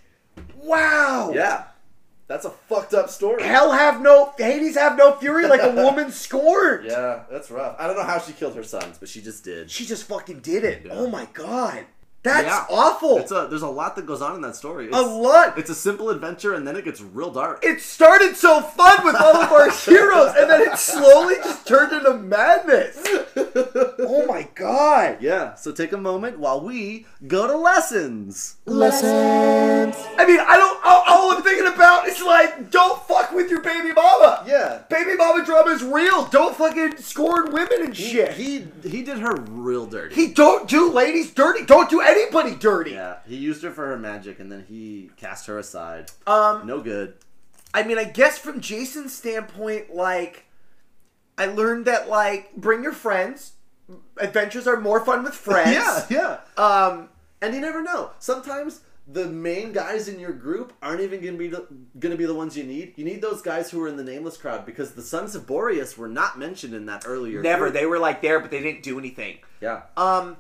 [SPEAKER 3] Wow.
[SPEAKER 2] Yeah. That's a fucked up story.
[SPEAKER 3] Hell have no Hades have no fury like a woman scorned.
[SPEAKER 2] Yeah, that's rough. I don't know how she killed her sons, but she just did.
[SPEAKER 3] She just fucking did it. Oh my god. That's
[SPEAKER 2] Yeah.
[SPEAKER 3] awful.
[SPEAKER 2] It's a, there's a lot that goes on in that story. It's,
[SPEAKER 3] a lot.
[SPEAKER 2] It's a simple adventure, and then it gets real dark.
[SPEAKER 3] it started so fun with all of our heroes, and then it slowly just turned into madness. oh my god!
[SPEAKER 2] yeah, so take a moment while we go to lessons.
[SPEAKER 3] I mean, I don't. All, all I'm thinking about is like, don't fuck with your baby mama.
[SPEAKER 2] Yeah.
[SPEAKER 3] baby mama drama is real. Don't fucking scorn women and shit. He,
[SPEAKER 2] He he did her real dirty.
[SPEAKER 3] don't do ladies dirty. Don't do anybody dirty.
[SPEAKER 2] yeah, he used her for her magic, and then he cast her aside.
[SPEAKER 3] Um,
[SPEAKER 2] no good.
[SPEAKER 3] I mean, I guess from Jason's standpoint, like, I learned that like, bring your friends. Adventures are more fun with friends.
[SPEAKER 2] Yeah, yeah.
[SPEAKER 3] Um,
[SPEAKER 2] and you never know. Sometimes the main guys in your group aren't even gonna be the, gonna be the ones you need. You need those guys who are in the nameless crowd because the Sons of Boreas were not mentioned in that earlier.
[SPEAKER 3] Never.
[SPEAKER 2] group.
[SPEAKER 3] They were like there, but they didn't do anything.
[SPEAKER 2] yeah.
[SPEAKER 3] Um.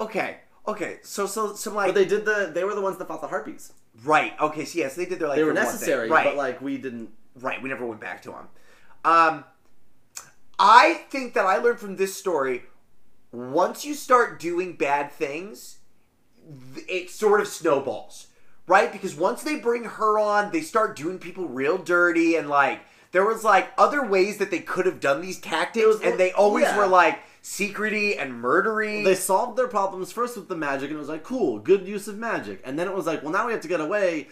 [SPEAKER 3] Okay. Okay. So so so like
[SPEAKER 2] but they did the. They were the ones that fought the harpies.
[SPEAKER 3] right. Okay. So yes, they did their like
[SPEAKER 2] They were
[SPEAKER 3] their one thing.
[SPEAKER 2] necessary,
[SPEAKER 3] Right.
[SPEAKER 2] but like we didn't.
[SPEAKER 3] right. We never went back to them. Um. I think that I learned from this story. Once you start doing bad things, th- it sort of snowballs, right? Because once they bring her on, they start doing people real dirty and like there was like other ways that they could have done these tactics,
[SPEAKER 2] was-
[SPEAKER 3] and they always
[SPEAKER 2] yeah.
[SPEAKER 3] were like secrety and murdery.
[SPEAKER 2] They solved their problems first with the magic, and it was like cool, good use of magic. And then it was like, well, now we have to get away.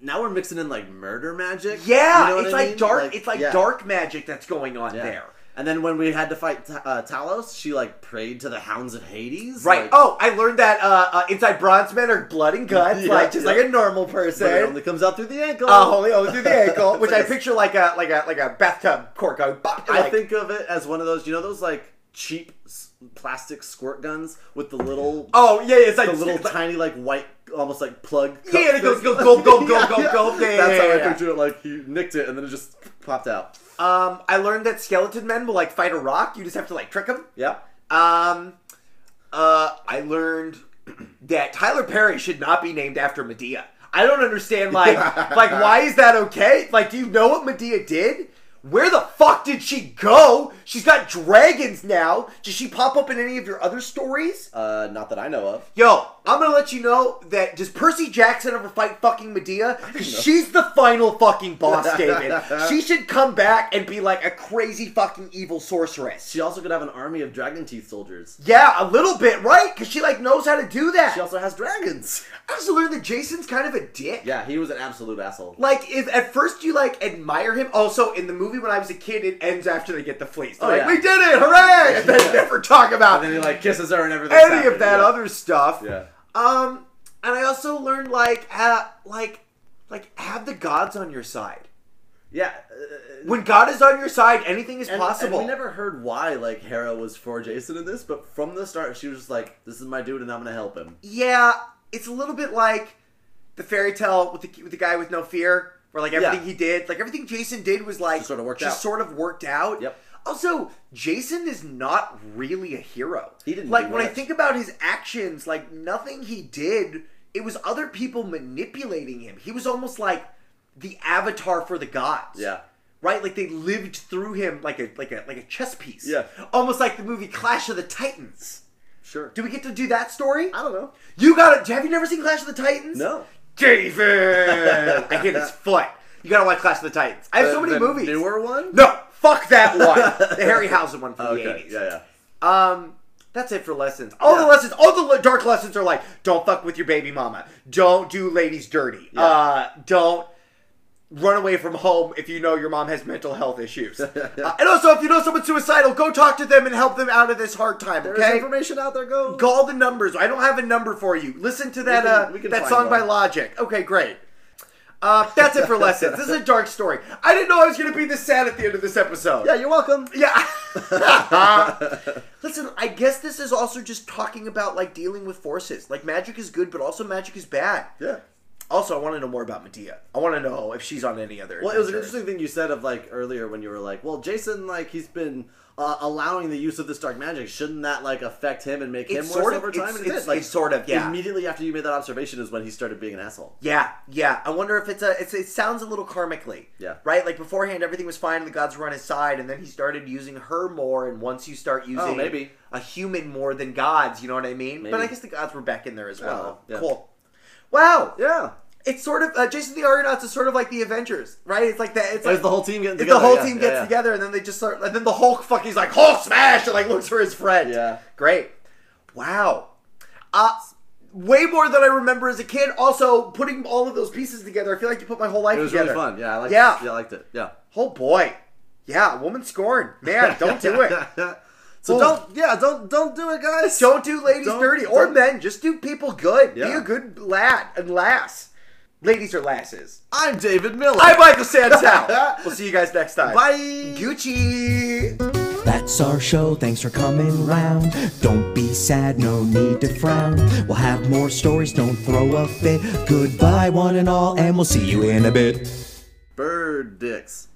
[SPEAKER 2] Now we're mixing in like murder magic.
[SPEAKER 3] Yeah,
[SPEAKER 2] You know what
[SPEAKER 3] it's
[SPEAKER 2] I
[SPEAKER 3] like
[SPEAKER 2] mean?
[SPEAKER 3] dark. it's like
[SPEAKER 2] yeah.
[SPEAKER 3] dark magic that's going on
[SPEAKER 2] Yeah.
[SPEAKER 3] there.
[SPEAKER 2] And then when we had to fight Ta- uh, Talos, she like prayed to the hounds of Hades.
[SPEAKER 3] Right.
[SPEAKER 2] Like,
[SPEAKER 3] oh, I learned that uh, uh, inside bronze men are blood and guts,
[SPEAKER 2] Yeah,
[SPEAKER 3] like just
[SPEAKER 2] yeah.
[SPEAKER 3] like a normal
[SPEAKER 2] But it only
[SPEAKER 3] person.
[SPEAKER 2] comes out through the ankle.
[SPEAKER 3] Uh, holy oh through the ankle, which I
[SPEAKER 2] It's like a-
[SPEAKER 3] picture like a like a like a bathtub cork going. Bop,
[SPEAKER 2] I
[SPEAKER 3] like-
[SPEAKER 2] think of it as one of those, you know, those like cheap s- plastic squirt guns with the little,
[SPEAKER 3] Oh yeah, yeah, it's like
[SPEAKER 2] the little
[SPEAKER 3] it's like-
[SPEAKER 2] tiny like white, almost like plug.
[SPEAKER 3] Yeah,
[SPEAKER 2] cup
[SPEAKER 3] it goes,
[SPEAKER 2] thing.
[SPEAKER 3] go, go, go, go, go,
[SPEAKER 2] Yeah,
[SPEAKER 3] go.
[SPEAKER 2] yeah.
[SPEAKER 3] Yeah,
[SPEAKER 2] That's
[SPEAKER 3] yeah,
[SPEAKER 2] how I
[SPEAKER 3] yeah.
[SPEAKER 2] picture it. Like he nicked it and then it just popped out.
[SPEAKER 3] Um, I learned that skeleton men will like fight a rock. You just have to like trick them.
[SPEAKER 2] Yeah.
[SPEAKER 3] Um, uh, I learned that Tyler Perry should not be named after Medea. I don't understand, like, like why is that okay? Like, do you know what Medea did? Where the fuck did she go? She's got dragons now. Does she pop up in any of your other stories?
[SPEAKER 2] Uh, not that I know of.
[SPEAKER 3] Yo, I'm gonna let you know that does Percy Jackson ever fight fucking Medea? Because she's the final fucking boss, David. she should come back and be like a crazy fucking evil sorceress.
[SPEAKER 2] She also could have an army of dragon teeth soldiers.
[SPEAKER 3] Yeah, a little bit, right? Because she like knows how to do that.
[SPEAKER 2] She also has dragons.
[SPEAKER 3] I also learned that Jason's kind of a dick.
[SPEAKER 2] Yeah, he was an absolute asshole.
[SPEAKER 3] Like, if at first you like admire him, also in the movie when I was a kid, it ends after they get the fleece. They're
[SPEAKER 2] Oh,
[SPEAKER 3] like,
[SPEAKER 2] yeah.
[SPEAKER 3] we did it, hooray! And then
[SPEAKER 2] Yeah.
[SPEAKER 3] never talk about
[SPEAKER 2] And then he like kisses her and everything.
[SPEAKER 3] any of that other stuff.
[SPEAKER 2] Yeah.
[SPEAKER 3] Um, and I also learned like, ha- like, like have the gods on your side.
[SPEAKER 2] Yeah. uh,
[SPEAKER 3] When God is on your side, anything is
[SPEAKER 2] and-
[SPEAKER 3] possible.
[SPEAKER 2] and we never heard why like Hera was for Jason in this, but from the start she was just like, "This is my dude, and I'm gonna help him."
[SPEAKER 3] Yeah, it's a little bit like the fairy tale with the, with the guy with no fear, where like everything
[SPEAKER 2] Yeah.
[SPEAKER 3] he did, like everything Jason did was like
[SPEAKER 2] Just sorta worked
[SPEAKER 3] just
[SPEAKER 2] out.
[SPEAKER 3] sort of worked out.
[SPEAKER 2] Yep.
[SPEAKER 3] Also, Jason is not really a hero.
[SPEAKER 2] He didn't
[SPEAKER 3] like
[SPEAKER 2] do
[SPEAKER 3] when I
[SPEAKER 2] much.
[SPEAKER 3] think about his actions, like nothing he did, it was other people manipulating him. He was almost like the avatar for the gods.
[SPEAKER 2] Yeah.
[SPEAKER 3] Right? Like they lived through him like a like a like a chess piece.
[SPEAKER 2] Yeah.
[SPEAKER 3] Almost like the movie Clash of the Titans.
[SPEAKER 2] Sure.
[SPEAKER 3] Do we get to do that story?
[SPEAKER 2] I don't know.
[SPEAKER 3] You got to Have you never seen Clash of the Titans?
[SPEAKER 2] No.
[SPEAKER 3] David. I hit his foot. You gotta watch Clash of the Titans. I have so
[SPEAKER 2] The-
[SPEAKER 3] many
[SPEAKER 2] the
[SPEAKER 3] movies.
[SPEAKER 2] Newer one? Oh,
[SPEAKER 3] No, fuck that one. the Harryhausen one from the
[SPEAKER 2] Okay.
[SPEAKER 3] eighties.
[SPEAKER 2] Yeah, yeah.
[SPEAKER 3] Um, that's it for lessons. All
[SPEAKER 2] Yeah.
[SPEAKER 3] the lessons, all the le- dark lessons are like, don't fuck with your baby mama. Don't do ladies dirty. Uh, don't run away from home if you know your mom has mental health issues. Uh, and also, if you know someone's suicidal, go talk to them and help them out of this hard time.
[SPEAKER 2] There's
[SPEAKER 3] okay.
[SPEAKER 2] information out there. Go.
[SPEAKER 3] Call the numbers. I don't have a number for you. Listen to that
[SPEAKER 2] can-
[SPEAKER 3] uh,
[SPEAKER 2] we can
[SPEAKER 3] that
[SPEAKER 2] find
[SPEAKER 3] song by
[SPEAKER 2] one.
[SPEAKER 3] Logic. Okay, great. Uh, that's it for lessons. This is a dark story. I didn't know I was going to be this sad at the end of this episode.
[SPEAKER 2] Yeah, you're welcome.
[SPEAKER 3] Yeah. Listen, I guess this is also just talking about like dealing with forces. Like magic is good, but also magic is bad.
[SPEAKER 2] Yeah.
[SPEAKER 3] Also, I want to know more about Medea. I want to know if she's on any other.
[SPEAKER 2] Well, it was an
[SPEAKER 3] adventures.
[SPEAKER 2] interesting thing you said of like earlier when you were like, well, Jason, like he's been uh, allowing the use of this dark magic. Shouldn't that like affect him and make
[SPEAKER 3] It's
[SPEAKER 2] him worse
[SPEAKER 3] sort of-
[SPEAKER 2] over time?
[SPEAKER 3] it's-
[SPEAKER 2] And it
[SPEAKER 3] it's-
[SPEAKER 2] did. Like
[SPEAKER 3] it's sort of, yeah.
[SPEAKER 2] Immediately after you made that observation is when he started being an asshole.
[SPEAKER 3] Yeah, yeah. I wonder if it's a. It's, it sounds a little karmically.
[SPEAKER 2] Yeah.
[SPEAKER 3] Right. Like beforehand, everything was fine. and The gods were on his side, and then he started using her more. And once you start using
[SPEAKER 2] maybe.
[SPEAKER 3] a human more than gods, you know what I mean. But
[SPEAKER 2] Maybe.
[SPEAKER 3] I guess the gods were back in there as well.
[SPEAKER 2] yeah.
[SPEAKER 3] Cool. Wow.
[SPEAKER 2] Yeah.
[SPEAKER 3] It's sort of uh, Jason the Argonauts is sort of like the Avengers, right? It's like that. It's
[SPEAKER 2] Like
[SPEAKER 3] like
[SPEAKER 2] the whole team getting
[SPEAKER 3] If
[SPEAKER 2] together.
[SPEAKER 3] the whole
[SPEAKER 2] yeah,
[SPEAKER 3] team
[SPEAKER 2] yeah,
[SPEAKER 3] gets
[SPEAKER 2] yeah.
[SPEAKER 3] together and then they just start, and then the Hulk fucking is like Hulk smash and like looks for his friend.
[SPEAKER 2] Yeah.
[SPEAKER 3] great. Wow. Uh, way more than I remember as a kid. Also, putting all of those pieces together, I feel like you put my whole life
[SPEAKER 2] It was
[SPEAKER 3] together.
[SPEAKER 2] really fun. Yeah, I liked
[SPEAKER 3] Yeah.
[SPEAKER 2] It. yeah, I liked it. Yeah.
[SPEAKER 3] Oh boy. Yeah, woman scorn. Man, don't do it.
[SPEAKER 2] so
[SPEAKER 3] Oh.
[SPEAKER 2] don't. Yeah, don't don't do it, guys.
[SPEAKER 3] Don't do ladies
[SPEAKER 2] Don't-
[SPEAKER 3] dirty or
[SPEAKER 2] don't-
[SPEAKER 3] men. Just do people good. Be
[SPEAKER 2] Yeah.
[SPEAKER 3] a good lad and lass. Ladies are lasses.
[SPEAKER 2] I'm David Miller.
[SPEAKER 3] I'm Michael Santel. we'll see you guys next time.
[SPEAKER 2] Bye.
[SPEAKER 3] Gucci.
[SPEAKER 1] That's our show, thanks for coming round. Don't be sad, no need to frown. We'll have more stories, don't throw a fit. Goodbye, one and all, and we'll see you in a bit.
[SPEAKER 2] Bird dicks.